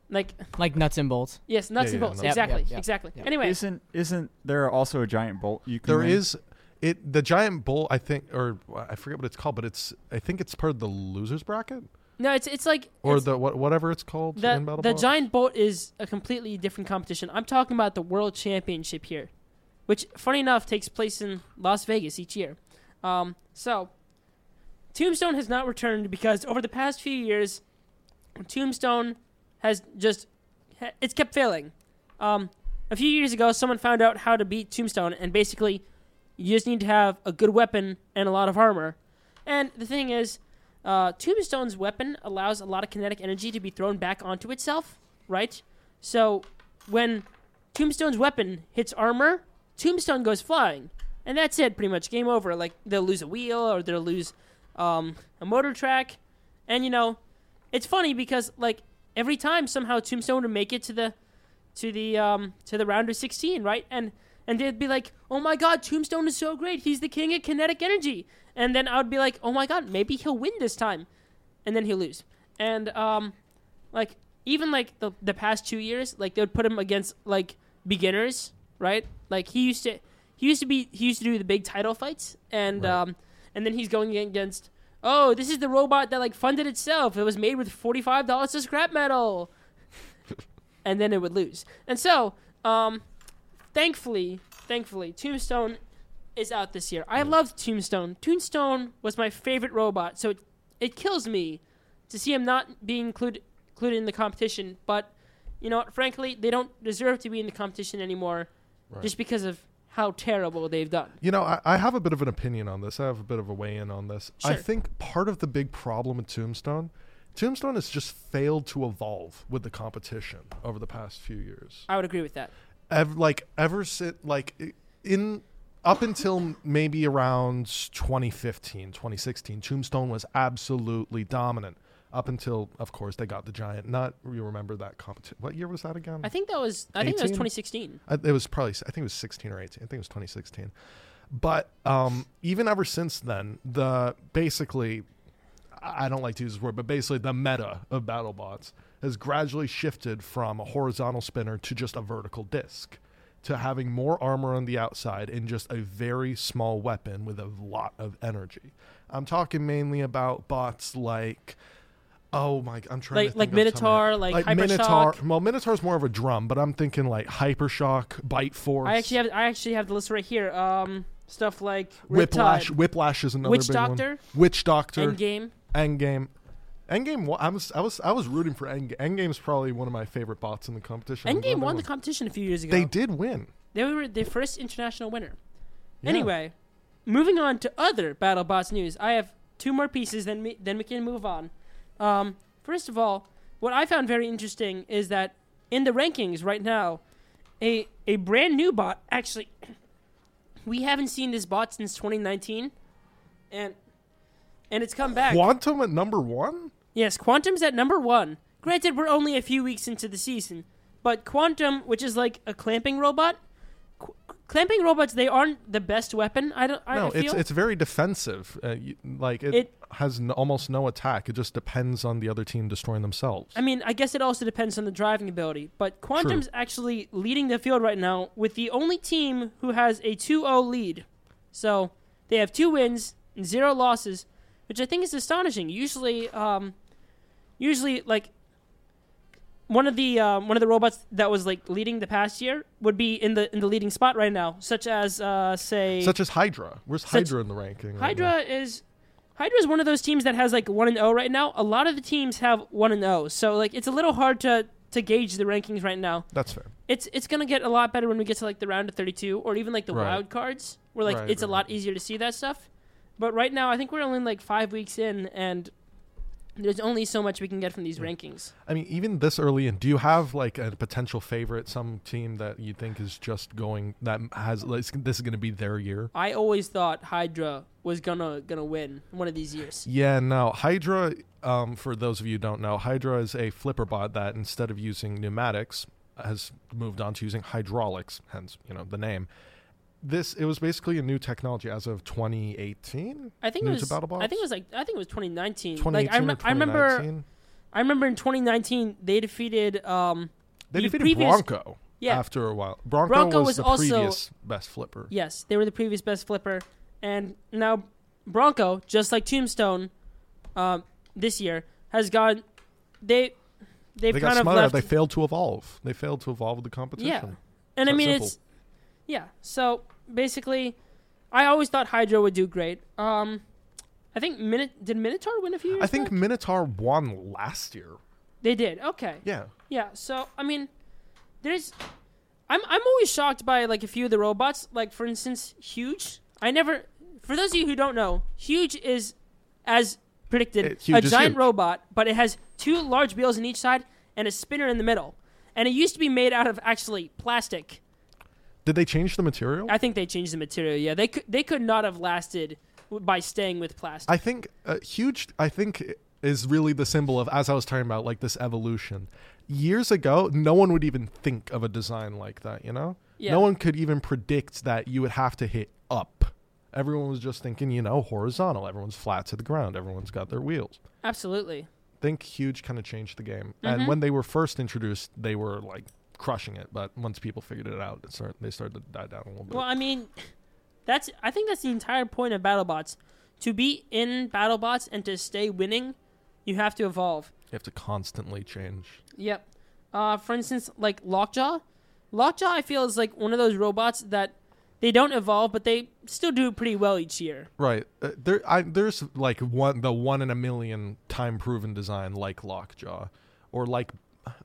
Speaker 2: Like
Speaker 8: Like nuts and bolts.
Speaker 2: yes, nuts
Speaker 3: Yeah,
Speaker 2: and
Speaker 3: yeah,
Speaker 2: bolts.
Speaker 3: nuts.
Speaker 8: Yep,
Speaker 2: exactly.
Speaker 8: yep, yep,
Speaker 2: exactly.
Speaker 8: yep.
Speaker 2: Anyway,
Speaker 1: Isn't isn't there also a giant bolt you can
Speaker 3: There
Speaker 1: win?
Speaker 3: is it the giant bull I think or I forget what it's called but it's I think it's part of the losers bracket
Speaker 2: no, it's it's like
Speaker 3: or
Speaker 2: it's-
Speaker 3: the what whatever it's called
Speaker 2: The,
Speaker 3: in battle
Speaker 2: the
Speaker 3: Bots.
Speaker 2: giant boat is a completely different competition. I'm talking about the World Championship here, which, funny enough, takes place in Las Vegas each year. Um, so, Tombstone has not returned because over the past few years, Tombstone has just ha- it's kept failing. Um, a few years ago, someone found out how to beat Tombstone, and basically, you just need to have a good weapon and a lot of armor. And the thing is, uh, Tombstone's weapon allows a lot of kinetic energy to be thrown back onto itself, right? So when Tombstone's weapon hits armor, Tombstone goes flying, and that's it. Pretty much game over. Like they'll lose a wheel or they'll lose um, a motor track, and you know, it's funny because like every time somehow Tombstone would make it to the to the um, to the round of sixteen, right? And and they'd be like, "Oh my God, Tombstone is so great. He's the king of kinetic energy." And then I would be like, "Oh my God, maybe he'll win this time," and then he'll lose. And um, like even like the the past two years, like they would put him against like beginners, right? Like he used to he used to be he used to do the big title fights, and
Speaker 3: Right.
Speaker 2: um, and then he's going against. Oh, this is the robot that like funded itself. It was made with forty five dollars of scrap metal, and then it would lose. And so, um, thankfully, thankfully, Tombstone is out this year. I loved Tombstone. Tombstone was my favorite robot, so it, it kills me to see him not being included included in the competition. But you know, what, frankly, they don't deserve to be in the competition anymore, just because of how terrible they've done.
Speaker 3: You know, I, I have a bit of an opinion on this. I have a bit of a weigh in on this. I
Speaker 2: Sure.
Speaker 3: think part of the big problem with Tombstone, Tombstone has just failed to evolve with the competition over the past few years.
Speaker 2: I would agree with that.
Speaker 3: Ev- like ever since, like i- in up until maybe around 2015, 2016, Tombstone was absolutely dominant. Up until, of course, they got the giant nut. You remember that competition? What year was that again?
Speaker 2: I think that was I think that was
Speaker 3: 18?
Speaker 2: 2016.
Speaker 3: I, it was probably I think it was 16 or 18. I think it was 2016. But um, even ever since then, the basically I I don't like to use this word, but basically the meta of BattleBots has gradually shifted from a horizontal spinner to just a vertical disc to having more armor on the outside and just a very small weapon with a lot of energy. I'm talking mainly about bots like Oh my! I'm trying
Speaker 2: Like-
Speaker 3: to think
Speaker 2: like
Speaker 3: off the top of my
Speaker 2: Minotaur,
Speaker 3: head.
Speaker 2: like
Speaker 3: Minotaur.
Speaker 2: Hypershock.
Speaker 3: Well, Minotaur's more of a drum, but I'm thinking like Hypershock, Bite Force,
Speaker 2: I actually have I actually have the list right here. Um, stuff like
Speaker 3: Whiplash.
Speaker 2: Riptide,
Speaker 3: Whiplash is another
Speaker 2: Witch
Speaker 3: big
Speaker 2: Doctor,
Speaker 3: one. Witch Doctor,
Speaker 2: Endgame.
Speaker 3: Endgame. Endgame. wa- I was I was I was rooting for Endgame. Endgame's probably one of my favorite bots in the competition. I'm
Speaker 2: Endgame
Speaker 3: glad they
Speaker 2: won the competition a few years ago.
Speaker 3: They did win.
Speaker 2: They were the first international winner.
Speaker 3: Yeah.
Speaker 2: Anyway, moving on to other BattleBots news. I have two more pieces, then we, then we can move on. Um, first of all, what I found very interesting is that in the rankings right now, a a brand new bot actually. We haven't seen this bot since 2019, and and it's come back.
Speaker 3: Quantum at number one.
Speaker 2: Yes, Quantum's at number one. Granted, we're only a few weeks into the season, but Quantum, which is like a clamping robot, qu- clamping robots they aren't the best weapon. I don't. I
Speaker 3: no,
Speaker 2: I feel.
Speaker 3: it's it's very defensive. Uh, you, like it,
Speaker 2: It-
Speaker 3: has n- almost no attack. It just depends on the other team destroying themselves.
Speaker 2: I mean, I guess it also depends on the driving ability, but Quantum's actually leading the field right now with the only team who has a 2-0 lead. So they have two wins and zero losses, which I think is astonishing. Usually, um, usually like one of the um, one of the robots that was like leading the past year would be in the in the leading spot right now, such as uh, say
Speaker 3: Such as Hydra. Where's
Speaker 2: Such-
Speaker 3: Hydra in the ranking? right now?
Speaker 2: Hydra is Hydra is one of those teams that has like one and zero right now. A lot of the teams have one and zero, so like it's a little hard to to gauge the rankings right now.
Speaker 3: That's fair.
Speaker 2: It's it's gonna get a lot better when we get to like the round of thirty two or even like the
Speaker 3: Right.
Speaker 2: wild cards, where like
Speaker 3: Right,
Speaker 2: it's a
Speaker 3: right.
Speaker 2: lot easier to see that stuff. But right now, I think we're only like five weeks in, and there's only so much we can get from these rankings.
Speaker 3: I mean, even this early in, do you have like a potential favorite, some team that you think is just going that has like, this is going to be their year?
Speaker 2: I always thought Hydra was gonna gonna win one of these years.
Speaker 3: Yeah, no. Hydra, um, for those of you who don't know, Hydra is a flipper bot that instead of using pneumatics has moved on to using hydraulics, hence, you know, the name. This it was basically a new technology as of 2018.
Speaker 2: I think
Speaker 3: new
Speaker 2: it
Speaker 3: to
Speaker 2: was.
Speaker 3: BattleBots?
Speaker 2: I think it was like I think it was 2019.
Speaker 3: 2018
Speaker 2: like I, rem-
Speaker 3: or
Speaker 2: I
Speaker 3: 2019.
Speaker 2: remember I remember in 2019 they defeated. Um,
Speaker 3: they
Speaker 2: the
Speaker 3: defeated
Speaker 2: previous-
Speaker 3: Bronco.
Speaker 2: Yeah.
Speaker 3: After a while, Bronco,
Speaker 2: Bronco
Speaker 3: was,
Speaker 2: was
Speaker 3: the
Speaker 2: also-
Speaker 3: previous best flipper.
Speaker 2: yes, they were the previous best flipper, and now Bronco, just like Tombstone, um, this year has gone. They they've
Speaker 3: they got
Speaker 2: kind of
Speaker 3: smarter.
Speaker 2: left.
Speaker 3: They failed to evolve. They failed to evolve with the competition.
Speaker 2: yeah, and I
Speaker 3: It's
Speaker 2: mean
Speaker 3: that
Speaker 2: it's yeah. So basically, I always thought Hydra would do great. Um, I think Minot did Minotaur win a few years.
Speaker 3: I think
Speaker 2: back?
Speaker 3: Minotaur won last year.
Speaker 2: they did. Okay.
Speaker 3: Yeah.
Speaker 2: Yeah, so I mean, there's, I'm I'm always shocked by like a few of the robots. Like for instance, Huge. I never. For those of you who don't know, Huge is, as predicted,
Speaker 3: It- Huge
Speaker 2: a
Speaker 3: is
Speaker 2: giant
Speaker 3: huge.
Speaker 2: robot, but it has two large wheels on each side and a spinner in the middle. and it used to be made out of actually plastic.
Speaker 3: Did they change the material?
Speaker 2: I think they changed the material. Yeah, they could they could not have lasted w- by staying with plastic.
Speaker 3: I think uh, huge. I think is really the symbol of as I was talking about like this evolution. Years ago, no one would even think of a design like that. You know,
Speaker 2: Yeah.
Speaker 3: no one could even predict that you would have to hit up. Everyone was just thinking, you know, horizontal. Everyone's flat to the ground. Everyone's got their wheels.
Speaker 2: Absolutely.
Speaker 3: think huge kind of changed the game.
Speaker 2: Mm-hmm.
Speaker 3: And when they were first introduced, they were like crushing it. But once people figured it out, it started, they started to die down a little bit.
Speaker 2: Well, I mean, that's I think that's the entire point of BattleBots. To be in BattleBots and to stay winning, you have to evolve.
Speaker 3: you have to constantly change.
Speaker 2: Yep. Uh, for instance, like Lockjaw. Lockjaw, I feel, is like one of those robots that they don't evolve, but they still do pretty well each year.
Speaker 3: Right. Uh, there, I, there's like one, the one in a million time proven design like Lockjaw, or like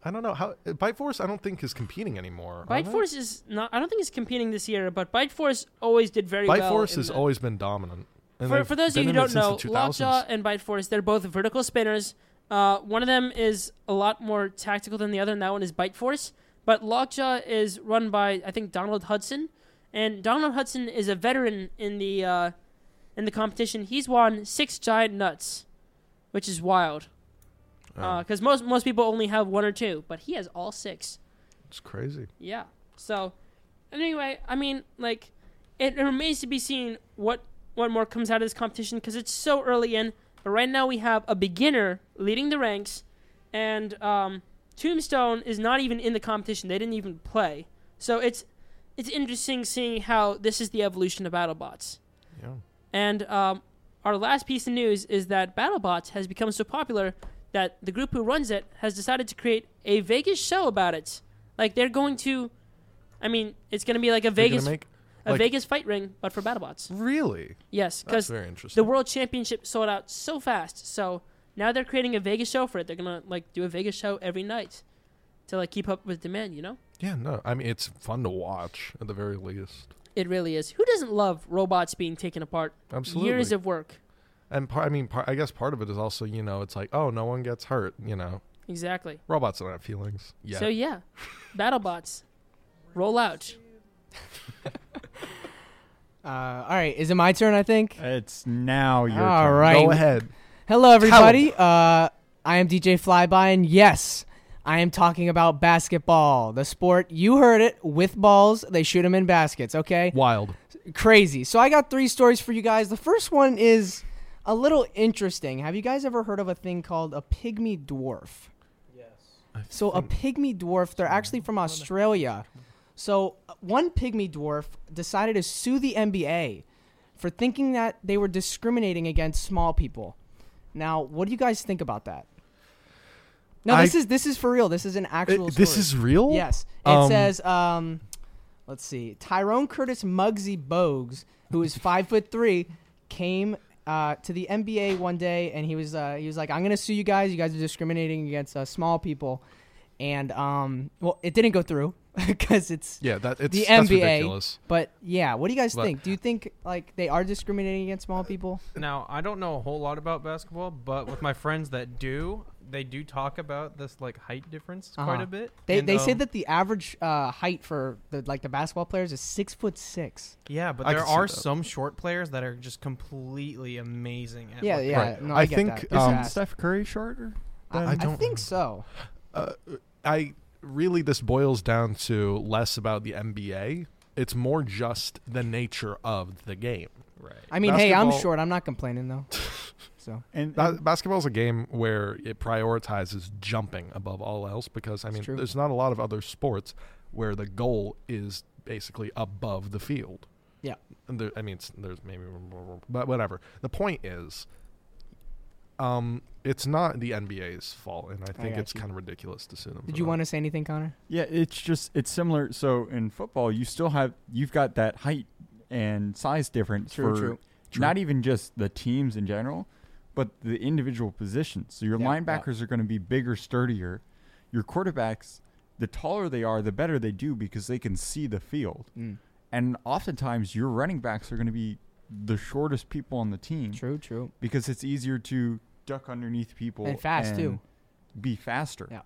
Speaker 3: I don't know how uh, Bite Force. I don't think is competing anymore. are
Speaker 2: Bite
Speaker 3: they?
Speaker 2: Force is not. I don't think it's competing this year, but Bite Force always did very
Speaker 3: Bite
Speaker 2: well.
Speaker 3: Force
Speaker 2: in
Speaker 3: has
Speaker 2: the-
Speaker 3: always been dominant. And
Speaker 2: For,
Speaker 3: they've
Speaker 2: for those of
Speaker 3: been
Speaker 2: you who
Speaker 3: in it
Speaker 2: don't
Speaker 3: since
Speaker 2: know,
Speaker 3: the 2000s.
Speaker 2: Lockjaw and Bite Force, they're both vertical spinners. Uh, one of them is a lot more tactical than the other, and that one is Bite Force. But Lockjaw is run by I think Donald Hudson, and Donald Hudson is a veteran in the uh, in the competition. He's won six giant nuts, which is wild.
Speaker 3: Oh.
Speaker 2: Because most most people only have one or two, but he has all six.
Speaker 3: it's crazy.
Speaker 2: Yeah. So, anyway, I mean, like, it, it remains to be seen what what more comes out of this competition because it's so early in. But right now we have a beginner leading the ranks, and um, Tombstone is not even in the competition. They didn't even play. So it's it's interesting seeing how this is the evolution of BattleBots.
Speaker 3: Yeah.
Speaker 2: And um, our last piece of news is that BattleBots has become so popular that the group who runs it has decided to create a Vegas show about it. Like they're going to, I mean, it's going to be like a
Speaker 3: They're gonna
Speaker 2: Vegas
Speaker 3: make-
Speaker 2: a
Speaker 3: like-
Speaker 2: Vegas fight ring, but for BattleBots.
Speaker 3: really
Speaker 2: Yes,
Speaker 3: that's
Speaker 2: because
Speaker 3: very
Speaker 2: the
Speaker 3: interesting.
Speaker 2: World Championship sold out so fast, so now they're creating a Vegas show for it. They're gonna like do a Vegas show every night to like keep up with demand. You know,
Speaker 3: yeah, no, I mean it's fun to watch at the very least.
Speaker 2: it really is. Who doesn't love robots being taken apart? Years
Speaker 3: Absolutely.
Speaker 2: of work.
Speaker 3: And part, I mean, par I guess part of it is also, you know, it's like, oh, no one gets hurt. You know,
Speaker 2: Exactly.
Speaker 3: robots don't have feelings. Yeah.
Speaker 2: So yeah, BattleBots, roll out.
Speaker 8: Uh, all right, is it my turn? I think.
Speaker 1: It's now your
Speaker 8: All
Speaker 1: turn.
Speaker 8: right.
Speaker 3: Go ahead.
Speaker 8: Hello, everybody. Uh, I am DJ Flyby, and yes, I am talking about basketball, the sport. You heard it. With balls, they shoot them in baskets. Okay,
Speaker 3: Wild.
Speaker 8: crazy. So I got three stories for you guys. The first one is a little interesting. Have you guys ever heard of a thing called a pygmy dwarf? So a pygmy dwarf, they're actually from Australia. So uh, one pygmy dwarf decided to sue the NBA for thinking that they were discriminating against small people. Now, what do you guys think about that? No, this
Speaker 3: I-
Speaker 8: is this is for real. This is an
Speaker 3: It-
Speaker 8: actual.
Speaker 3: this
Speaker 8: story.
Speaker 3: is real?
Speaker 8: Yes. It
Speaker 3: Um,
Speaker 8: says, um, let's see, Tyrone Curtis Muggsy Bogues, who is five foot three, came uh, to the NBA one day, and he was uh, he was like, "I'm gonna sue you guys. You guys are discriminating against uh, small people." And um, well, it didn't go through because it's
Speaker 3: Yeah, that, it's
Speaker 8: the
Speaker 3: that's
Speaker 8: NBA.
Speaker 3: ridiculous.
Speaker 8: But yeah, what do you guys
Speaker 3: But-
Speaker 8: think? Do you think like they are discriminating against small people?
Speaker 11: Now, I don't know a whole lot about basketball, but with my friends that do, they do talk about this like height difference quite
Speaker 8: Uh-huh.
Speaker 11: a bit.
Speaker 8: They
Speaker 11: And,
Speaker 8: they
Speaker 11: um,
Speaker 8: said that the average uh, height for the like the basketball players is six foot six.
Speaker 11: Yeah, but
Speaker 3: I
Speaker 11: there
Speaker 3: can see
Speaker 11: are
Speaker 3: that.
Speaker 11: some short players that are just completely amazing at
Speaker 8: Yeah,
Speaker 11: what
Speaker 8: yeah.
Speaker 3: Right.
Speaker 8: No,
Speaker 3: I
Speaker 8: I, get
Speaker 3: think,
Speaker 8: that. It's
Speaker 3: um,
Speaker 1: Isn't
Speaker 8: fast.
Speaker 1: Steph Curry shorter?
Speaker 8: I,
Speaker 1: than-
Speaker 8: I
Speaker 3: don't-
Speaker 8: think so.
Speaker 3: Uh, I really this boils down to less about the NBA. It's more just the nature of the game.
Speaker 11: Right.
Speaker 8: I mean, hey, I'm
Speaker 3: Basketball-
Speaker 8: short. I'm not complaining though. so
Speaker 1: And
Speaker 3: Ba- basketball is a game where it prioritizes jumping above all else because I mean,
Speaker 8: true.
Speaker 3: there's not a lot of other sports where the goal is basically above the field.
Speaker 8: Yeah.
Speaker 3: And there, I mean, it's, there's maybe, but whatever. The point is, um, it's not the NBA's fault, and I think
Speaker 8: got
Speaker 3: it's
Speaker 8: you.
Speaker 3: kind of ridiculous to sue them.
Speaker 8: Did you want to say anything, Connor?
Speaker 1: Yeah, it's just it's similar. So in football, you still have you've got that height and size difference
Speaker 8: True,
Speaker 1: for
Speaker 8: true.
Speaker 1: not even just the teams in general, but the individual positions. So your
Speaker 8: Yeah, yeah.
Speaker 1: linebackers are going to be bigger, sturdier. Your quarterbacks, the taller they are, the better they do because they can see the field.
Speaker 8: Mm.
Speaker 1: And oftentimes, your running backs are going to be the shortest people on the team
Speaker 8: True, true.
Speaker 1: because it's easier to duck underneath people
Speaker 8: And fast, too.
Speaker 1: Be faster.
Speaker 8: Yeah.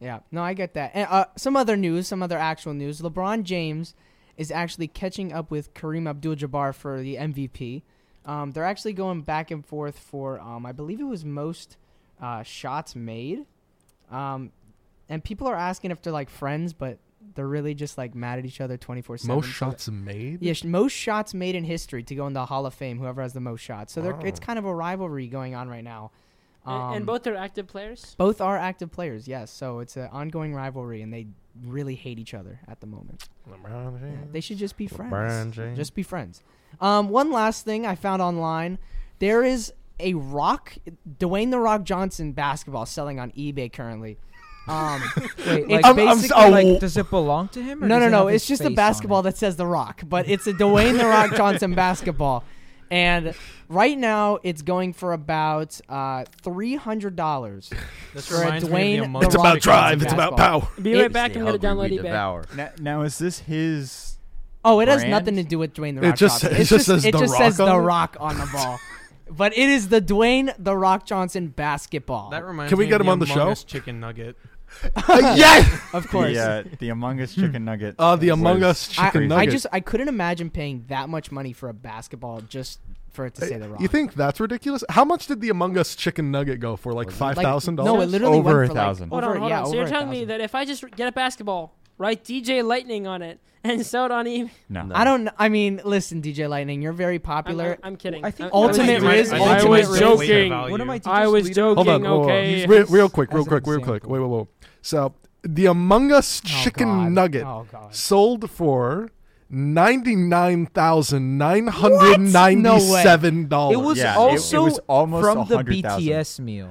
Speaker 8: Yeah, no, I get that. And uh, some other news, some other actual news. LeBron James is actually catching up with Kareem Abdul-Jabbar for the MVP. Um, they're actually going back and forth for, um, I believe it was most uh, shots made. Um, and people are asking if they're like friends, but they're really just like mad at each other 24 7.
Speaker 3: Most shots made.
Speaker 8: Yeah, sh- most shots made in history to go in the Hall of Fame, whoever has the most shots. So they're it's
Speaker 3: Wow.
Speaker 8: kind of a rivalry going on right now.
Speaker 2: and,
Speaker 8: Um,
Speaker 2: and both are active players.
Speaker 8: both are active players, yes. So it's an ongoing rivalry, and they really hate each other at the moment.
Speaker 3: LeBron
Speaker 8: Yeah,
Speaker 3: James.
Speaker 8: they should just be friends.
Speaker 3: LeBron James.
Speaker 8: Just be friends. Um, one last thing I found online: there is a Rock, Dwayne the Rock Johnson basketball selling on eBay currently. Um,
Speaker 10: Wait,
Speaker 8: It's
Speaker 10: like,
Speaker 8: I'm- I'm
Speaker 10: basically,
Speaker 8: so-
Speaker 10: like, does it belong to him? Or
Speaker 8: no,
Speaker 10: does
Speaker 8: no,
Speaker 10: it
Speaker 8: no.
Speaker 10: have his
Speaker 8: It's just a
Speaker 10: face on
Speaker 8: basketball
Speaker 10: it?
Speaker 8: that says The Rock, but it's a Dwayne The Rock Johnson basketball. And right now, it's going for about uh, $300.
Speaker 11: This
Speaker 8: For a
Speaker 11: reminds me
Speaker 8: Dwayne
Speaker 11: of the
Speaker 8: the
Speaker 11: emoji
Speaker 8: Rock-
Speaker 11: about
Speaker 8: drive, it's about
Speaker 3: power.
Speaker 2: Be right back. I'm gonna download eBay.
Speaker 1: Now, now is this his?
Speaker 8: Oh, it has
Speaker 1: Brand?
Speaker 8: nothing to do with Dwayne the
Speaker 3: It
Speaker 8: Rock.
Speaker 3: just-
Speaker 8: Johnson.
Speaker 3: it
Speaker 8: It's
Speaker 3: just says
Speaker 8: it
Speaker 3: The
Speaker 8: just
Speaker 3: Rock
Speaker 8: says
Speaker 3: on
Speaker 8: the
Speaker 3: it?
Speaker 8: Rock on the ball, but it is the Dwayne the Rock Johnson basketball.
Speaker 11: That reminds
Speaker 3: Can we
Speaker 11: me
Speaker 3: get
Speaker 11: of
Speaker 3: him on the
Speaker 11: Among
Speaker 3: show?
Speaker 11: Us Chicken nugget.
Speaker 3: yes.
Speaker 8: of course,
Speaker 1: The, uh, the Among Us chicken nugget.
Speaker 3: Uh, the
Speaker 1: was-
Speaker 3: Among Us
Speaker 8: I,
Speaker 3: chicken
Speaker 8: I
Speaker 3: nugget.
Speaker 8: just I couldn't imagine paying that much money for a basketball just for it to say the Rock.
Speaker 3: Uh, You think that's ridiculous? How much did the Among Us chicken nugget go for? Like five
Speaker 8: Like,
Speaker 3: thousand
Speaker 8: No, it
Speaker 3: dollars?
Speaker 8: literally
Speaker 1: Over
Speaker 8: went
Speaker 1: a
Speaker 8: for like-
Speaker 1: thousand.
Speaker 2: Hold
Speaker 8: over,
Speaker 2: on, hold
Speaker 8: yeah,
Speaker 2: on. So
Speaker 8: over
Speaker 2: you're
Speaker 8: a
Speaker 2: telling me
Speaker 8: thousand.
Speaker 2: that if I just r- get a basketball, write DJ Lightning on it, and sell it on eBay.
Speaker 1: No.
Speaker 8: I don't. I mean, listen, DJ Lightning, you're very
Speaker 2: I'm,
Speaker 8: popular.
Speaker 2: I'm, I'm kidding. Uh,
Speaker 10: I think
Speaker 2: I'm-
Speaker 8: Ultimate
Speaker 2: I'm just
Speaker 8: Riz,
Speaker 2: kidding.
Speaker 8: Ultimate
Speaker 2: I was
Speaker 8: Riz.
Speaker 2: joking.
Speaker 11: Wait,
Speaker 10: What am I? to
Speaker 2: I
Speaker 10: just
Speaker 2: was
Speaker 10: lead-
Speaker 2: joking.
Speaker 3: Hold on, hold on.
Speaker 2: okay.
Speaker 3: Real, real quick, real
Speaker 10: As an
Speaker 3: quick, real quick.
Speaker 10: example.
Speaker 3: Wait, whoa, whoa. So the Among Us
Speaker 8: Oh,
Speaker 3: chicken
Speaker 8: God.
Speaker 3: nugget
Speaker 8: Oh god.
Speaker 3: sold for ninety nine thousand nine hundred ninety seven dollars.
Speaker 10: It was
Speaker 1: Yeah, it- it
Speaker 10: also
Speaker 1: was almost
Speaker 10: from the
Speaker 1: 100,000.
Speaker 10: BTS meal.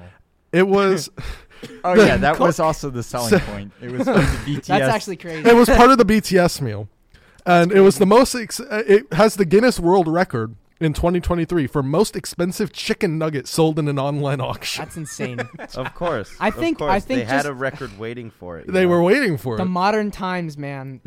Speaker 3: It was.
Speaker 1: Oh
Speaker 3: The
Speaker 1: yeah, that
Speaker 3: co-
Speaker 1: was also the selling point. It was from the BTS.
Speaker 8: That's actually crazy.
Speaker 3: It was part of the BTS meal, and it was the most. Ex- uh, it has the Guinness World Record in 2023 for most expensive chicken nugget sold in an online auction.
Speaker 8: That's insane.
Speaker 12: Of course.
Speaker 8: I
Speaker 12: of
Speaker 8: think- I
Speaker 12: course.
Speaker 8: think
Speaker 12: they had
Speaker 8: just-
Speaker 12: a record waiting for it. you
Speaker 3: They
Speaker 12: know?
Speaker 3: were waiting for
Speaker 8: the
Speaker 3: it.
Speaker 8: modern times, man.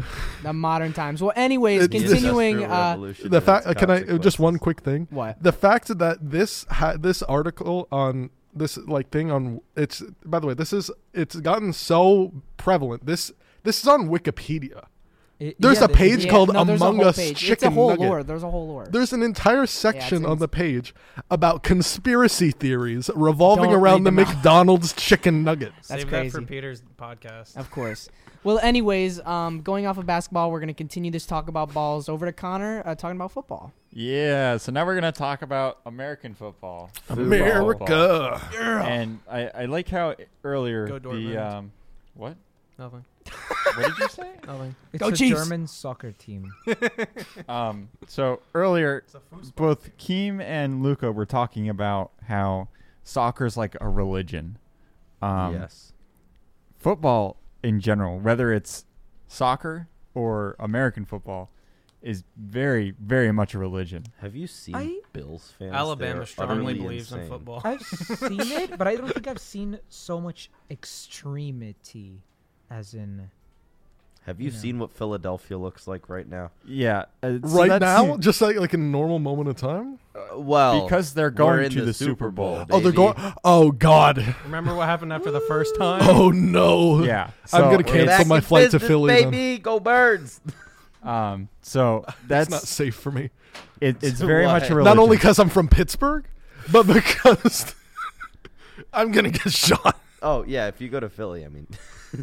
Speaker 8: The modern times. Well, anyways,
Speaker 3: It-
Speaker 12: The
Speaker 8: continuing.
Speaker 12: Industrial
Speaker 8: Uh,
Speaker 12: Revolution and
Speaker 3: The
Speaker 12: its
Speaker 3: fact. Can I uh, just one
Speaker 12: consequences.
Speaker 3: quick thing?
Speaker 8: what?
Speaker 3: The fact that this ha- this article on this like thing on it's by the way this is it's gotten so prevalent this this is on Wikipedia.
Speaker 10: It-
Speaker 3: There's
Speaker 10: yeah,
Speaker 3: a
Speaker 10: they-
Speaker 3: page
Speaker 10: yeah.
Speaker 3: called
Speaker 8: no, there's a
Speaker 3: Among
Speaker 8: whole
Speaker 3: Us
Speaker 8: page.
Speaker 3: Chicken
Speaker 8: It's a whole
Speaker 3: Nugget.
Speaker 8: lore. There's a whole lore.
Speaker 3: There's an entire section on
Speaker 8: ins-
Speaker 3: the page about conspiracy theories revolving
Speaker 8: Don't
Speaker 3: around
Speaker 8: read
Speaker 3: the
Speaker 8: them out.
Speaker 3: McDonald's chicken nugget.
Speaker 8: That's
Speaker 11: Save that for
Speaker 8: crazy.
Speaker 11: Peter's podcast.
Speaker 8: Of course. Well, anyways, um, going off of basketball, we're going to continue this talk about balls over to Connor, uh, talking about football.
Speaker 1: Yeah, so now we're gonna talk about American football. Football.
Speaker 3: America.
Speaker 1: And I, I like how earlier
Speaker 11: Go
Speaker 1: the
Speaker 11: Dortmund.
Speaker 1: um, what
Speaker 11: Nothing.
Speaker 1: what did you say?
Speaker 11: Nothing.
Speaker 10: It's
Speaker 8: Go
Speaker 10: a
Speaker 8: Chiefs.
Speaker 10: German soccer team.
Speaker 1: um, so earlier
Speaker 11: It's a foosball.
Speaker 1: both Keem and Luca were talking about how soccer is like a religion. Um,
Speaker 12: yes.
Speaker 1: Football in general, whether it's soccer or American football, is very, very much a religion.
Speaker 12: Have you seen
Speaker 10: I-
Speaker 12: Bills fans?
Speaker 11: Alabama
Speaker 12: They're
Speaker 11: strongly
Speaker 12: utterly
Speaker 11: believes in
Speaker 12: insane.
Speaker 11: football.
Speaker 10: I've seen it, but I don't think I've seen so much extremity, as in.
Speaker 12: Have you
Speaker 10: Yeah.
Speaker 12: seen what Philadelphia looks like right now?
Speaker 1: Yeah, uh, so
Speaker 3: Right
Speaker 1: that's-
Speaker 3: now, just like like in a normal moment of time.
Speaker 12: Uh, well,
Speaker 1: because they're
Speaker 12: we're
Speaker 1: going
Speaker 12: in
Speaker 1: to the, Super Bowl.
Speaker 3: Oh, they're
Speaker 12: baby.
Speaker 3: going. Oh God.
Speaker 11: Remember what happened after the first time?
Speaker 3: Oh no. Uh,
Speaker 1: Yeah,
Speaker 3: I'm gonna
Speaker 1: it's-
Speaker 12: We're
Speaker 3: Cancel
Speaker 12: back
Speaker 3: my
Speaker 12: in
Speaker 3: flight to
Speaker 12: business,
Speaker 3: Philly, then.
Speaker 12: Baby, go birds!
Speaker 1: Um, so
Speaker 3: It's not
Speaker 1: that's
Speaker 3: safe for me.
Speaker 1: it, it's
Speaker 12: So
Speaker 1: very
Speaker 12: what?
Speaker 1: much a religion.
Speaker 3: Not only because I'm from Pittsburgh, but because I'm gonna get shot.
Speaker 12: Oh yeah, if you go to Philly, I mean,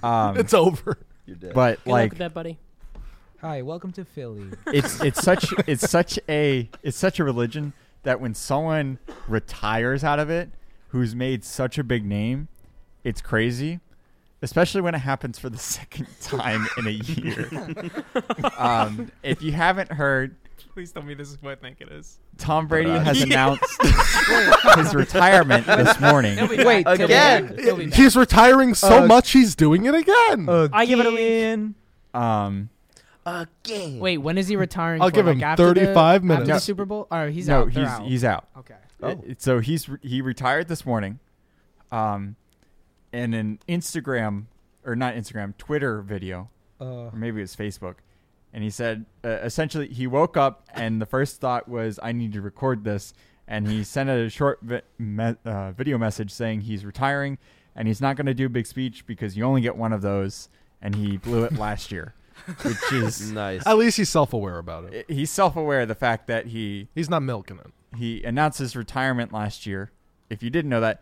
Speaker 1: um,
Speaker 3: It's over.
Speaker 12: you're dead.
Speaker 1: but
Speaker 2: Good luck
Speaker 1: like
Speaker 2: with that, buddy.
Speaker 10: Hi, welcome to Philly.
Speaker 1: it's it's such it's such a it's such a religion that when someone retires out of it who's made such a big name it's crazy especially when it happens for the second time in a year um, if you haven't heard
Speaker 11: Please tell me this is what I think it is.
Speaker 1: tom brady
Speaker 12: Right.
Speaker 1: has announced his retirement this morning
Speaker 10: Wait,
Speaker 12: back. Again?
Speaker 10: He'll be back.
Speaker 3: He's retiring so
Speaker 10: Uh,
Speaker 3: much he's doing it again.
Speaker 2: I give it a week.
Speaker 10: Again.
Speaker 1: um,
Speaker 12: Again.
Speaker 8: Wait, when is he retiring?
Speaker 3: I'll
Speaker 8: for?
Speaker 3: give
Speaker 8: Like,
Speaker 3: him
Speaker 8: after the-
Speaker 3: 35
Speaker 8: After the
Speaker 3: minutes.
Speaker 8: Super Bowl? Oh, he's
Speaker 1: no
Speaker 8: out. They're
Speaker 1: he's
Speaker 8: out.
Speaker 1: he's out
Speaker 8: okay.
Speaker 12: Oh.
Speaker 1: It- So he's re- he retired this morning, um, in an Instagram or not Instagram, Twitter video,
Speaker 10: Uh,
Speaker 1: or maybe it was Facebook, and he said uh, essentially he woke up and the first thought was I need to record this, and he sent a short vi- me- uh, video message saying he's retiring and he's not going to do a big speech because you only get one of those, and he blew it last year, which is
Speaker 6: Nice.
Speaker 3: At least he's self-aware about it.
Speaker 1: he's self-aware of the fact that he
Speaker 3: He's not milking it.
Speaker 1: he announced his retirement last year. If you didn't know that,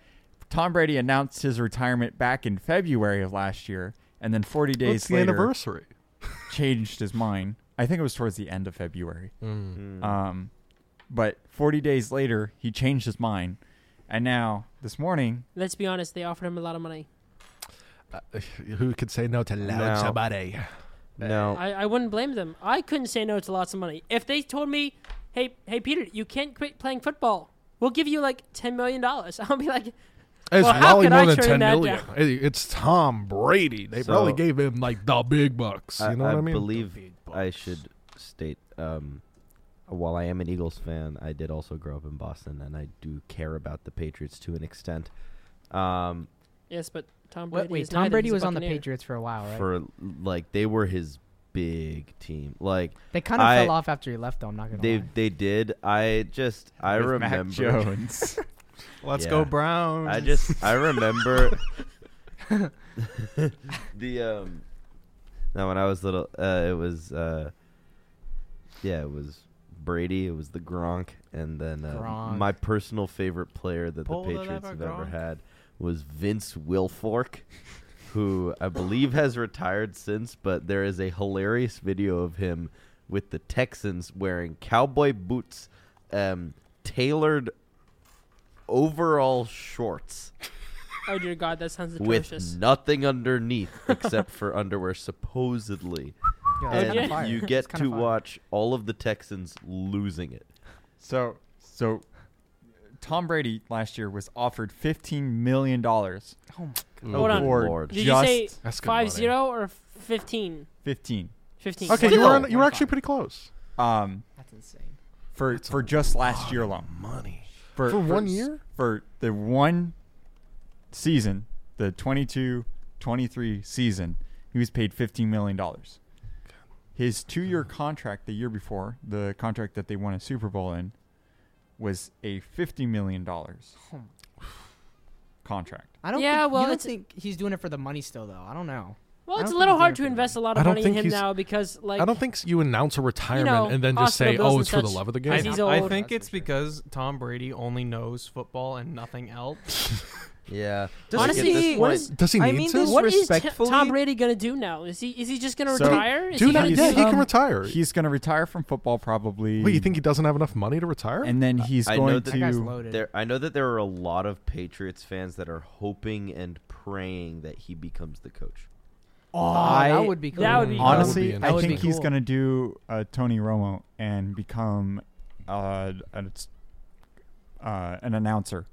Speaker 1: Tom Brady announced his retirement back in February of last year, and then 40 days
Speaker 3: It's the
Speaker 1: later
Speaker 3: anniversary.
Speaker 1: changed his mind. I think it was towards the end of February.
Speaker 3: Hmm.
Speaker 1: Um, but 40 days later, he changed his mind, and now this morning,
Speaker 2: Let's be honest, they offered him a lot of money.
Speaker 3: Uh, who could say no to loud
Speaker 6: No.
Speaker 3: somebody?
Speaker 6: No.
Speaker 2: I, I wouldn't blame them. I couldn't say no to lots of money. If they told me, hey, hey, Peter, you can't quit playing football. We'll give you like $10 million. I'll be like,
Speaker 3: It's
Speaker 2: Well, how
Speaker 3: probably
Speaker 2: could
Speaker 3: more
Speaker 2: I
Speaker 3: than
Speaker 2: turn
Speaker 3: ten
Speaker 2: that
Speaker 3: million.
Speaker 2: down?
Speaker 3: It- It's Tom Brady. They
Speaker 6: So-
Speaker 3: probably gave him like the big bucks. You
Speaker 6: I,
Speaker 3: know
Speaker 6: I
Speaker 3: what I mean?
Speaker 6: believe I should state um, while I am an Eagles fan, I did also grow up in Boston, and I do care about the Patriots to an extent. Um,
Speaker 2: yes, but Tom Brady.
Speaker 8: Wait, wait
Speaker 2: is
Speaker 8: Tom
Speaker 2: neither.
Speaker 8: Brady
Speaker 2: He's a
Speaker 8: was on the
Speaker 2: Buccaneer."
Speaker 8: Patriots for a while, right?
Speaker 6: For like they were his big team. Like
Speaker 8: they kind of
Speaker 6: I-
Speaker 8: fell off after he left, though. I'm not gonna
Speaker 6: they
Speaker 8: lie.
Speaker 6: they did. I just I
Speaker 1: with Mac
Speaker 6: remember.
Speaker 1: Jones.
Speaker 11: Let's
Speaker 6: Yeah.
Speaker 11: go Brown.
Speaker 6: I just I remember the um no when I was little uh it was uh yeah it was Brady it was the Gronk and then uh,
Speaker 8: Gronk.
Speaker 6: my personal favorite player that
Speaker 11: Pull the
Speaker 6: the Patriots
Speaker 11: lever,
Speaker 6: have ever
Speaker 11: Gronk.
Speaker 6: had was Vince Wilfork who I believe has retired since but there is a hilarious video of him with the Texans wearing cowboy boots um tailored overall shorts
Speaker 2: Oh, dear God, that sounds
Speaker 6: with
Speaker 2: atrocious.
Speaker 6: nothing underneath except for underwear, supposedly.
Speaker 8: Yeah, that's kinda fire.
Speaker 6: and you get
Speaker 8: kinda
Speaker 6: to
Speaker 8: fire.
Speaker 6: watch all of the Texans losing it.
Speaker 1: So, so Tom Brady last year was offered 15 million dollars.
Speaker 8: Oh my
Speaker 2: Hold on.
Speaker 1: for
Speaker 6: Lord.
Speaker 2: Did you
Speaker 1: just
Speaker 2: say
Speaker 3: That's good money.
Speaker 2: 5 0 or 15?
Speaker 1: 15?
Speaker 2: 15.
Speaker 3: Okay,
Speaker 2: What-
Speaker 3: you
Speaker 6: Still.
Speaker 3: were in- you were actually pretty close.
Speaker 1: Um,
Speaker 8: That's insane.
Speaker 1: for for just last year alone.
Speaker 3: Money.
Speaker 1: For,
Speaker 3: For one
Speaker 1: s-
Speaker 3: year?
Speaker 1: For the one season, the 22-23 season, he was paid 15 million dollars. His two-year contract the year before, the contract that they won a Super Bowl in, was a 50 million dollars contract.
Speaker 8: I don't.
Speaker 2: Yeah,
Speaker 8: think,
Speaker 2: well,
Speaker 8: you don't
Speaker 2: it's-
Speaker 8: think he's doing it for the money still, though. I don't know.
Speaker 2: Well,
Speaker 8: I
Speaker 2: it's a
Speaker 8: don't
Speaker 2: little
Speaker 8: think
Speaker 2: hard
Speaker 8: he's
Speaker 2: to
Speaker 8: doing it for
Speaker 2: invest a
Speaker 8: the
Speaker 2: lot
Speaker 3: I
Speaker 2: of
Speaker 3: don't
Speaker 2: money in
Speaker 3: think
Speaker 2: him
Speaker 3: he's-
Speaker 2: now because, like,
Speaker 3: I don't think s- you announce a retirement
Speaker 2: know,
Speaker 3: and then just
Speaker 2: hospital
Speaker 3: say,
Speaker 2: bills
Speaker 3: "Oh,
Speaker 2: and
Speaker 3: it's for the
Speaker 2: such.
Speaker 3: love of the
Speaker 11: I,
Speaker 2: As
Speaker 3: game."
Speaker 2: he's
Speaker 11: I
Speaker 2: old.
Speaker 11: think
Speaker 8: That's
Speaker 11: it's
Speaker 8: for sure.
Speaker 11: because Tom Brady only knows football and nothing else.
Speaker 6: Yeah.
Speaker 2: Honestly, what is-
Speaker 3: Does he
Speaker 13: I
Speaker 3: need
Speaker 13: mean,
Speaker 3: to?
Speaker 13: this
Speaker 2: what is T-
Speaker 13: respectfully-
Speaker 2: Tom Brady going to do now? Is he is he just going to
Speaker 1: So-
Speaker 2: retire? Is
Speaker 3: Dude,
Speaker 2: he
Speaker 3: yeah,
Speaker 2: gonna
Speaker 1: he's-
Speaker 3: yeah, he
Speaker 2: do-
Speaker 3: can
Speaker 1: um,
Speaker 3: retire.
Speaker 1: He's going to retire from football probably.
Speaker 3: Wait, you think he doesn't have enough money to retire?
Speaker 1: And then he's
Speaker 6: I know
Speaker 1: going
Speaker 6: that-
Speaker 8: That guy's
Speaker 1: to.
Speaker 8: loaded.
Speaker 6: there, I know that there are a lot of Patriots fans that are hoping and praying that he becomes the coach.
Speaker 8: Oh,
Speaker 1: I-
Speaker 8: that would be cool.
Speaker 2: that would be
Speaker 3: would
Speaker 1: Honestly,
Speaker 3: be
Speaker 1: I
Speaker 8: interesting.
Speaker 1: think
Speaker 8: That would be
Speaker 1: he's
Speaker 8: cool.
Speaker 1: going to do uh, Tony Romo and become uh, an, uh, an announcer.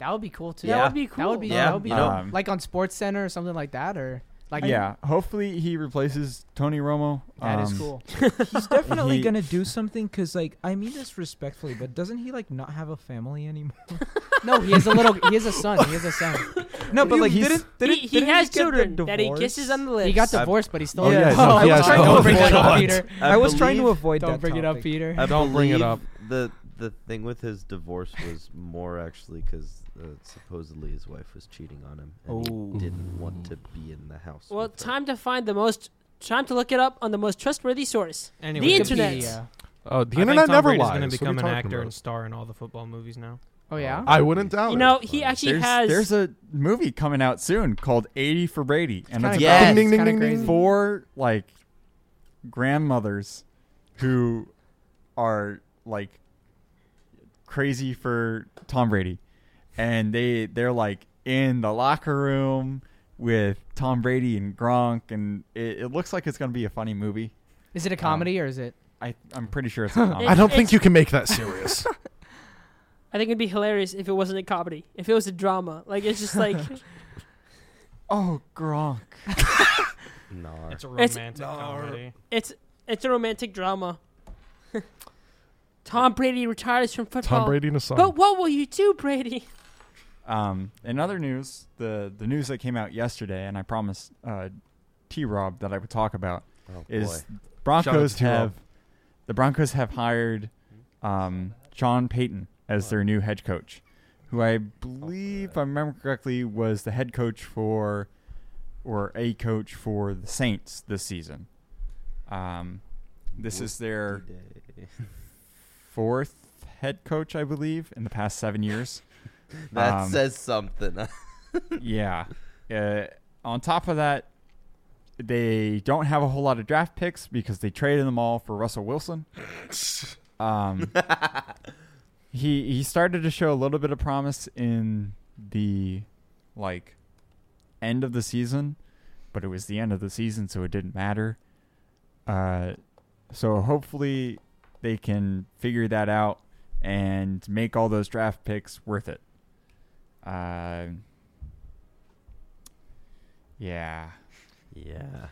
Speaker 8: That would be cool too.
Speaker 2: That
Speaker 6: Yeah.
Speaker 2: would be cool.
Speaker 8: That would be.
Speaker 6: Yeah,
Speaker 8: That would be
Speaker 6: you know.
Speaker 1: Um,
Speaker 8: like on Sports Center or something like that, or like
Speaker 1: yeah, hopefully he replaces Tony Romo.
Speaker 8: That is
Speaker 1: Um,
Speaker 8: cool.
Speaker 7: He's definitely
Speaker 1: He-
Speaker 7: gonna do something because, like, I mean this respectfully, but doesn't he like not have a family anymore?
Speaker 8: No, he has a little. He has a son. He has a son.
Speaker 7: no, but
Speaker 1: You-
Speaker 7: like,
Speaker 1: he's-
Speaker 7: didn't,
Speaker 2: He,
Speaker 7: didn't,
Speaker 2: he
Speaker 7: didn't
Speaker 2: has
Speaker 7: get the
Speaker 2: children that he
Speaker 7: divorce?
Speaker 2: kisses on the lips.
Speaker 8: He got divorced, but he's still.
Speaker 1: Oh, yeah, no,
Speaker 8: I
Speaker 1: he
Speaker 8: was
Speaker 1: has
Speaker 8: trying-
Speaker 1: no
Speaker 8: don't bring that up,
Speaker 3: God.
Speaker 8: Peter.
Speaker 7: I, was trying to
Speaker 6: believe-
Speaker 7: avoid
Speaker 8: Don't
Speaker 7: that.
Speaker 8: bring it up,
Speaker 7: topic.
Speaker 8: Peter.
Speaker 6: I
Speaker 3: Don't bring it
Speaker 6: believe
Speaker 3: up.
Speaker 6: The the thing with his divorce was more actually because uh, supposedly his wife was cheating on him and
Speaker 3: Oh.
Speaker 6: he didn't want to be in the house.
Speaker 2: Well,
Speaker 6: with her.
Speaker 2: time to find the most. Time to look it up on the most trustworthy source.
Speaker 11: Anyway,
Speaker 2: The internet.
Speaker 11: uh,
Speaker 8: Wikipedia.
Speaker 3: Oh, the
Speaker 11: I think
Speaker 3: internet
Speaker 11: Tom
Speaker 3: never
Speaker 11: Brady's
Speaker 3: lies.
Speaker 11: gonna
Speaker 3: What are you
Speaker 11: become an
Speaker 3: talking
Speaker 11: actor
Speaker 3: about?
Speaker 11: and star in all the football movies now.
Speaker 8: Oh yeah.
Speaker 3: I wouldn't doubt
Speaker 2: You
Speaker 3: it.
Speaker 2: know, he actually
Speaker 1: There's,
Speaker 2: has.
Speaker 1: there's a movie coming out soon called 80 for Brady. And it's
Speaker 8: Kinda
Speaker 1: about
Speaker 6: Yes.
Speaker 3: Ding,
Speaker 8: crazy.
Speaker 3: ding,
Speaker 8: It's kinda
Speaker 3: ding, ding.
Speaker 8: crazy.
Speaker 1: four like grandmothers who are like crazy for Tom Brady, and they they're like in the locker room with Tom Brady and Gronk, and it, it looks like it's gonna be a funny movie. Um,
Speaker 8: Is it a comedy or is it?
Speaker 1: I I'm pretty sure it's a comedy.
Speaker 3: I don't think
Speaker 2: It's-
Speaker 3: you can make that serious.
Speaker 2: I think it'd be hilarious if it wasn't a comedy. If it was a drama, like it's just like
Speaker 1: oh Gronk,
Speaker 6: Nar.
Speaker 11: It's a
Speaker 2: It's-
Speaker 11: romantic comedy.
Speaker 2: it's it's a romantic drama. Tom Brady retires from football.
Speaker 3: Tom Brady and his son.
Speaker 2: But what will you do, Brady?
Speaker 1: Um, in other news, the the news that came out yesterday, and I promised uh, T Rob that I would talk about
Speaker 6: Oh,
Speaker 1: is
Speaker 6: boy.
Speaker 1: Broncos
Speaker 3: Shout out to
Speaker 1: have the Broncos have hired um, John Payton as their new head coach. who I believe, if I remember correctly, was the head coach for or a coach for the Saints this season. Um, this is their fourth head coach, I believe, in the past seven years.
Speaker 6: That
Speaker 1: Um,
Speaker 6: says something.
Speaker 1: yeah. Uh, on top of that, they don't have a whole lot of draft picks because they traded them all for Russell Wilson. Um, he he started to show a little bit of promise in the like end of the season, but it was the end of the season, so it didn't matter. Uh, so hopefully they can figure that out and make all those draft picks worth it. Uh, yeah.
Speaker 6: yeah.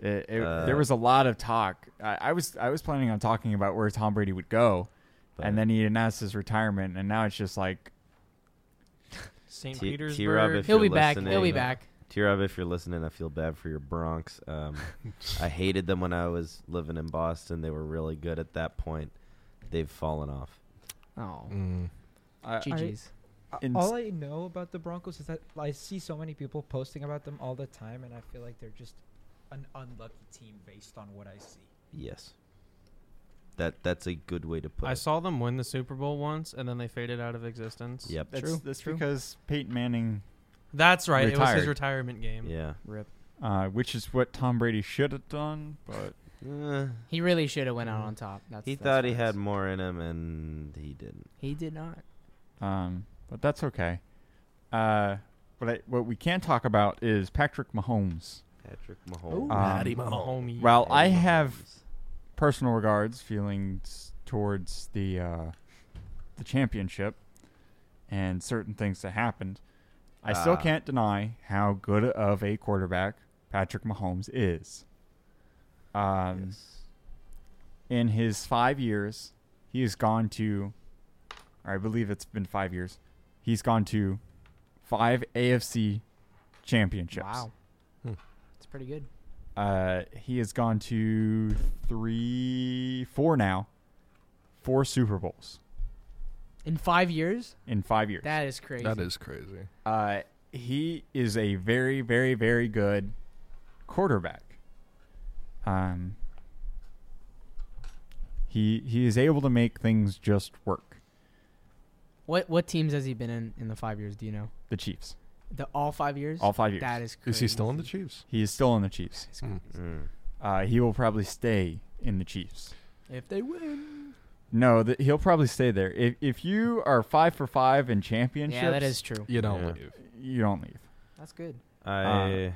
Speaker 1: It, it,
Speaker 6: Uh,
Speaker 1: there was a lot of talk. I, I was I was planning on talking about where Tom Brady would go,
Speaker 6: But-
Speaker 1: and then he announced his retirement, and now it's just like
Speaker 11: St.
Speaker 6: T-
Speaker 11: Petersburg.
Speaker 6: T-Rob, if
Speaker 8: He'll
Speaker 6: you're
Speaker 8: be back. He'll be
Speaker 6: listening- uh,
Speaker 8: back.
Speaker 6: T-Rob, if you're listening, I feel bad for your Bronx. Um, I hated them when I was living in Boston. They were really good at that point. They've fallen off.
Speaker 8: Oh,
Speaker 3: Mm.
Speaker 1: I,
Speaker 8: GG's.
Speaker 7: A-
Speaker 1: Ins-
Speaker 7: all I know about the Broncos is that I see so many people posting about them all the time, and I feel like they're just an unlucky team based on what I see.
Speaker 6: Yes. That that's a good way to put
Speaker 11: I
Speaker 6: it.
Speaker 11: saw them win the Super Bowl once, and then they faded out of existence.
Speaker 6: Yep.
Speaker 1: that's,
Speaker 8: True,
Speaker 1: That's
Speaker 8: true.
Speaker 1: because Peyton Manning,
Speaker 11: That's right. It was his
Speaker 1: Retired.
Speaker 11: retirement game.
Speaker 6: Yeah.
Speaker 1: uh, which is what Tom Brady should have done, but
Speaker 6: Eh,
Speaker 8: He really should have went out on top. That's,
Speaker 6: he
Speaker 8: that's
Speaker 6: thought he
Speaker 8: facts.
Speaker 6: had more in him, and he didn't.
Speaker 8: He did not.
Speaker 1: um, but that's okay. Uh, what I, what we can talk about is Patrick Mahomes.
Speaker 6: Patrick Mahomes.
Speaker 1: Um,
Speaker 11: Mahomes.
Speaker 1: Well, I
Speaker 6: Patrick
Speaker 1: have
Speaker 6: Mahomes.
Speaker 1: personal regards, feelings towards the uh, the championship and certain things that happened. I still
Speaker 6: Ah.
Speaker 1: can't deny how good of a quarterback Patrick Mahomes is. Um,
Speaker 6: Yes.
Speaker 1: in his five years, he has gone to, or I believe it's been five years, he's gone to five AFC championships.
Speaker 8: Wow.
Speaker 3: Hmm.
Speaker 8: It's pretty good.
Speaker 1: Uh, he has gone to three, four now, four Super Bowls
Speaker 8: In five years,
Speaker 1: in five years.
Speaker 8: that is crazy.
Speaker 3: That is crazy.
Speaker 1: Uh, he is a very, very, very good quarterback. Um, he he is able to make things just work.
Speaker 8: What what teams has he been in in the five years? Do you know?
Speaker 1: The Chiefs,
Speaker 8: The all five years.
Speaker 1: all five years.
Speaker 8: That is crazy.
Speaker 3: Is he still in the Chiefs?
Speaker 1: He is still in the Chiefs.
Speaker 8: That is
Speaker 3: Mm.
Speaker 8: crazy.
Speaker 6: Mm.
Speaker 1: Uh, he will probably stay in the Chiefs.
Speaker 8: If they win.
Speaker 1: No, th- he'll probably stay there. If if you are five for five in championships,
Speaker 8: Yeah, that is true.
Speaker 3: You don't
Speaker 6: Yeah.
Speaker 3: leave.
Speaker 1: you don't leave. Uh,
Speaker 8: That's good.
Speaker 6: I,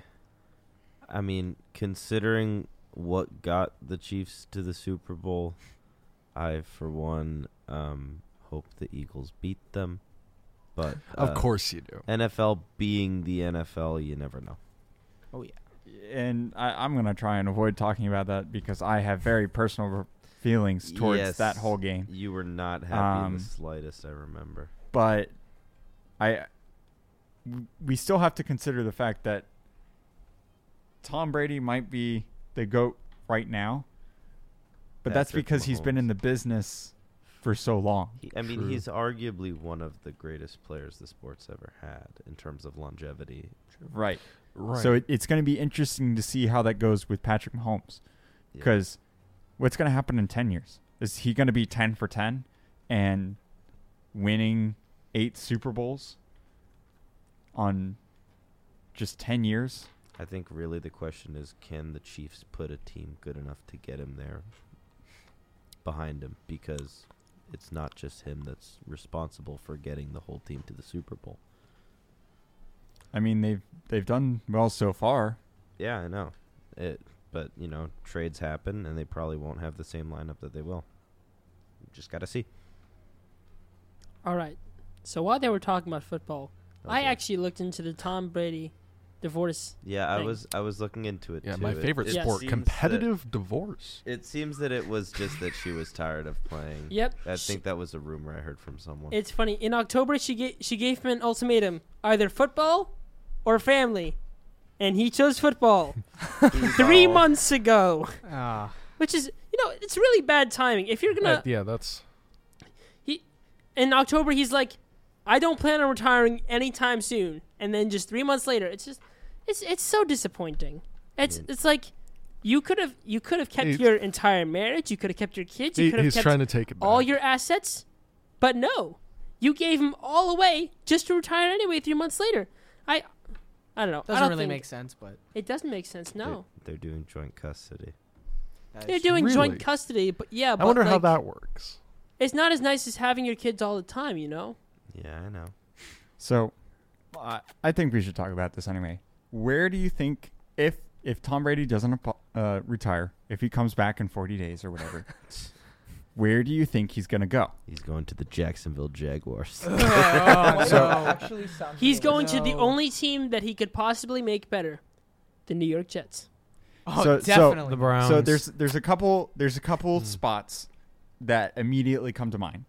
Speaker 6: I mean, considering what got the Chiefs to the Super Bowl, I for one um, hope the Eagles beat them. But
Speaker 3: Of
Speaker 6: uh,
Speaker 3: course you do.
Speaker 6: NFL being the NFL, you never know.
Speaker 1: And I, I'm gonna try and avoid talking about that because I have very personal r- feelings towards
Speaker 6: Yes.
Speaker 1: that whole game.
Speaker 6: You were not happy in
Speaker 1: Um,
Speaker 6: the slightest. I remember.
Speaker 1: But I, w- we still have to consider the fact that Tom Brady might be the goat right now, but that's
Speaker 6: Patrick
Speaker 1: because he's been
Speaker 6: Mahomes.
Speaker 1: in the business for so long.
Speaker 6: He, I mean,
Speaker 3: True.
Speaker 6: he's arguably one of the greatest players the sport's ever had in terms of longevity.
Speaker 1: Right.
Speaker 3: Right.
Speaker 1: So it, it's going to be interesting to see how that goes with Patrick Mahomes.
Speaker 6: Yeah.
Speaker 1: Because what's going to happen in 10 years? Is he going to be 10 for 10 and winning eight Super Bowls on just 10 years?
Speaker 6: I think really the question is can the Chiefs put a team good enough to get him there behind him because it's not just him that's responsible for getting the whole team to the Super Bowl.
Speaker 1: I mean, they've they've done well so far.
Speaker 6: Yeah, I know. It but you know, trades happen and they probably won't have the same lineup that they will. Just got to see.
Speaker 2: All right. So while they were talking about football, I
Speaker 6: Okay.
Speaker 2: actually looked into the Tom Brady divorce.
Speaker 6: Yeah, I
Speaker 2: Thanks.
Speaker 6: was I was looking into it
Speaker 3: yeah,
Speaker 6: too.
Speaker 3: my
Speaker 6: It-
Speaker 3: favorite
Speaker 6: it
Speaker 2: Yes.
Speaker 3: sport,
Speaker 6: seems
Speaker 3: competitive divorce.
Speaker 6: that- it seems that it was just that she was tired of playing.
Speaker 2: Yep.
Speaker 6: I
Speaker 2: Sh- Eh,
Speaker 6: think that was a rumor I heard from someone.
Speaker 2: It's funny. In October, she gave she gave him an ultimatum: either football or family, and he chose football three
Speaker 6: No.
Speaker 2: months ago,
Speaker 8: Ah,
Speaker 2: which is you know it's really bad timing. If you're gonna
Speaker 3: Uh, yeah, that's
Speaker 2: in October, he's like, I don't plan on retiring anytime soon, and then just three months later, it's just, it's it's so disappointing. It's
Speaker 3: Mm.
Speaker 2: it's like, you could have you could have kept
Speaker 3: He's-
Speaker 2: your entire marriage, you could have kept your kids, you
Speaker 3: He-
Speaker 2: could have
Speaker 3: he's
Speaker 2: kept
Speaker 3: trying to take it back.
Speaker 2: all your assets, but no, you gave them all away just to retire anyway three months later. I, I don't know. I
Speaker 8: Doesn't
Speaker 2: don't
Speaker 8: really
Speaker 2: think-
Speaker 8: make sense, but
Speaker 2: It doesn't make sense. No,
Speaker 14: They're doing joint custody.
Speaker 2: they're doing
Speaker 3: Really?
Speaker 2: joint custody, but yeah,
Speaker 3: I
Speaker 2: but
Speaker 3: wonder how
Speaker 2: like,
Speaker 3: that works.
Speaker 2: It's not as nice as having your kids all the time, you know.
Speaker 14: Yeah, I know.
Speaker 1: So, I I think we should talk about this anyway. Where do you think if if Tom Brady doesn't apo- uh, retire, if he comes back in 40 days or whatever, where do you think he's gonna go?
Speaker 14: He's going to the Jacksonville Jaguars.
Speaker 2: Oh,
Speaker 8: Oh,
Speaker 10: actually sounds
Speaker 2: He's going to the
Speaker 8: No.
Speaker 2: only team that he could possibly make better, the New York Jets.
Speaker 8: oh,
Speaker 1: So- so-
Speaker 8: definitely.
Speaker 11: The Browns.
Speaker 1: So there's there's a couple there's a couple
Speaker 3: Mm.
Speaker 1: spots that immediately come to mind.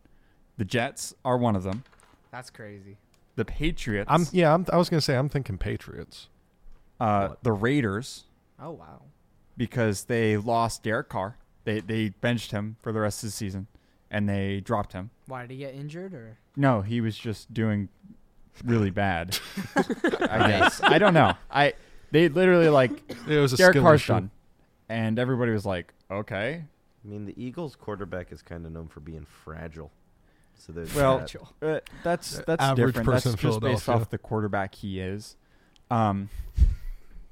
Speaker 1: The Jets are one of them.
Speaker 8: That's crazy.
Speaker 1: The Patriots,
Speaker 3: I'm yeah. I'm, I was gonna say I'm thinking Patriots.
Speaker 1: uh, the Raiders,
Speaker 8: Oh wow.
Speaker 1: because they lost Derek Carr. They they benched him for the rest of the season, and they dropped him.
Speaker 8: Why did he get injured or?
Speaker 1: No, he was just doing really bad. I guess I don't know. I they literally like
Speaker 3: It was a
Speaker 1: Derek
Speaker 3: skill
Speaker 1: Carr's
Speaker 3: issue.
Speaker 1: done, and everybody was like, okay,
Speaker 14: I mean, the Eagles' quarterback is kind of known for being fragile. So there's
Speaker 1: Well,
Speaker 14: that.
Speaker 1: uh, that's that's
Speaker 3: average
Speaker 1: different.
Speaker 3: person
Speaker 1: that's
Speaker 3: in
Speaker 1: just based
Speaker 3: Philadelphia.
Speaker 1: off the quarterback he is. Um,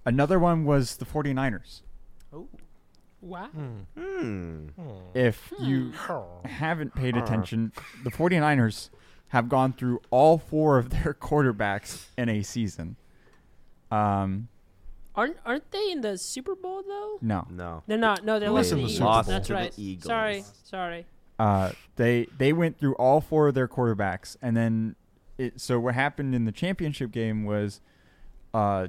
Speaker 1: another one was the 49ers.
Speaker 11: Oh.
Speaker 2: Wow.
Speaker 14: Hmm.
Speaker 1: If you
Speaker 3: Hmm.
Speaker 1: haven't paid attention, the 49ers have gone through all four of their quarterbacks in a season. Um,
Speaker 2: Aren't aren't they in the Super Bowl though?
Speaker 1: no.
Speaker 14: No.
Speaker 2: They're not. No, they
Speaker 14: They
Speaker 2: lost to the
Speaker 3: lost
Speaker 2: Eagles.
Speaker 3: to
Speaker 2: That's
Speaker 14: the
Speaker 2: right.
Speaker 14: Eagles.
Speaker 2: Sorry, sorry.
Speaker 1: Uh, they they went through all four of their quarterbacks, and then it, so what happened in the championship game was, uh,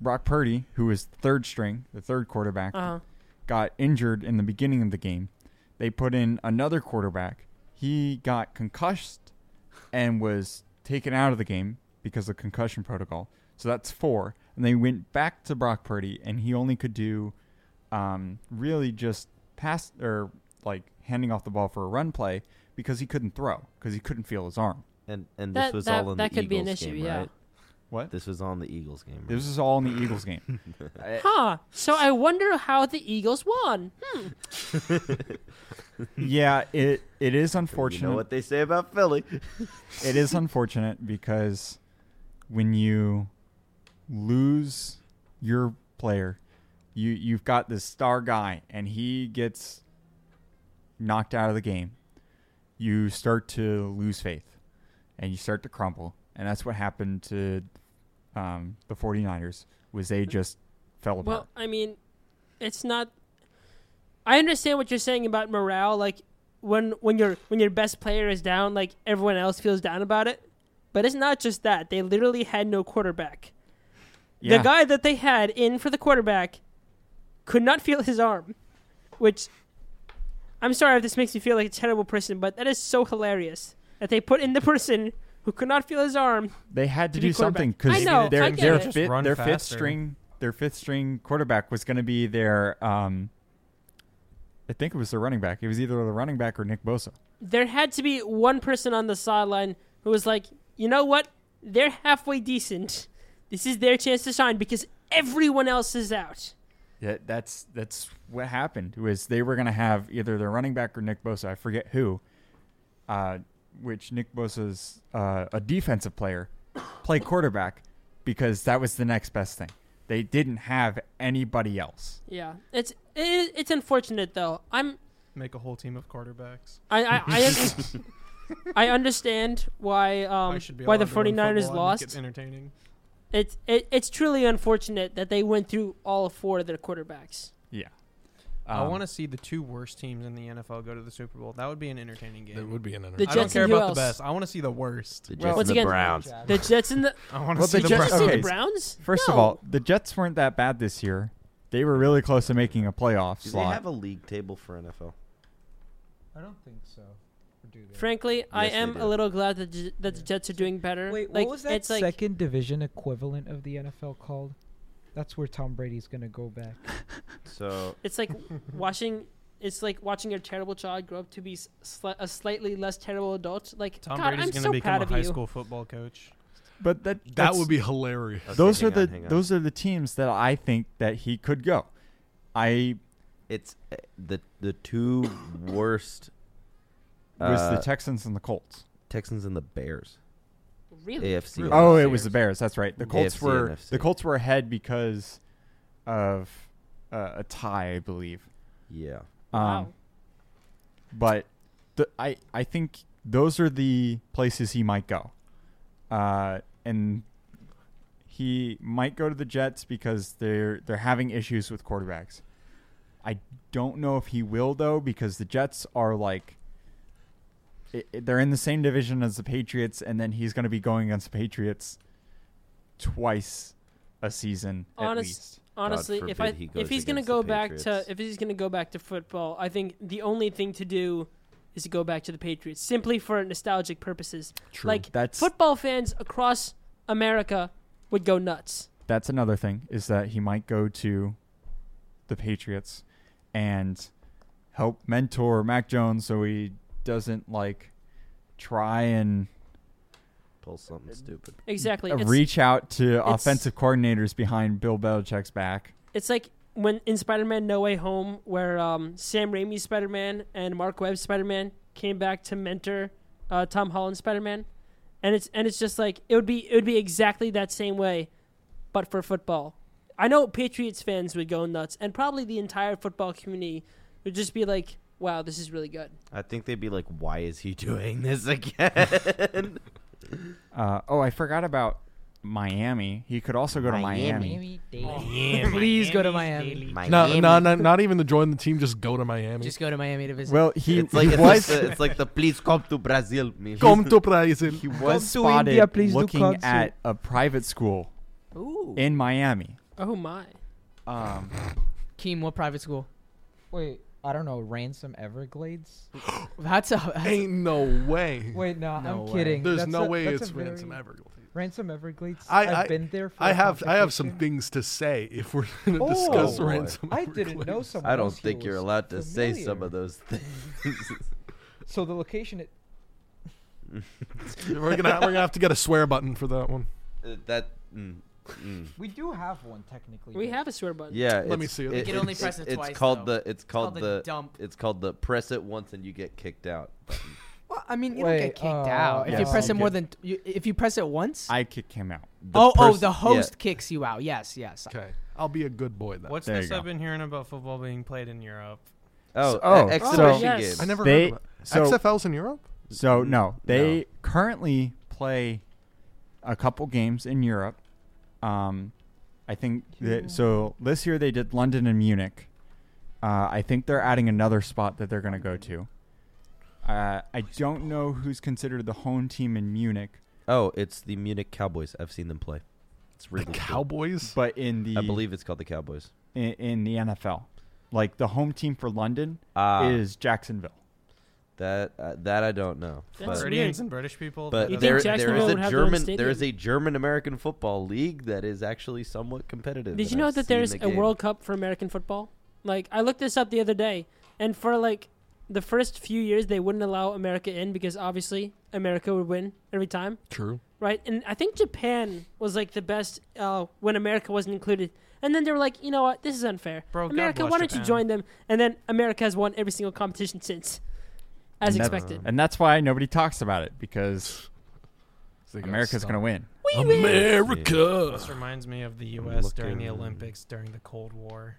Speaker 1: Brock Purdy, who was third string, the third quarterback,
Speaker 2: Uh-huh.
Speaker 1: got injured in the beginning of the game. They put in another quarterback. He got concussed and was taken out of the game because of concussion protocol. So that's four. And they went back to Brock Purdy, and he only could do um, really just pass or like handing off the ball for a run play because he couldn't throw because he couldn't feel his arm.
Speaker 14: And and this
Speaker 2: That
Speaker 14: was
Speaker 2: that,
Speaker 14: all in
Speaker 2: that
Speaker 14: the
Speaker 2: could
Speaker 14: Eagles
Speaker 2: be an issue.
Speaker 14: game,
Speaker 2: yeah.
Speaker 14: right?
Speaker 1: What?
Speaker 14: This was on the Eagles game. Right?
Speaker 1: This is all in the Eagles game. Eh.
Speaker 2: Huh. So I wonder how the Eagles won. Hmm.
Speaker 1: yeah, it it is unfortunate.
Speaker 14: You know what they say about Philly?
Speaker 1: it is unfortunate because when you lose your player, you you've got this star guy and he gets knocked out of the game. You start to lose faith and you start to crumble. And that's what happened to um, the 49ers was they just fell apart.
Speaker 2: Well, I mean, it's not. I understand what you're saying about morale. Like when when your when your best player is down, like everyone else feels down about it. But it's not just that. They literally had no quarterback.
Speaker 1: yeah.
Speaker 2: The guy that they had in for the quarterback could not feel his arm, which I'm sorry if this makes me feel like a terrible person, but that is so hilarious that they put in the person who could not feel his arm.
Speaker 1: they had to
Speaker 2: to be
Speaker 1: do something
Speaker 2: quarterback.
Speaker 1: because
Speaker 2: I know,
Speaker 1: their
Speaker 2: I get
Speaker 1: their,
Speaker 2: it.
Speaker 1: fifth,
Speaker 11: Just run
Speaker 1: their fifth
Speaker 11: faster.
Speaker 1: string their fifth string quarterback was going to be their um I think it was their running back. It was either the running back or Nick Bosa.
Speaker 2: There had to be one person on the sideline who was like, you know what? They're halfway decent. This is their chance to shine because everyone else is out.
Speaker 1: Yeah, that's that's what happened. Was they were going to have either their running back or Nick Bosa. I forget who. Uh, which Nick Bosa's uh, a defensive player, play quarterback, because that was the next best thing. They didn't have anybody else.
Speaker 2: Yeah, it's it, it's unfortunate though. I'm
Speaker 11: make a whole team of quarterbacks.
Speaker 2: I I I, un- I understand why um
Speaker 11: I should be
Speaker 2: why the
Speaker 11: allowed to run
Speaker 2: 49ers
Speaker 11: football and make
Speaker 2: lost.
Speaker 11: It entertaining.
Speaker 2: It's it, it's truly unfortunate that they went through all four of their quarterbacks.
Speaker 1: Yeah.
Speaker 11: I
Speaker 6: Um,
Speaker 11: want to see the two worst teams in the NFL go to the Super Bowl. That would be an entertaining game.
Speaker 3: It would be an
Speaker 11: I
Speaker 2: The
Speaker 3: entertainment.
Speaker 11: don't
Speaker 2: Jets
Speaker 11: care
Speaker 2: and who
Speaker 11: about
Speaker 2: else?
Speaker 11: the best. I want to see the worst.
Speaker 14: The Jets
Speaker 1: Well,
Speaker 14: and
Speaker 2: once
Speaker 14: the
Speaker 2: again-
Speaker 14: Browns.
Speaker 2: The Jets and the
Speaker 11: I want to
Speaker 1: Well,
Speaker 11: see
Speaker 1: the
Speaker 11: the
Speaker 1: Jets-
Speaker 11: Browns.
Speaker 2: Did you see
Speaker 1: okay.
Speaker 2: the Browns.
Speaker 1: First of
Speaker 2: No.
Speaker 1: all, the Jets weren't that bad this year. They were really close to making a playoff
Speaker 14: Do they
Speaker 1: slot.
Speaker 14: have a league table for NFL?
Speaker 10: I don't think so. Or do they?
Speaker 2: frankly, I
Speaker 14: Yes, they
Speaker 2: am
Speaker 14: do.
Speaker 2: a little glad that, the J- that the Jets are doing better.
Speaker 10: Wait,
Speaker 2: like,
Speaker 10: what was that
Speaker 2: it's like,
Speaker 10: second division equivalent of the NFL called? That's where Tom Brady's gonna go back.
Speaker 14: So
Speaker 2: It's like washing it's like watching your terrible child grow up to be s- sli- a slightly less terrible adult. Like
Speaker 11: Tom
Speaker 2: God,
Speaker 11: Brady's
Speaker 2: I'm
Speaker 11: gonna
Speaker 2: so
Speaker 11: become
Speaker 2: proud
Speaker 11: a
Speaker 2: of
Speaker 11: high
Speaker 2: you.
Speaker 11: school football coach.
Speaker 1: But that
Speaker 3: That
Speaker 1: that's-
Speaker 3: would be hilarious.
Speaker 6: Okay,
Speaker 1: those are
Speaker 6: hang on,
Speaker 1: the
Speaker 6: hang on.
Speaker 1: those are the teams that I think that he could go. I
Speaker 6: It's uh, the the two worst
Speaker 1: was
Speaker 6: uh,
Speaker 1: the Texans and the Colts.
Speaker 6: Texans and the Bears.
Speaker 2: Really?
Speaker 6: AFC. and
Speaker 1: Oh,
Speaker 6: NFC.
Speaker 1: it was the Bears. That's right. The Colts
Speaker 6: AFC and
Speaker 1: were
Speaker 6: NFC.
Speaker 1: the Colts were ahead because of uh, a tie, I believe.
Speaker 6: Yeah.
Speaker 1: Um,
Speaker 2: Wow.
Speaker 1: But the, I I think those are the places he might go, uh, and he might go to the Jets because they're they're having issues with quarterbacks. I don't know if he will though because the Jets are like i i- they're in the same division as the Patriots, and then he's going to be going against the Patriots twice a season at
Speaker 2: Honest-
Speaker 1: least.
Speaker 2: Honestly,
Speaker 6: God
Speaker 2: if I
Speaker 6: forbid he goes
Speaker 2: if he's gonna
Speaker 6: against the
Speaker 2: go back to
Speaker 6: Patriots.
Speaker 2: if he's gonna go back to football, I think the only thing to do is to go back to the Patriots simply for nostalgic purposes.
Speaker 1: True.
Speaker 2: Like
Speaker 1: That's-
Speaker 2: football fans across America would go nuts.
Speaker 1: that's another thing is that he might go to the Patriots and help mentor Mac Jones so he doesn't like try and
Speaker 6: Pull something stupid.
Speaker 2: Exactly. It's,
Speaker 1: reach out to
Speaker 2: it's-
Speaker 1: offensive coordinators behind Bill Belichick's back.
Speaker 2: it's like when in Spider-Man No Way Home, where um, Sam Raimi's Spider-Man and Mark Webb's Spider-Man came back to mentor uh, Tom Holland's Spider-Man, and it's and it's just like it would be it would be exactly that same way, but for football. I know Patriots fans would go nuts, and probably the entire football community would just be like, "Wow, this is really good."
Speaker 6: I think they'd be like, "Why is he doing this again?"
Speaker 1: Uh, oh, I forgot about Miami. He could also go to Miami.
Speaker 8: Oh, Please go to Miami.
Speaker 3: No, no, no, not even to join the team. Just go to Miami.
Speaker 8: Just go to Miami to visit.
Speaker 1: Well, he,
Speaker 6: It's like
Speaker 1: he
Speaker 6: it's like,
Speaker 1: was
Speaker 6: the, it's like the please come to Brazil. mission."
Speaker 3: Come to Brazil.
Speaker 1: he was
Speaker 7: Come to
Speaker 1: spotted
Speaker 7: India, please do
Speaker 1: looking
Speaker 7: concert.
Speaker 1: at a private school
Speaker 8: Ooh.
Speaker 1: in Miami.
Speaker 2: Oh my!
Speaker 1: Um,
Speaker 8: Keem, what private school?
Speaker 7: Wait, I don't know. Ransom Everglades.
Speaker 8: That's a. That's
Speaker 3: Ain't no way.
Speaker 7: Wait, no,
Speaker 8: No
Speaker 7: I'm
Speaker 8: way.
Speaker 7: kidding.
Speaker 3: There's
Speaker 7: That's
Speaker 3: no
Speaker 7: a-
Speaker 3: way
Speaker 7: that's a
Speaker 3: it's ransom
Speaker 7: very-
Speaker 3: Everglades.
Speaker 7: Ransom Everglades.
Speaker 3: I-
Speaker 7: have
Speaker 3: I-
Speaker 7: been there. For
Speaker 3: I
Speaker 7: a
Speaker 3: have I have some
Speaker 7: competition.
Speaker 3: things to say if we're going to
Speaker 7: Oh,
Speaker 3: discuss
Speaker 6: boy.
Speaker 3: ransom.
Speaker 7: I didn't know
Speaker 3: Everglades.
Speaker 7: someone.
Speaker 6: I don't
Speaker 7: else who
Speaker 6: think you're
Speaker 7: was
Speaker 6: allowed to say
Speaker 7: familiar.
Speaker 6: some of those things.
Speaker 7: So the location. It,
Speaker 3: We're gonna we're gonna have to get a swear button for that one.
Speaker 6: Uh, that. Mm, mm.
Speaker 7: we do have one technically.
Speaker 2: We
Speaker 7: but-
Speaker 2: have a swear button.
Speaker 6: Yeah,
Speaker 3: Let me
Speaker 6: it's-
Speaker 3: see it. You
Speaker 8: can only press it
Speaker 6: it's
Speaker 8: twice,
Speaker 6: called
Speaker 8: though.
Speaker 6: the. It's called,
Speaker 8: called a
Speaker 6: the.
Speaker 8: dump.
Speaker 6: It's called the press it once and you get kicked out.
Speaker 8: Well, I mean, you
Speaker 7: Wait,
Speaker 8: don't get kicked
Speaker 7: uh,
Speaker 8: out oh, if you
Speaker 1: yes,
Speaker 8: press
Speaker 1: you
Speaker 8: it more
Speaker 1: get-
Speaker 8: than t- you, if you press it once.
Speaker 1: I kick him out.
Speaker 8: oh, oh,
Speaker 6: pers-
Speaker 8: the
Speaker 6: yeah.
Speaker 8: host kicks you out. Yes, yes.
Speaker 3: Okay, I'll be a good boy then.
Speaker 11: What's
Speaker 1: There
Speaker 11: this
Speaker 1: you go.
Speaker 11: I've been hearing about football being played in Europe?
Speaker 7: e-
Speaker 6: Oh,
Speaker 1: Oh,
Speaker 6: oh exhibition
Speaker 2: so- yes.
Speaker 6: games.
Speaker 3: I never
Speaker 1: They-
Speaker 3: heard of it.
Speaker 1: so-
Speaker 3: XFL's in Europe.
Speaker 1: So
Speaker 7: Mm.
Speaker 1: no, they
Speaker 6: no.
Speaker 1: currently play a couple games in Europe. Um, I think that, so. This year they did London and Munich. Uh, I think they're adding another spot that they're going to go to. Uh, I don't know who's considered the home team in Munich,
Speaker 6: Oh, it's the Munich Cowboys. I've seen them play. It's really
Speaker 3: The
Speaker 6: cool.
Speaker 3: Cowboys.
Speaker 1: but in the
Speaker 6: I believe it's called the Cowboys.
Speaker 1: in, in the NFL, like the home team for London
Speaker 6: Ah.
Speaker 1: is Jacksonville.
Speaker 6: That uh, that I don't know.
Speaker 2: That's
Speaker 6: but
Speaker 2: weird.
Speaker 11: Canadians and British people.
Speaker 6: but
Speaker 11: that
Speaker 2: You think
Speaker 6: there,
Speaker 11: doesn't-
Speaker 6: there
Speaker 2: Jacksonville
Speaker 6: is
Speaker 2: would
Speaker 6: a
Speaker 2: have their own
Speaker 6: German there is a
Speaker 2: stadium?
Speaker 6: German American football league that is actually somewhat competitive.
Speaker 2: Did
Speaker 6: and
Speaker 2: you know
Speaker 6: I've
Speaker 2: that
Speaker 6: seen
Speaker 2: there's
Speaker 6: the
Speaker 2: a
Speaker 6: game.
Speaker 2: World Cup for American football? Like I looked this up the other day, and for like the first few years they wouldn't allow America in because obviously America would win every time,
Speaker 3: True.
Speaker 2: right? And I think Japan was like the best uh, when America wasn't included. And then they were like, you know what, this is unfair.
Speaker 11: Bro, God
Speaker 2: America,
Speaker 11: bless
Speaker 2: why don't you
Speaker 11: Japan.
Speaker 2: join them? And then America has won every single competition since, as
Speaker 1: And that's-
Speaker 2: expected.
Speaker 1: and that's why nobody talks about it because
Speaker 3: They got
Speaker 1: America's going to
Speaker 3: stopped.
Speaker 1: win.
Speaker 3: America.
Speaker 11: This reminds me of the U.S. during the
Speaker 6: looking-
Speaker 11: Olympics during the Cold War.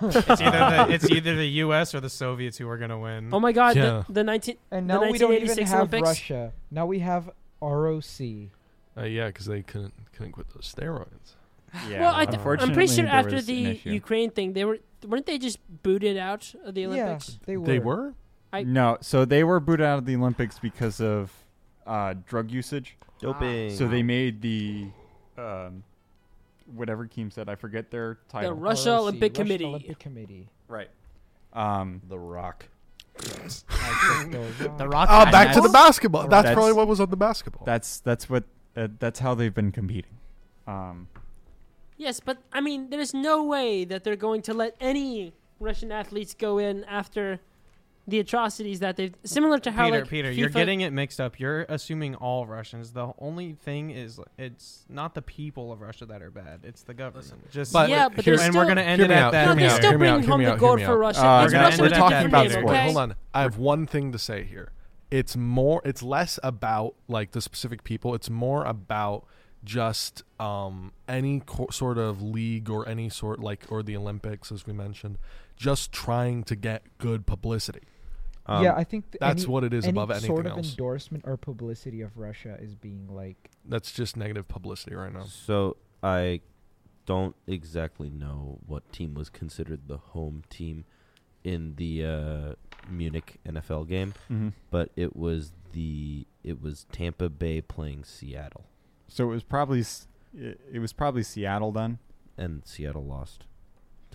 Speaker 11: it's, either the, it's either the U.S. or the Soviets who are going to win.
Speaker 2: oh my God,
Speaker 3: Yeah.
Speaker 2: the, the 19
Speaker 7: And
Speaker 2: The
Speaker 7: now we don't even
Speaker 2: 1986
Speaker 7: have
Speaker 2: Olympics?
Speaker 7: Russia. Now we have ROC.
Speaker 3: Uh, yeah, because they couldn't couldn't quit those steroids.
Speaker 1: Yeah,
Speaker 2: well, I th- I'm
Speaker 1: unfortunately,
Speaker 2: pretty sure
Speaker 1: there
Speaker 2: after
Speaker 1: was an
Speaker 2: the
Speaker 1: issue.
Speaker 2: Ukraine thing, they were weren't they just booted out of the Olympics?
Speaker 7: Yeah, they were.
Speaker 3: They were.
Speaker 2: I-
Speaker 1: no, so they were booted out of the Olympics because of uh, drug usage.
Speaker 6: doping.
Speaker 1: So they made the um, whatever Keem said. I forget their
Speaker 2: The
Speaker 1: title.
Speaker 3: Oh,
Speaker 2: Russia
Speaker 7: ROC,
Speaker 2: Olympic
Speaker 7: Russian
Speaker 2: Committee.
Speaker 7: Olympic Committee.
Speaker 1: right. Um,
Speaker 6: the Rock.
Speaker 7: I think they're wrong.
Speaker 8: The Rock.
Speaker 3: Ah, back to
Speaker 1: that's-
Speaker 3: the basketball. That's,
Speaker 1: That's-
Speaker 3: probably what was on the basketball.
Speaker 1: that's that's what uh, that's how they've been competing. Um,
Speaker 2: Yes, but I mean, there's no way that they're going to let any Russian athletes go in after the atrocities that they've similar to how
Speaker 11: Peter,
Speaker 2: like
Speaker 11: Peter, you're
Speaker 2: FIFA
Speaker 11: getting it mixed up. You're assuming all Russians. The only thing is, it's not the people of Russia that are bad. It's the government. Just
Speaker 2: But- Yeah, but
Speaker 11: and
Speaker 2: there's
Speaker 11: we're
Speaker 2: still-
Speaker 11: gonna end
Speaker 3: Hear me
Speaker 11: it at
Speaker 3: out,
Speaker 11: that.
Speaker 3: hear
Speaker 2: No,
Speaker 3: me
Speaker 2: they're
Speaker 3: out,
Speaker 2: still
Speaker 3: hear me out,
Speaker 2: bringing
Speaker 3: hear
Speaker 2: home
Speaker 3: me
Speaker 2: the
Speaker 3: out,
Speaker 2: gold
Speaker 3: hear me
Speaker 2: for
Speaker 3: out.
Speaker 2: Russia.
Speaker 11: Uh,
Speaker 2: Let's
Speaker 11: guys,
Speaker 2: not
Speaker 11: we're
Speaker 2: let that
Speaker 11: talking
Speaker 2: get
Speaker 11: about
Speaker 2: confused,
Speaker 11: sport.
Speaker 2: okay?
Speaker 3: Hold on. I have one thing to say here. It's more it's less about like the specific people. It's more about just um any co- sort of league or any sort like or the Olympics as we mentioned, just trying to get good publicity.
Speaker 6: Um,
Speaker 3: Um,
Speaker 7: yeah, I think th-
Speaker 3: that's
Speaker 7: any-
Speaker 3: what it is
Speaker 7: any
Speaker 3: above anything
Speaker 7: sort of
Speaker 3: else.
Speaker 7: endorsement or publicity of Russia is being like
Speaker 3: That's just negative publicity right now.
Speaker 6: So I don't exactly know what team was considered the home team in the uh, Munich NFL game,
Speaker 1: Mm-hmm.
Speaker 6: but it was the it was Tampa Bay playing Seattle,
Speaker 1: So it was probably s- it, it was probably Seattle then.
Speaker 6: and Seattle lost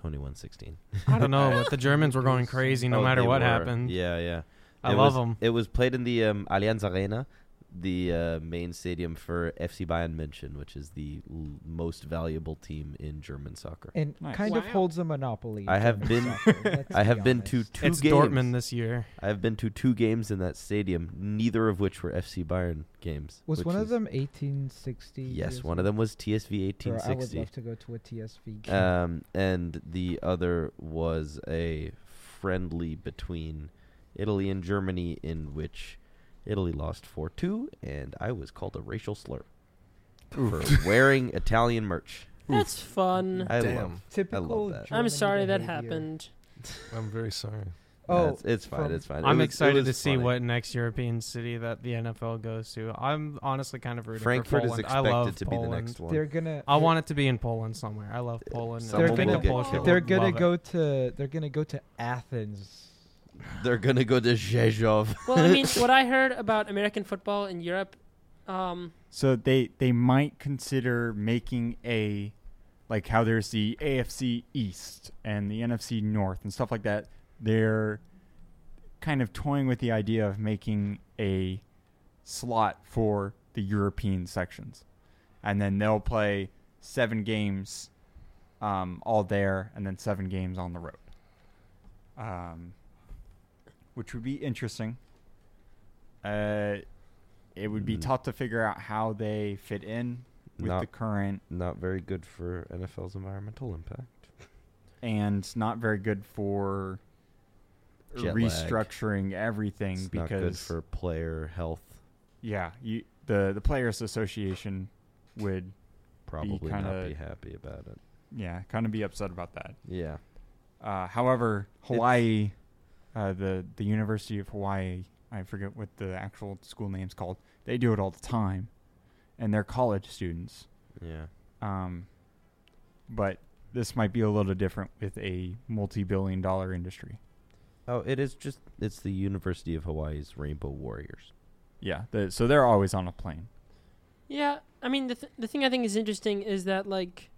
Speaker 6: 21-16.
Speaker 11: I don't know, but the Germans were going crazy no
Speaker 6: Oh,
Speaker 11: matter
Speaker 6: they
Speaker 11: what
Speaker 6: were.
Speaker 11: happened.
Speaker 6: Yeah, yeah.
Speaker 11: I
Speaker 6: It
Speaker 11: love
Speaker 6: was-
Speaker 11: them.
Speaker 6: It was played in the um, Allianz Arena, the uh, main stadium for FC Bayern München, which is the l- most valuable team in German soccer.
Speaker 7: and
Speaker 1: Nice.
Speaker 7: kind of
Speaker 2: Wow.
Speaker 7: holds a monopoly. in
Speaker 6: I have
Speaker 7: German
Speaker 6: been-
Speaker 7: soccer, let's
Speaker 6: I
Speaker 7: be
Speaker 6: have been to
Speaker 7: honest.
Speaker 6: two
Speaker 11: It's
Speaker 6: games.
Speaker 11: Dortmund this year.
Speaker 6: I have been to two games in that stadium, neither of which were FC Bayern games.
Speaker 7: Was
Speaker 6: which
Speaker 7: one of
Speaker 6: is-
Speaker 7: them 1860?
Speaker 6: Yes, one of them was TSV
Speaker 7: Bro, I would
Speaker 6: 1860,
Speaker 7: love to go to a TSV game.
Speaker 6: um, and the other was a friendly between Italy and Germany, in which Italy lost four two, and I was called a racial slur for wearing Italian merch.
Speaker 2: That's fun.
Speaker 6: I
Speaker 3: Damn.
Speaker 6: love.
Speaker 7: Typical.
Speaker 6: that. I'm
Speaker 2: I'm
Speaker 7: Germany
Speaker 2: sorry that
Speaker 7: behavior.
Speaker 2: happened.
Speaker 3: I'm very sorry.
Speaker 7: Oh,
Speaker 6: it's, it's fine.
Speaker 7: from-
Speaker 6: It's fine. It
Speaker 11: I'm
Speaker 6: was- it
Speaker 11: excited to
Speaker 6: was
Speaker 11: see
Speaker 6: funny.
Speaker 11: what next European city that the NFL goes to. I'm honestly kind of rooting
Speaker 6: Frankfurt
Speaker 11: for
Speaker 6: is
Speaker 11: Poland.
Speaker 6: expected
Speaker 11: I love
Speaker 6: to
Speaker 11: Poland.
Speaker 6: be the next one.
Speaker 7: They're gonna.
Speaker 11: I
Speaker 7: they're-
Speaker 11: want it to be in Poland somewhere. I love Poland.
Speaker 6: Someone
Speaker 11: I think
Speaker 7: will
Speaker 11: the
Speaker 7: get
Speaker 11: Polish
Speaker 6: killed.
Speaker 11: people
Speaker 7: They're
Speaker 11: would
Speaker 7: gonna
Speaker 11: love it.
Speaker 7: go to. They're gonna go to Athens.
Speaker 6: They're gonna go to Zhezhov.
Speaker 2: Well, I mean, what I heard about American football in Europe, um,
Speaker 1: So they they might consider making a like how there's the AFC East and the NFC North and stuff like that. They're kind of toying with the idea of making a slot for the European sections, and then they'll play seven games um, all there, and then seven games on the road, um, which would be interesting. Uh, it would be
Speaker 6: Mm.
Speaker 1: tough to figure out how they fit in with
Speaker 6: Not-
Speaker 1: the current,
Speaker 6: Not very good for NFL's environmental impact.
Speaker 1: and not very good for
Speaker 6: Jet lag.
Speaker 1: restructuring everything
Speaker 6: It's
Speaker 1: because
Speaker 6: not good for player health.
Speaker 1: yeah, you, the the players association would
Speaker 6: Probably
Speaker 1: kinda-
Speaker 6: not be happy about it.
Speaker 1: yeah kind of be upset about that.
Speaker 6: Yeah.
Speaker 1: Uh, however, Hawaii, uh, the the University of Hawaii, I forget what the actual school name's called. They do it all the time, and they're college students.
Speaker 6: Yeah.
Speaker 1: Um, but this might be a little different with a multi-billion-dollar industry.
Speaker 6: Oh, it is just it's the University of Hawaii's Rainbow Warriors.
Speaker 1: Yeah, the, so they're always on a plane.
Speaker 2: yeah. I mean, the th- the thing I think is interesting is that like,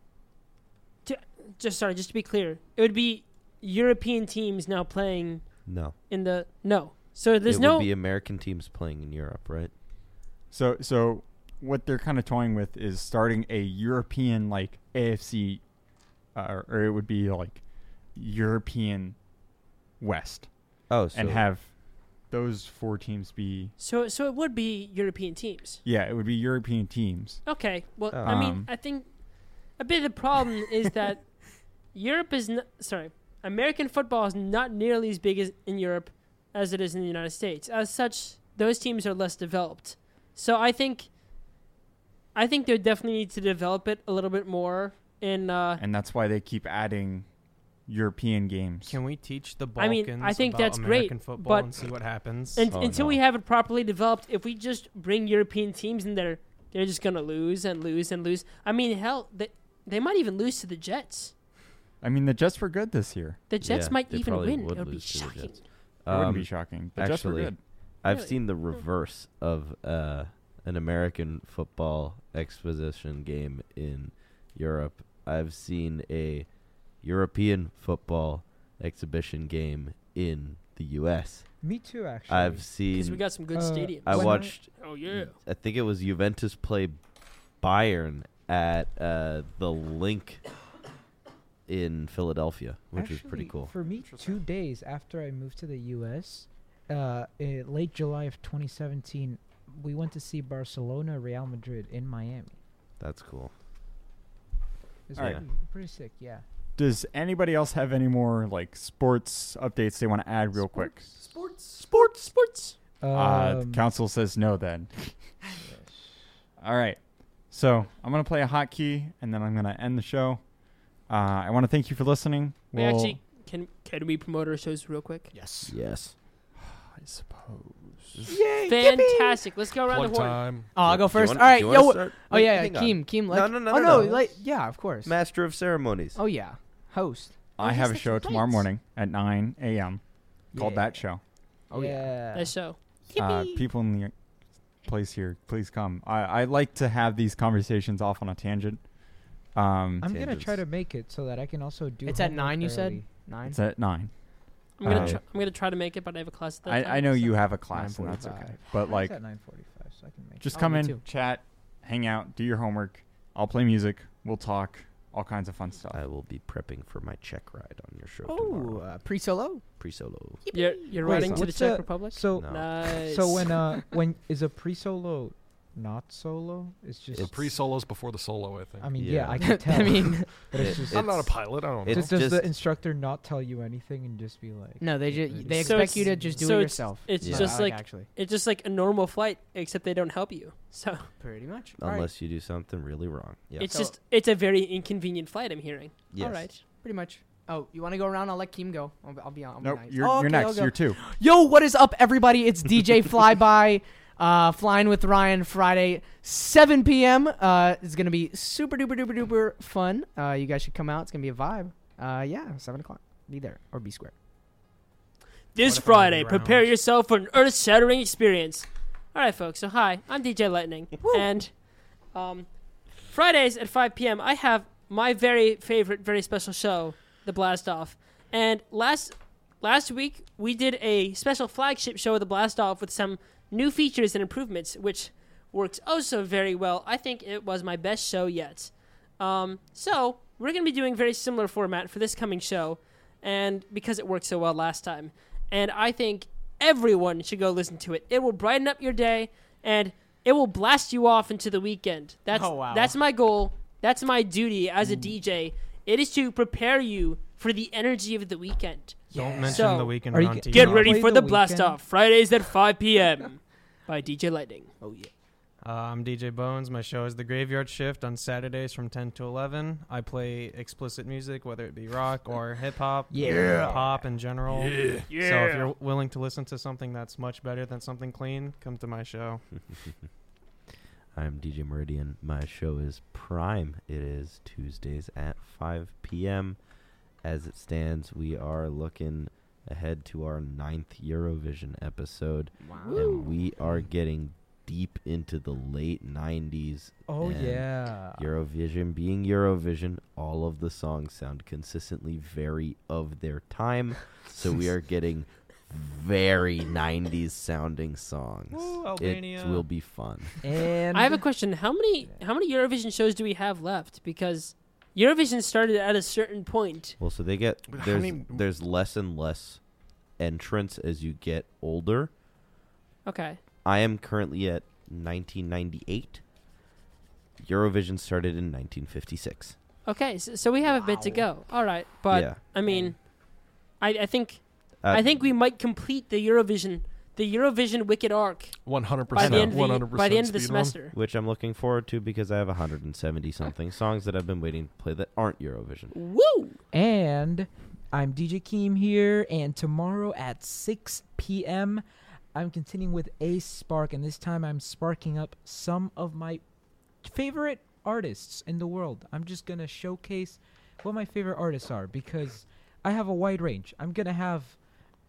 Speaker 2: to, just sorry, just to be clear, it would be European teams now playing
Speaker 6: No.
Speaker 2: in the no. So there's
Speaker 6: it
Speaker 2: no
Speaker 6: would be American teams playing in Europe, right?
Speaker 1: So so what they're kind of toying with is starting a European like AFC, uh, or it would be like European West,
Speaker 6: Oh, so
Speaker 1: and have those four teams be
Speaker 2: so so it would be European teams.
Speaker 1: yeah, it would be European teams.
Speaker 2: Okay. Well,
Speaker 6: Oh.
Speaker 2: I mean,
Speaker 1: Um,
Speaker 2: I think a bit of the problem is that Europe is not, sorry, American football is not nearly as big as in Europe as it is in the United States. As such, those teams are less developed. So I think I think they definitely need to develop it a little bit more in uh
Speaker 1: and that's why they keep adding European games.
Speaker 11: Can we teach the
Speaker 2: I mean,
Speaker 11: Balkans
Speaker 2: I think
Speaker 11: about
Speaker 2: that's great,
Speaker 11: American football
Speaker 2: but-
Speaker 11: and see what happens?
Speaker 2: and,
Speaker 6: Oh,
Speaker 2: until
Speaker 6: no.
Speaker 2: we have it properly developed, if we just bring European teams in there, they're just gonna lose and lose and lose. I mean, hell, they they might even lose to the Jets.
Speaker 1: I mean, the Jets were good this year.
Speaker 2: The Jets
Speaker 6: Yeah,
Speaker 2: might
Speaker 6: they
Speaker 2: even
Speaker 6: probably
Speaker 2: win.
Speaker 6: would
Speaker 2: It would be
Speaker 6: lose to the
Speaker 2: shocking.
Speaker 6: Jets.
Speaker 1: It wouldn't be
Speaker 6: Um,
Speaker 1: shocking. The Jets were
Speaker 6: actually,
Speaker 1: good.
Speaker 6: I've
Speaker 2: Really?
Speaker 6: seen the reverse of uh, an American football exposition game in Europe. I've seen a European football exhibition game in the U.S.
Speaker 7: Me too, actually.
Speaker 6: I've
Speaker 2: Because we
Speaker 6: seen.
Speaker 2: got some good
Speaker 7: Uh,
Speaker 2: stadiums.
Speaker 6: I
Speaker 7: When I-
Speaker 6: watched.
Speaker 2: oh yeah.
Speaker 6: I think it was Juventus play Bayern at uh, the Link in Philadelphia, which was pretty
Speaker 7: Actually,
Speaker 6: cool.
Speaker 7: For me, two days after I moved to the U.S., uh, in late July of 2017, we went to see Barcelona Real Madrid in Miami.
Speaker 6: That's cool.
Speaker 7: It's
Speaker 1: Alright.
Speaker 7: pretty, pretty sick, yeah.
Speaker 1: Does anybody else have any more like sports updates they want to add real quick?
Speaker 11: Sports.
Speaker 2: Sports, sports.
Speaker 1: Uh, the
Speaker 7: Um,
Speaker 1: council says no then. All right. So I'm going to play a hotkey and then I'm going to end the show. Uh, I want to thank you for listening.
Speaker 2: We
Speaker 1: We'll-
Speaker 2: actually can can we promote our shows real quick?
Speaker 11: Yes.
Speaker 6: Yes.
Speaker 1: I suppose.
Speaker 11: Yay.
Speaker 2: Fantastic. Let's go around
Speaker 3: Plug
Speaker 2: the horn.
Speaker 3: time.
Speaker 8: Oh, I'll
Speaker 6: Do
Speaker 8: go
Speaker 6: you
Speaker 8: first.
Speaker 6: wanna-
Speaker 8: All right,
Speaker 6: do you wanna
Speaker 8: yo.
Speaker 6: start?
Speaker 8: Oh
Speaker 6: Wait,
Speaker 8: yeah, yeah,
Speaker 6: hang on.
Speaker 8: Keem, Keem.
Speaker 6: No,
Speaker 8: Like,
Speaker 6: no, no,
Speaker 8: oh
Speaker 6: no,
Speaker 8: no,
Speaker 6: no.
Speaker 8: like yeah, of course.
Speaker 6: Master of ceremonies.
Speaker 8: Oh yeah, host.
Speaker 1: I
Speaker 8: Yes,
Speaker 1: have a
Speaker 8: that's
Speaker 1: show tomorrow
Speaker 8: right.
Speaker 1: morning at 9 a.m. called That Show.
Speaker 8: Oh yeah.
Speaker 2: Nice show.
Speaker 1: Uh, people in the place here, please come. I, I like to have these conversations off on a tangent. Um,
Speaker 7: I'm gonna
Speaker 6: tangents.
Speaker 7: try to make it so that I can also do.
Speaker 8: It's at
Speaker 7: homework
Speaker 8: nine. You said
Speaker 7: early.
Speaker 8: nine.
Speaker 1: it's at 9.
Speaker 2: I'm gonna
Speaker 1: uh,
Speaker 2: try, I'm gonna try to make it, but I have a class at that
Speaker 1: I,
Speaker 2: time.
Speaker 1: I know you have a class, and that's
Speaker 8: 9:45.
Speaker 1: okay. But, like,
Speaker 7: it's at nine forty-five, so I can make.
Speaker 1: just
Speaker 8: Oh,
Speaker 1: come
Speaker 8: me
Speaker 1: in,
Speaker 8: too.
Speaker 1: chat, hang out, do your homework. I'll play music. We'll talk. All kinds of fun stuff.
Speaker 6: I will be prepping for my check ride on your show
Speaker 8: Oh,
Speaker 6: tomorrow.
Speaker 8: uh, pre-solo.
Speaker 6: Pre-solo.
Speaker 2: You're, you're
Speaker 7: Wait,
Speaker 2: riding to the
Speaker 7: what's
Speaker 2: Czech
Speaker 7: the-
Speaker 2: Republic.
Speaker 7: So,
Speaker 6: No.
Speaker 2: Nice.
Speaker 7: so when uh, when is a pre-solo not solo? It's just.
Speaker 3: The pre solos before the solo, I think.
Speaker 7: I
Speaker 3: I'm,
Speaker 7: mean, yeah,
Speaker 6: Yeah.
Speaker 7: I can tell.
Speaker 8: I mean,
Speaker 7: but it's
Speaker 6: It-
Speaker 7: just.
Speaker 6: it-
Speaker 3: not a
Speaker 6: it's-
Speaker 3: pilot. I don't know.
Speaker 6: it's
Speaker 7: does, does the
Speaker 6: just-
Speaker 7: instructor not tell you anything and just be like?
Speaker 8: no, they just they
Speaker 2: So
Speaker 8: expect you to
Speaker 2: it's-
Speaker 8: just do
Speaker 2: so
Speaker 8: it
Speaker 2: it's-
Speaker 8: yourself.
Speaker 2: it's
Speaker 6: Yeah.
Speaker 2: just like
Speaker 8: actually,
Speaker 2: it's just like a normal flight, except they don't help you. So
Speaker 8: pretty much. All right.
Speaker 6: Unless you do something really wrong. Yeah.
Speaker 2: it's
Speaker 8: So-
Speaker 2: just it's a very inconvenient flight. I'm hearing.
Speaker 6: yes.
Speaker 2: All right.
Speaker 8: Pretty much. Oh, you want to go around? I'll let Keem go. I'll, I'll be on. I'll be
Speaker 1: Nope,
Speaker 8: nice.
Speaker 1: you're,
Speaker 8: Oh,
Speaker 1: you're
Speaker 8: okay, I'll
Speaker 1: next.
Speaker 8: go.
Speaker 1: You're two.
Speaker 8: Yo, what is up, everybody? It's DJ Flyby, uh, flying with Ryan Friday, 7 p.m. Uh, it's gonna be super duper duper duper fun. Uh, you guys should come out. It's gonna be a vibe. Uh, yeah, seven o'clock. Be there or be square.
Speaker 2: This
Speaker 11: if I'm gonna be
Speaker 2: Friday, prepare
Speaker 11: around?
Speaker 2: yourself for an earth-shattering experience. All right, folks. So hi, I'm DJ Lightning, and um, Fridays at 5 p.m. I have my very favorite, very special show, The Blast Off. And last last week we did a special flagship show of The Blast Off with some new features and improvements, which works oh so very well. I think it was my best show yet. Um, so we're going to be doing very similar format for this coming show, and because it worked so well last time, and I think everyone should go listen to it. It will brighten up your day, and it will blast you off into the weekend. That's
Speaker 8: Oh, wow.
Speaker 2: that's my goal. That's my duty as a DJ. It is to prepare you for the energy of the weekend.
Speaker 11: Don't mention
Speaker 2: So-
Speaker 11: the weekend
Speaker 7: Are you
Speaker 11: on
Speaker 7: g-
Speaker 11: TV.
Speaker 2: Get
Speaker 7: Not
Speaker 2: ready
Speaker 7: play
Speaker 2: for the,
Speaker 7: the
Speaker 2: blast
Speaker 7: weekend?
Speaker 2: off Fridays at 5 p.m. by DJ Lightning.
Speaker 8: Oh yeah.
Speaker 11: Uh, I'm DJ Bones. My show is The Graveyard Shift on Saturdays from 10 to 11. I play explicit music, whether it be rock or hip hop,
Speaker 7: Yeah.
Speaker 11: pop in general.
Speaker 2: Yeah.
Speaker 11: So if you're willing to listen to something that's much better than something clean, come to my show.
Speaker 6: I'm DJ Meridian. My show is Prime. It is Tuesdays at 5 p.m. As it stands, we are looking ahead to our ninth Eurovision episode, and we are getting deep into the late 90s.
Speaker 7: Oh
Speaker 6: and
Speaker 7: yeah.
Speaker 6: Eurovision being Eurovision, all of the songs sound consistently very of their time, so we are getting very 90s sounding songs.
Speaker 11: Woo,
Speaker 6: it
Speaker 11: Albania.
Speaker 6: will be fun.
Speaker 7: And
Speaker 2: I have a question. How many how many Eurovision shows do we have left? Because Eurovision started at a certain point.
Speaker 6: Well, so they get
Speaker 3: But how
Speaker 6: there's
Speaker 3: many-
Speaker 6: there's less and less entrants as you get older.
Speaker 2: Okay.
Speaker 6: I am currently at 1998. Eurovision started in 1956.
Speaker 2: Okay. So, so we have a bit to go. All right. But
Speaker 6: Yeah.
Speaker 2: I mean, I, I think
Speaker 6: Uh,
Speaker 2: I think we might complete the Eurovision the Eurovision Wicked arc
Speaker 3: 100%.
Speaker 2: by the end of the,
Speaker 3: 100%
Speaker 2: by the end of the
Speaker 3: speed
Speaker 2: semester.
Speaker 6: which I'm looking forward to because I have 170 something songs that I've been waiting to play that aren't Eurovision.
Speaker 2: Woo!
Speaker 7: And I'm DJ Keem here, and tomorrow at 6 p.m., I'm continuing with Ace Spark, and this time I'm sparking up some of my favorite artists in the world. I'm just gonna showcase what my favorite artists are because I have a wide range. I'm gonna have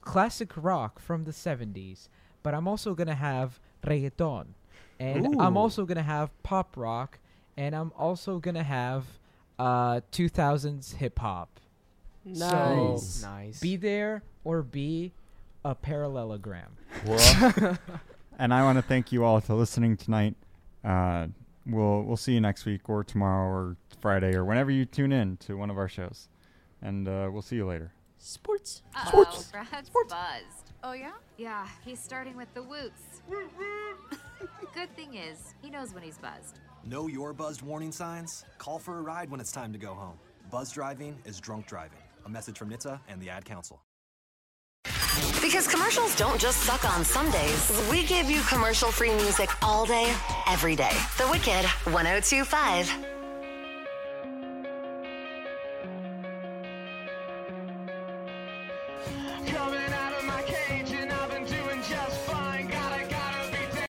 Speaker 7: classic rock from the 70s, but I'm also gonna have reggaeton, and I'm also gonna have pop rock, and I'm also gonna have uh 2000s hip hop.
Speaker 2: Nice.
Speaker 8: Nice.
Speaker 7: Be there or be a parallelogram.
Speaker 1: and I want to thank you all for listening tonight. Uh, we'll we'll see you next week or tomorrow or Friday or whenever you tune in to one of our shows. and uh, we'll see you later.
Speaker 12: Sports.
Speaker 15: Sports. Brad's buzzed. Oh yeah? Yeah, he's starting with the woots. Good thing is, he knows when he's buzzed.
Speaker 10: Know your buzzed warning signs. Call for a ride when it's time to go home. Buzz driving is drunk driving. A message from NHTSA and the Ad Council.
Speaker 15: Because commercials don't just suck on some days. oh We give you commercial free music all day, every day. The Wicked 1025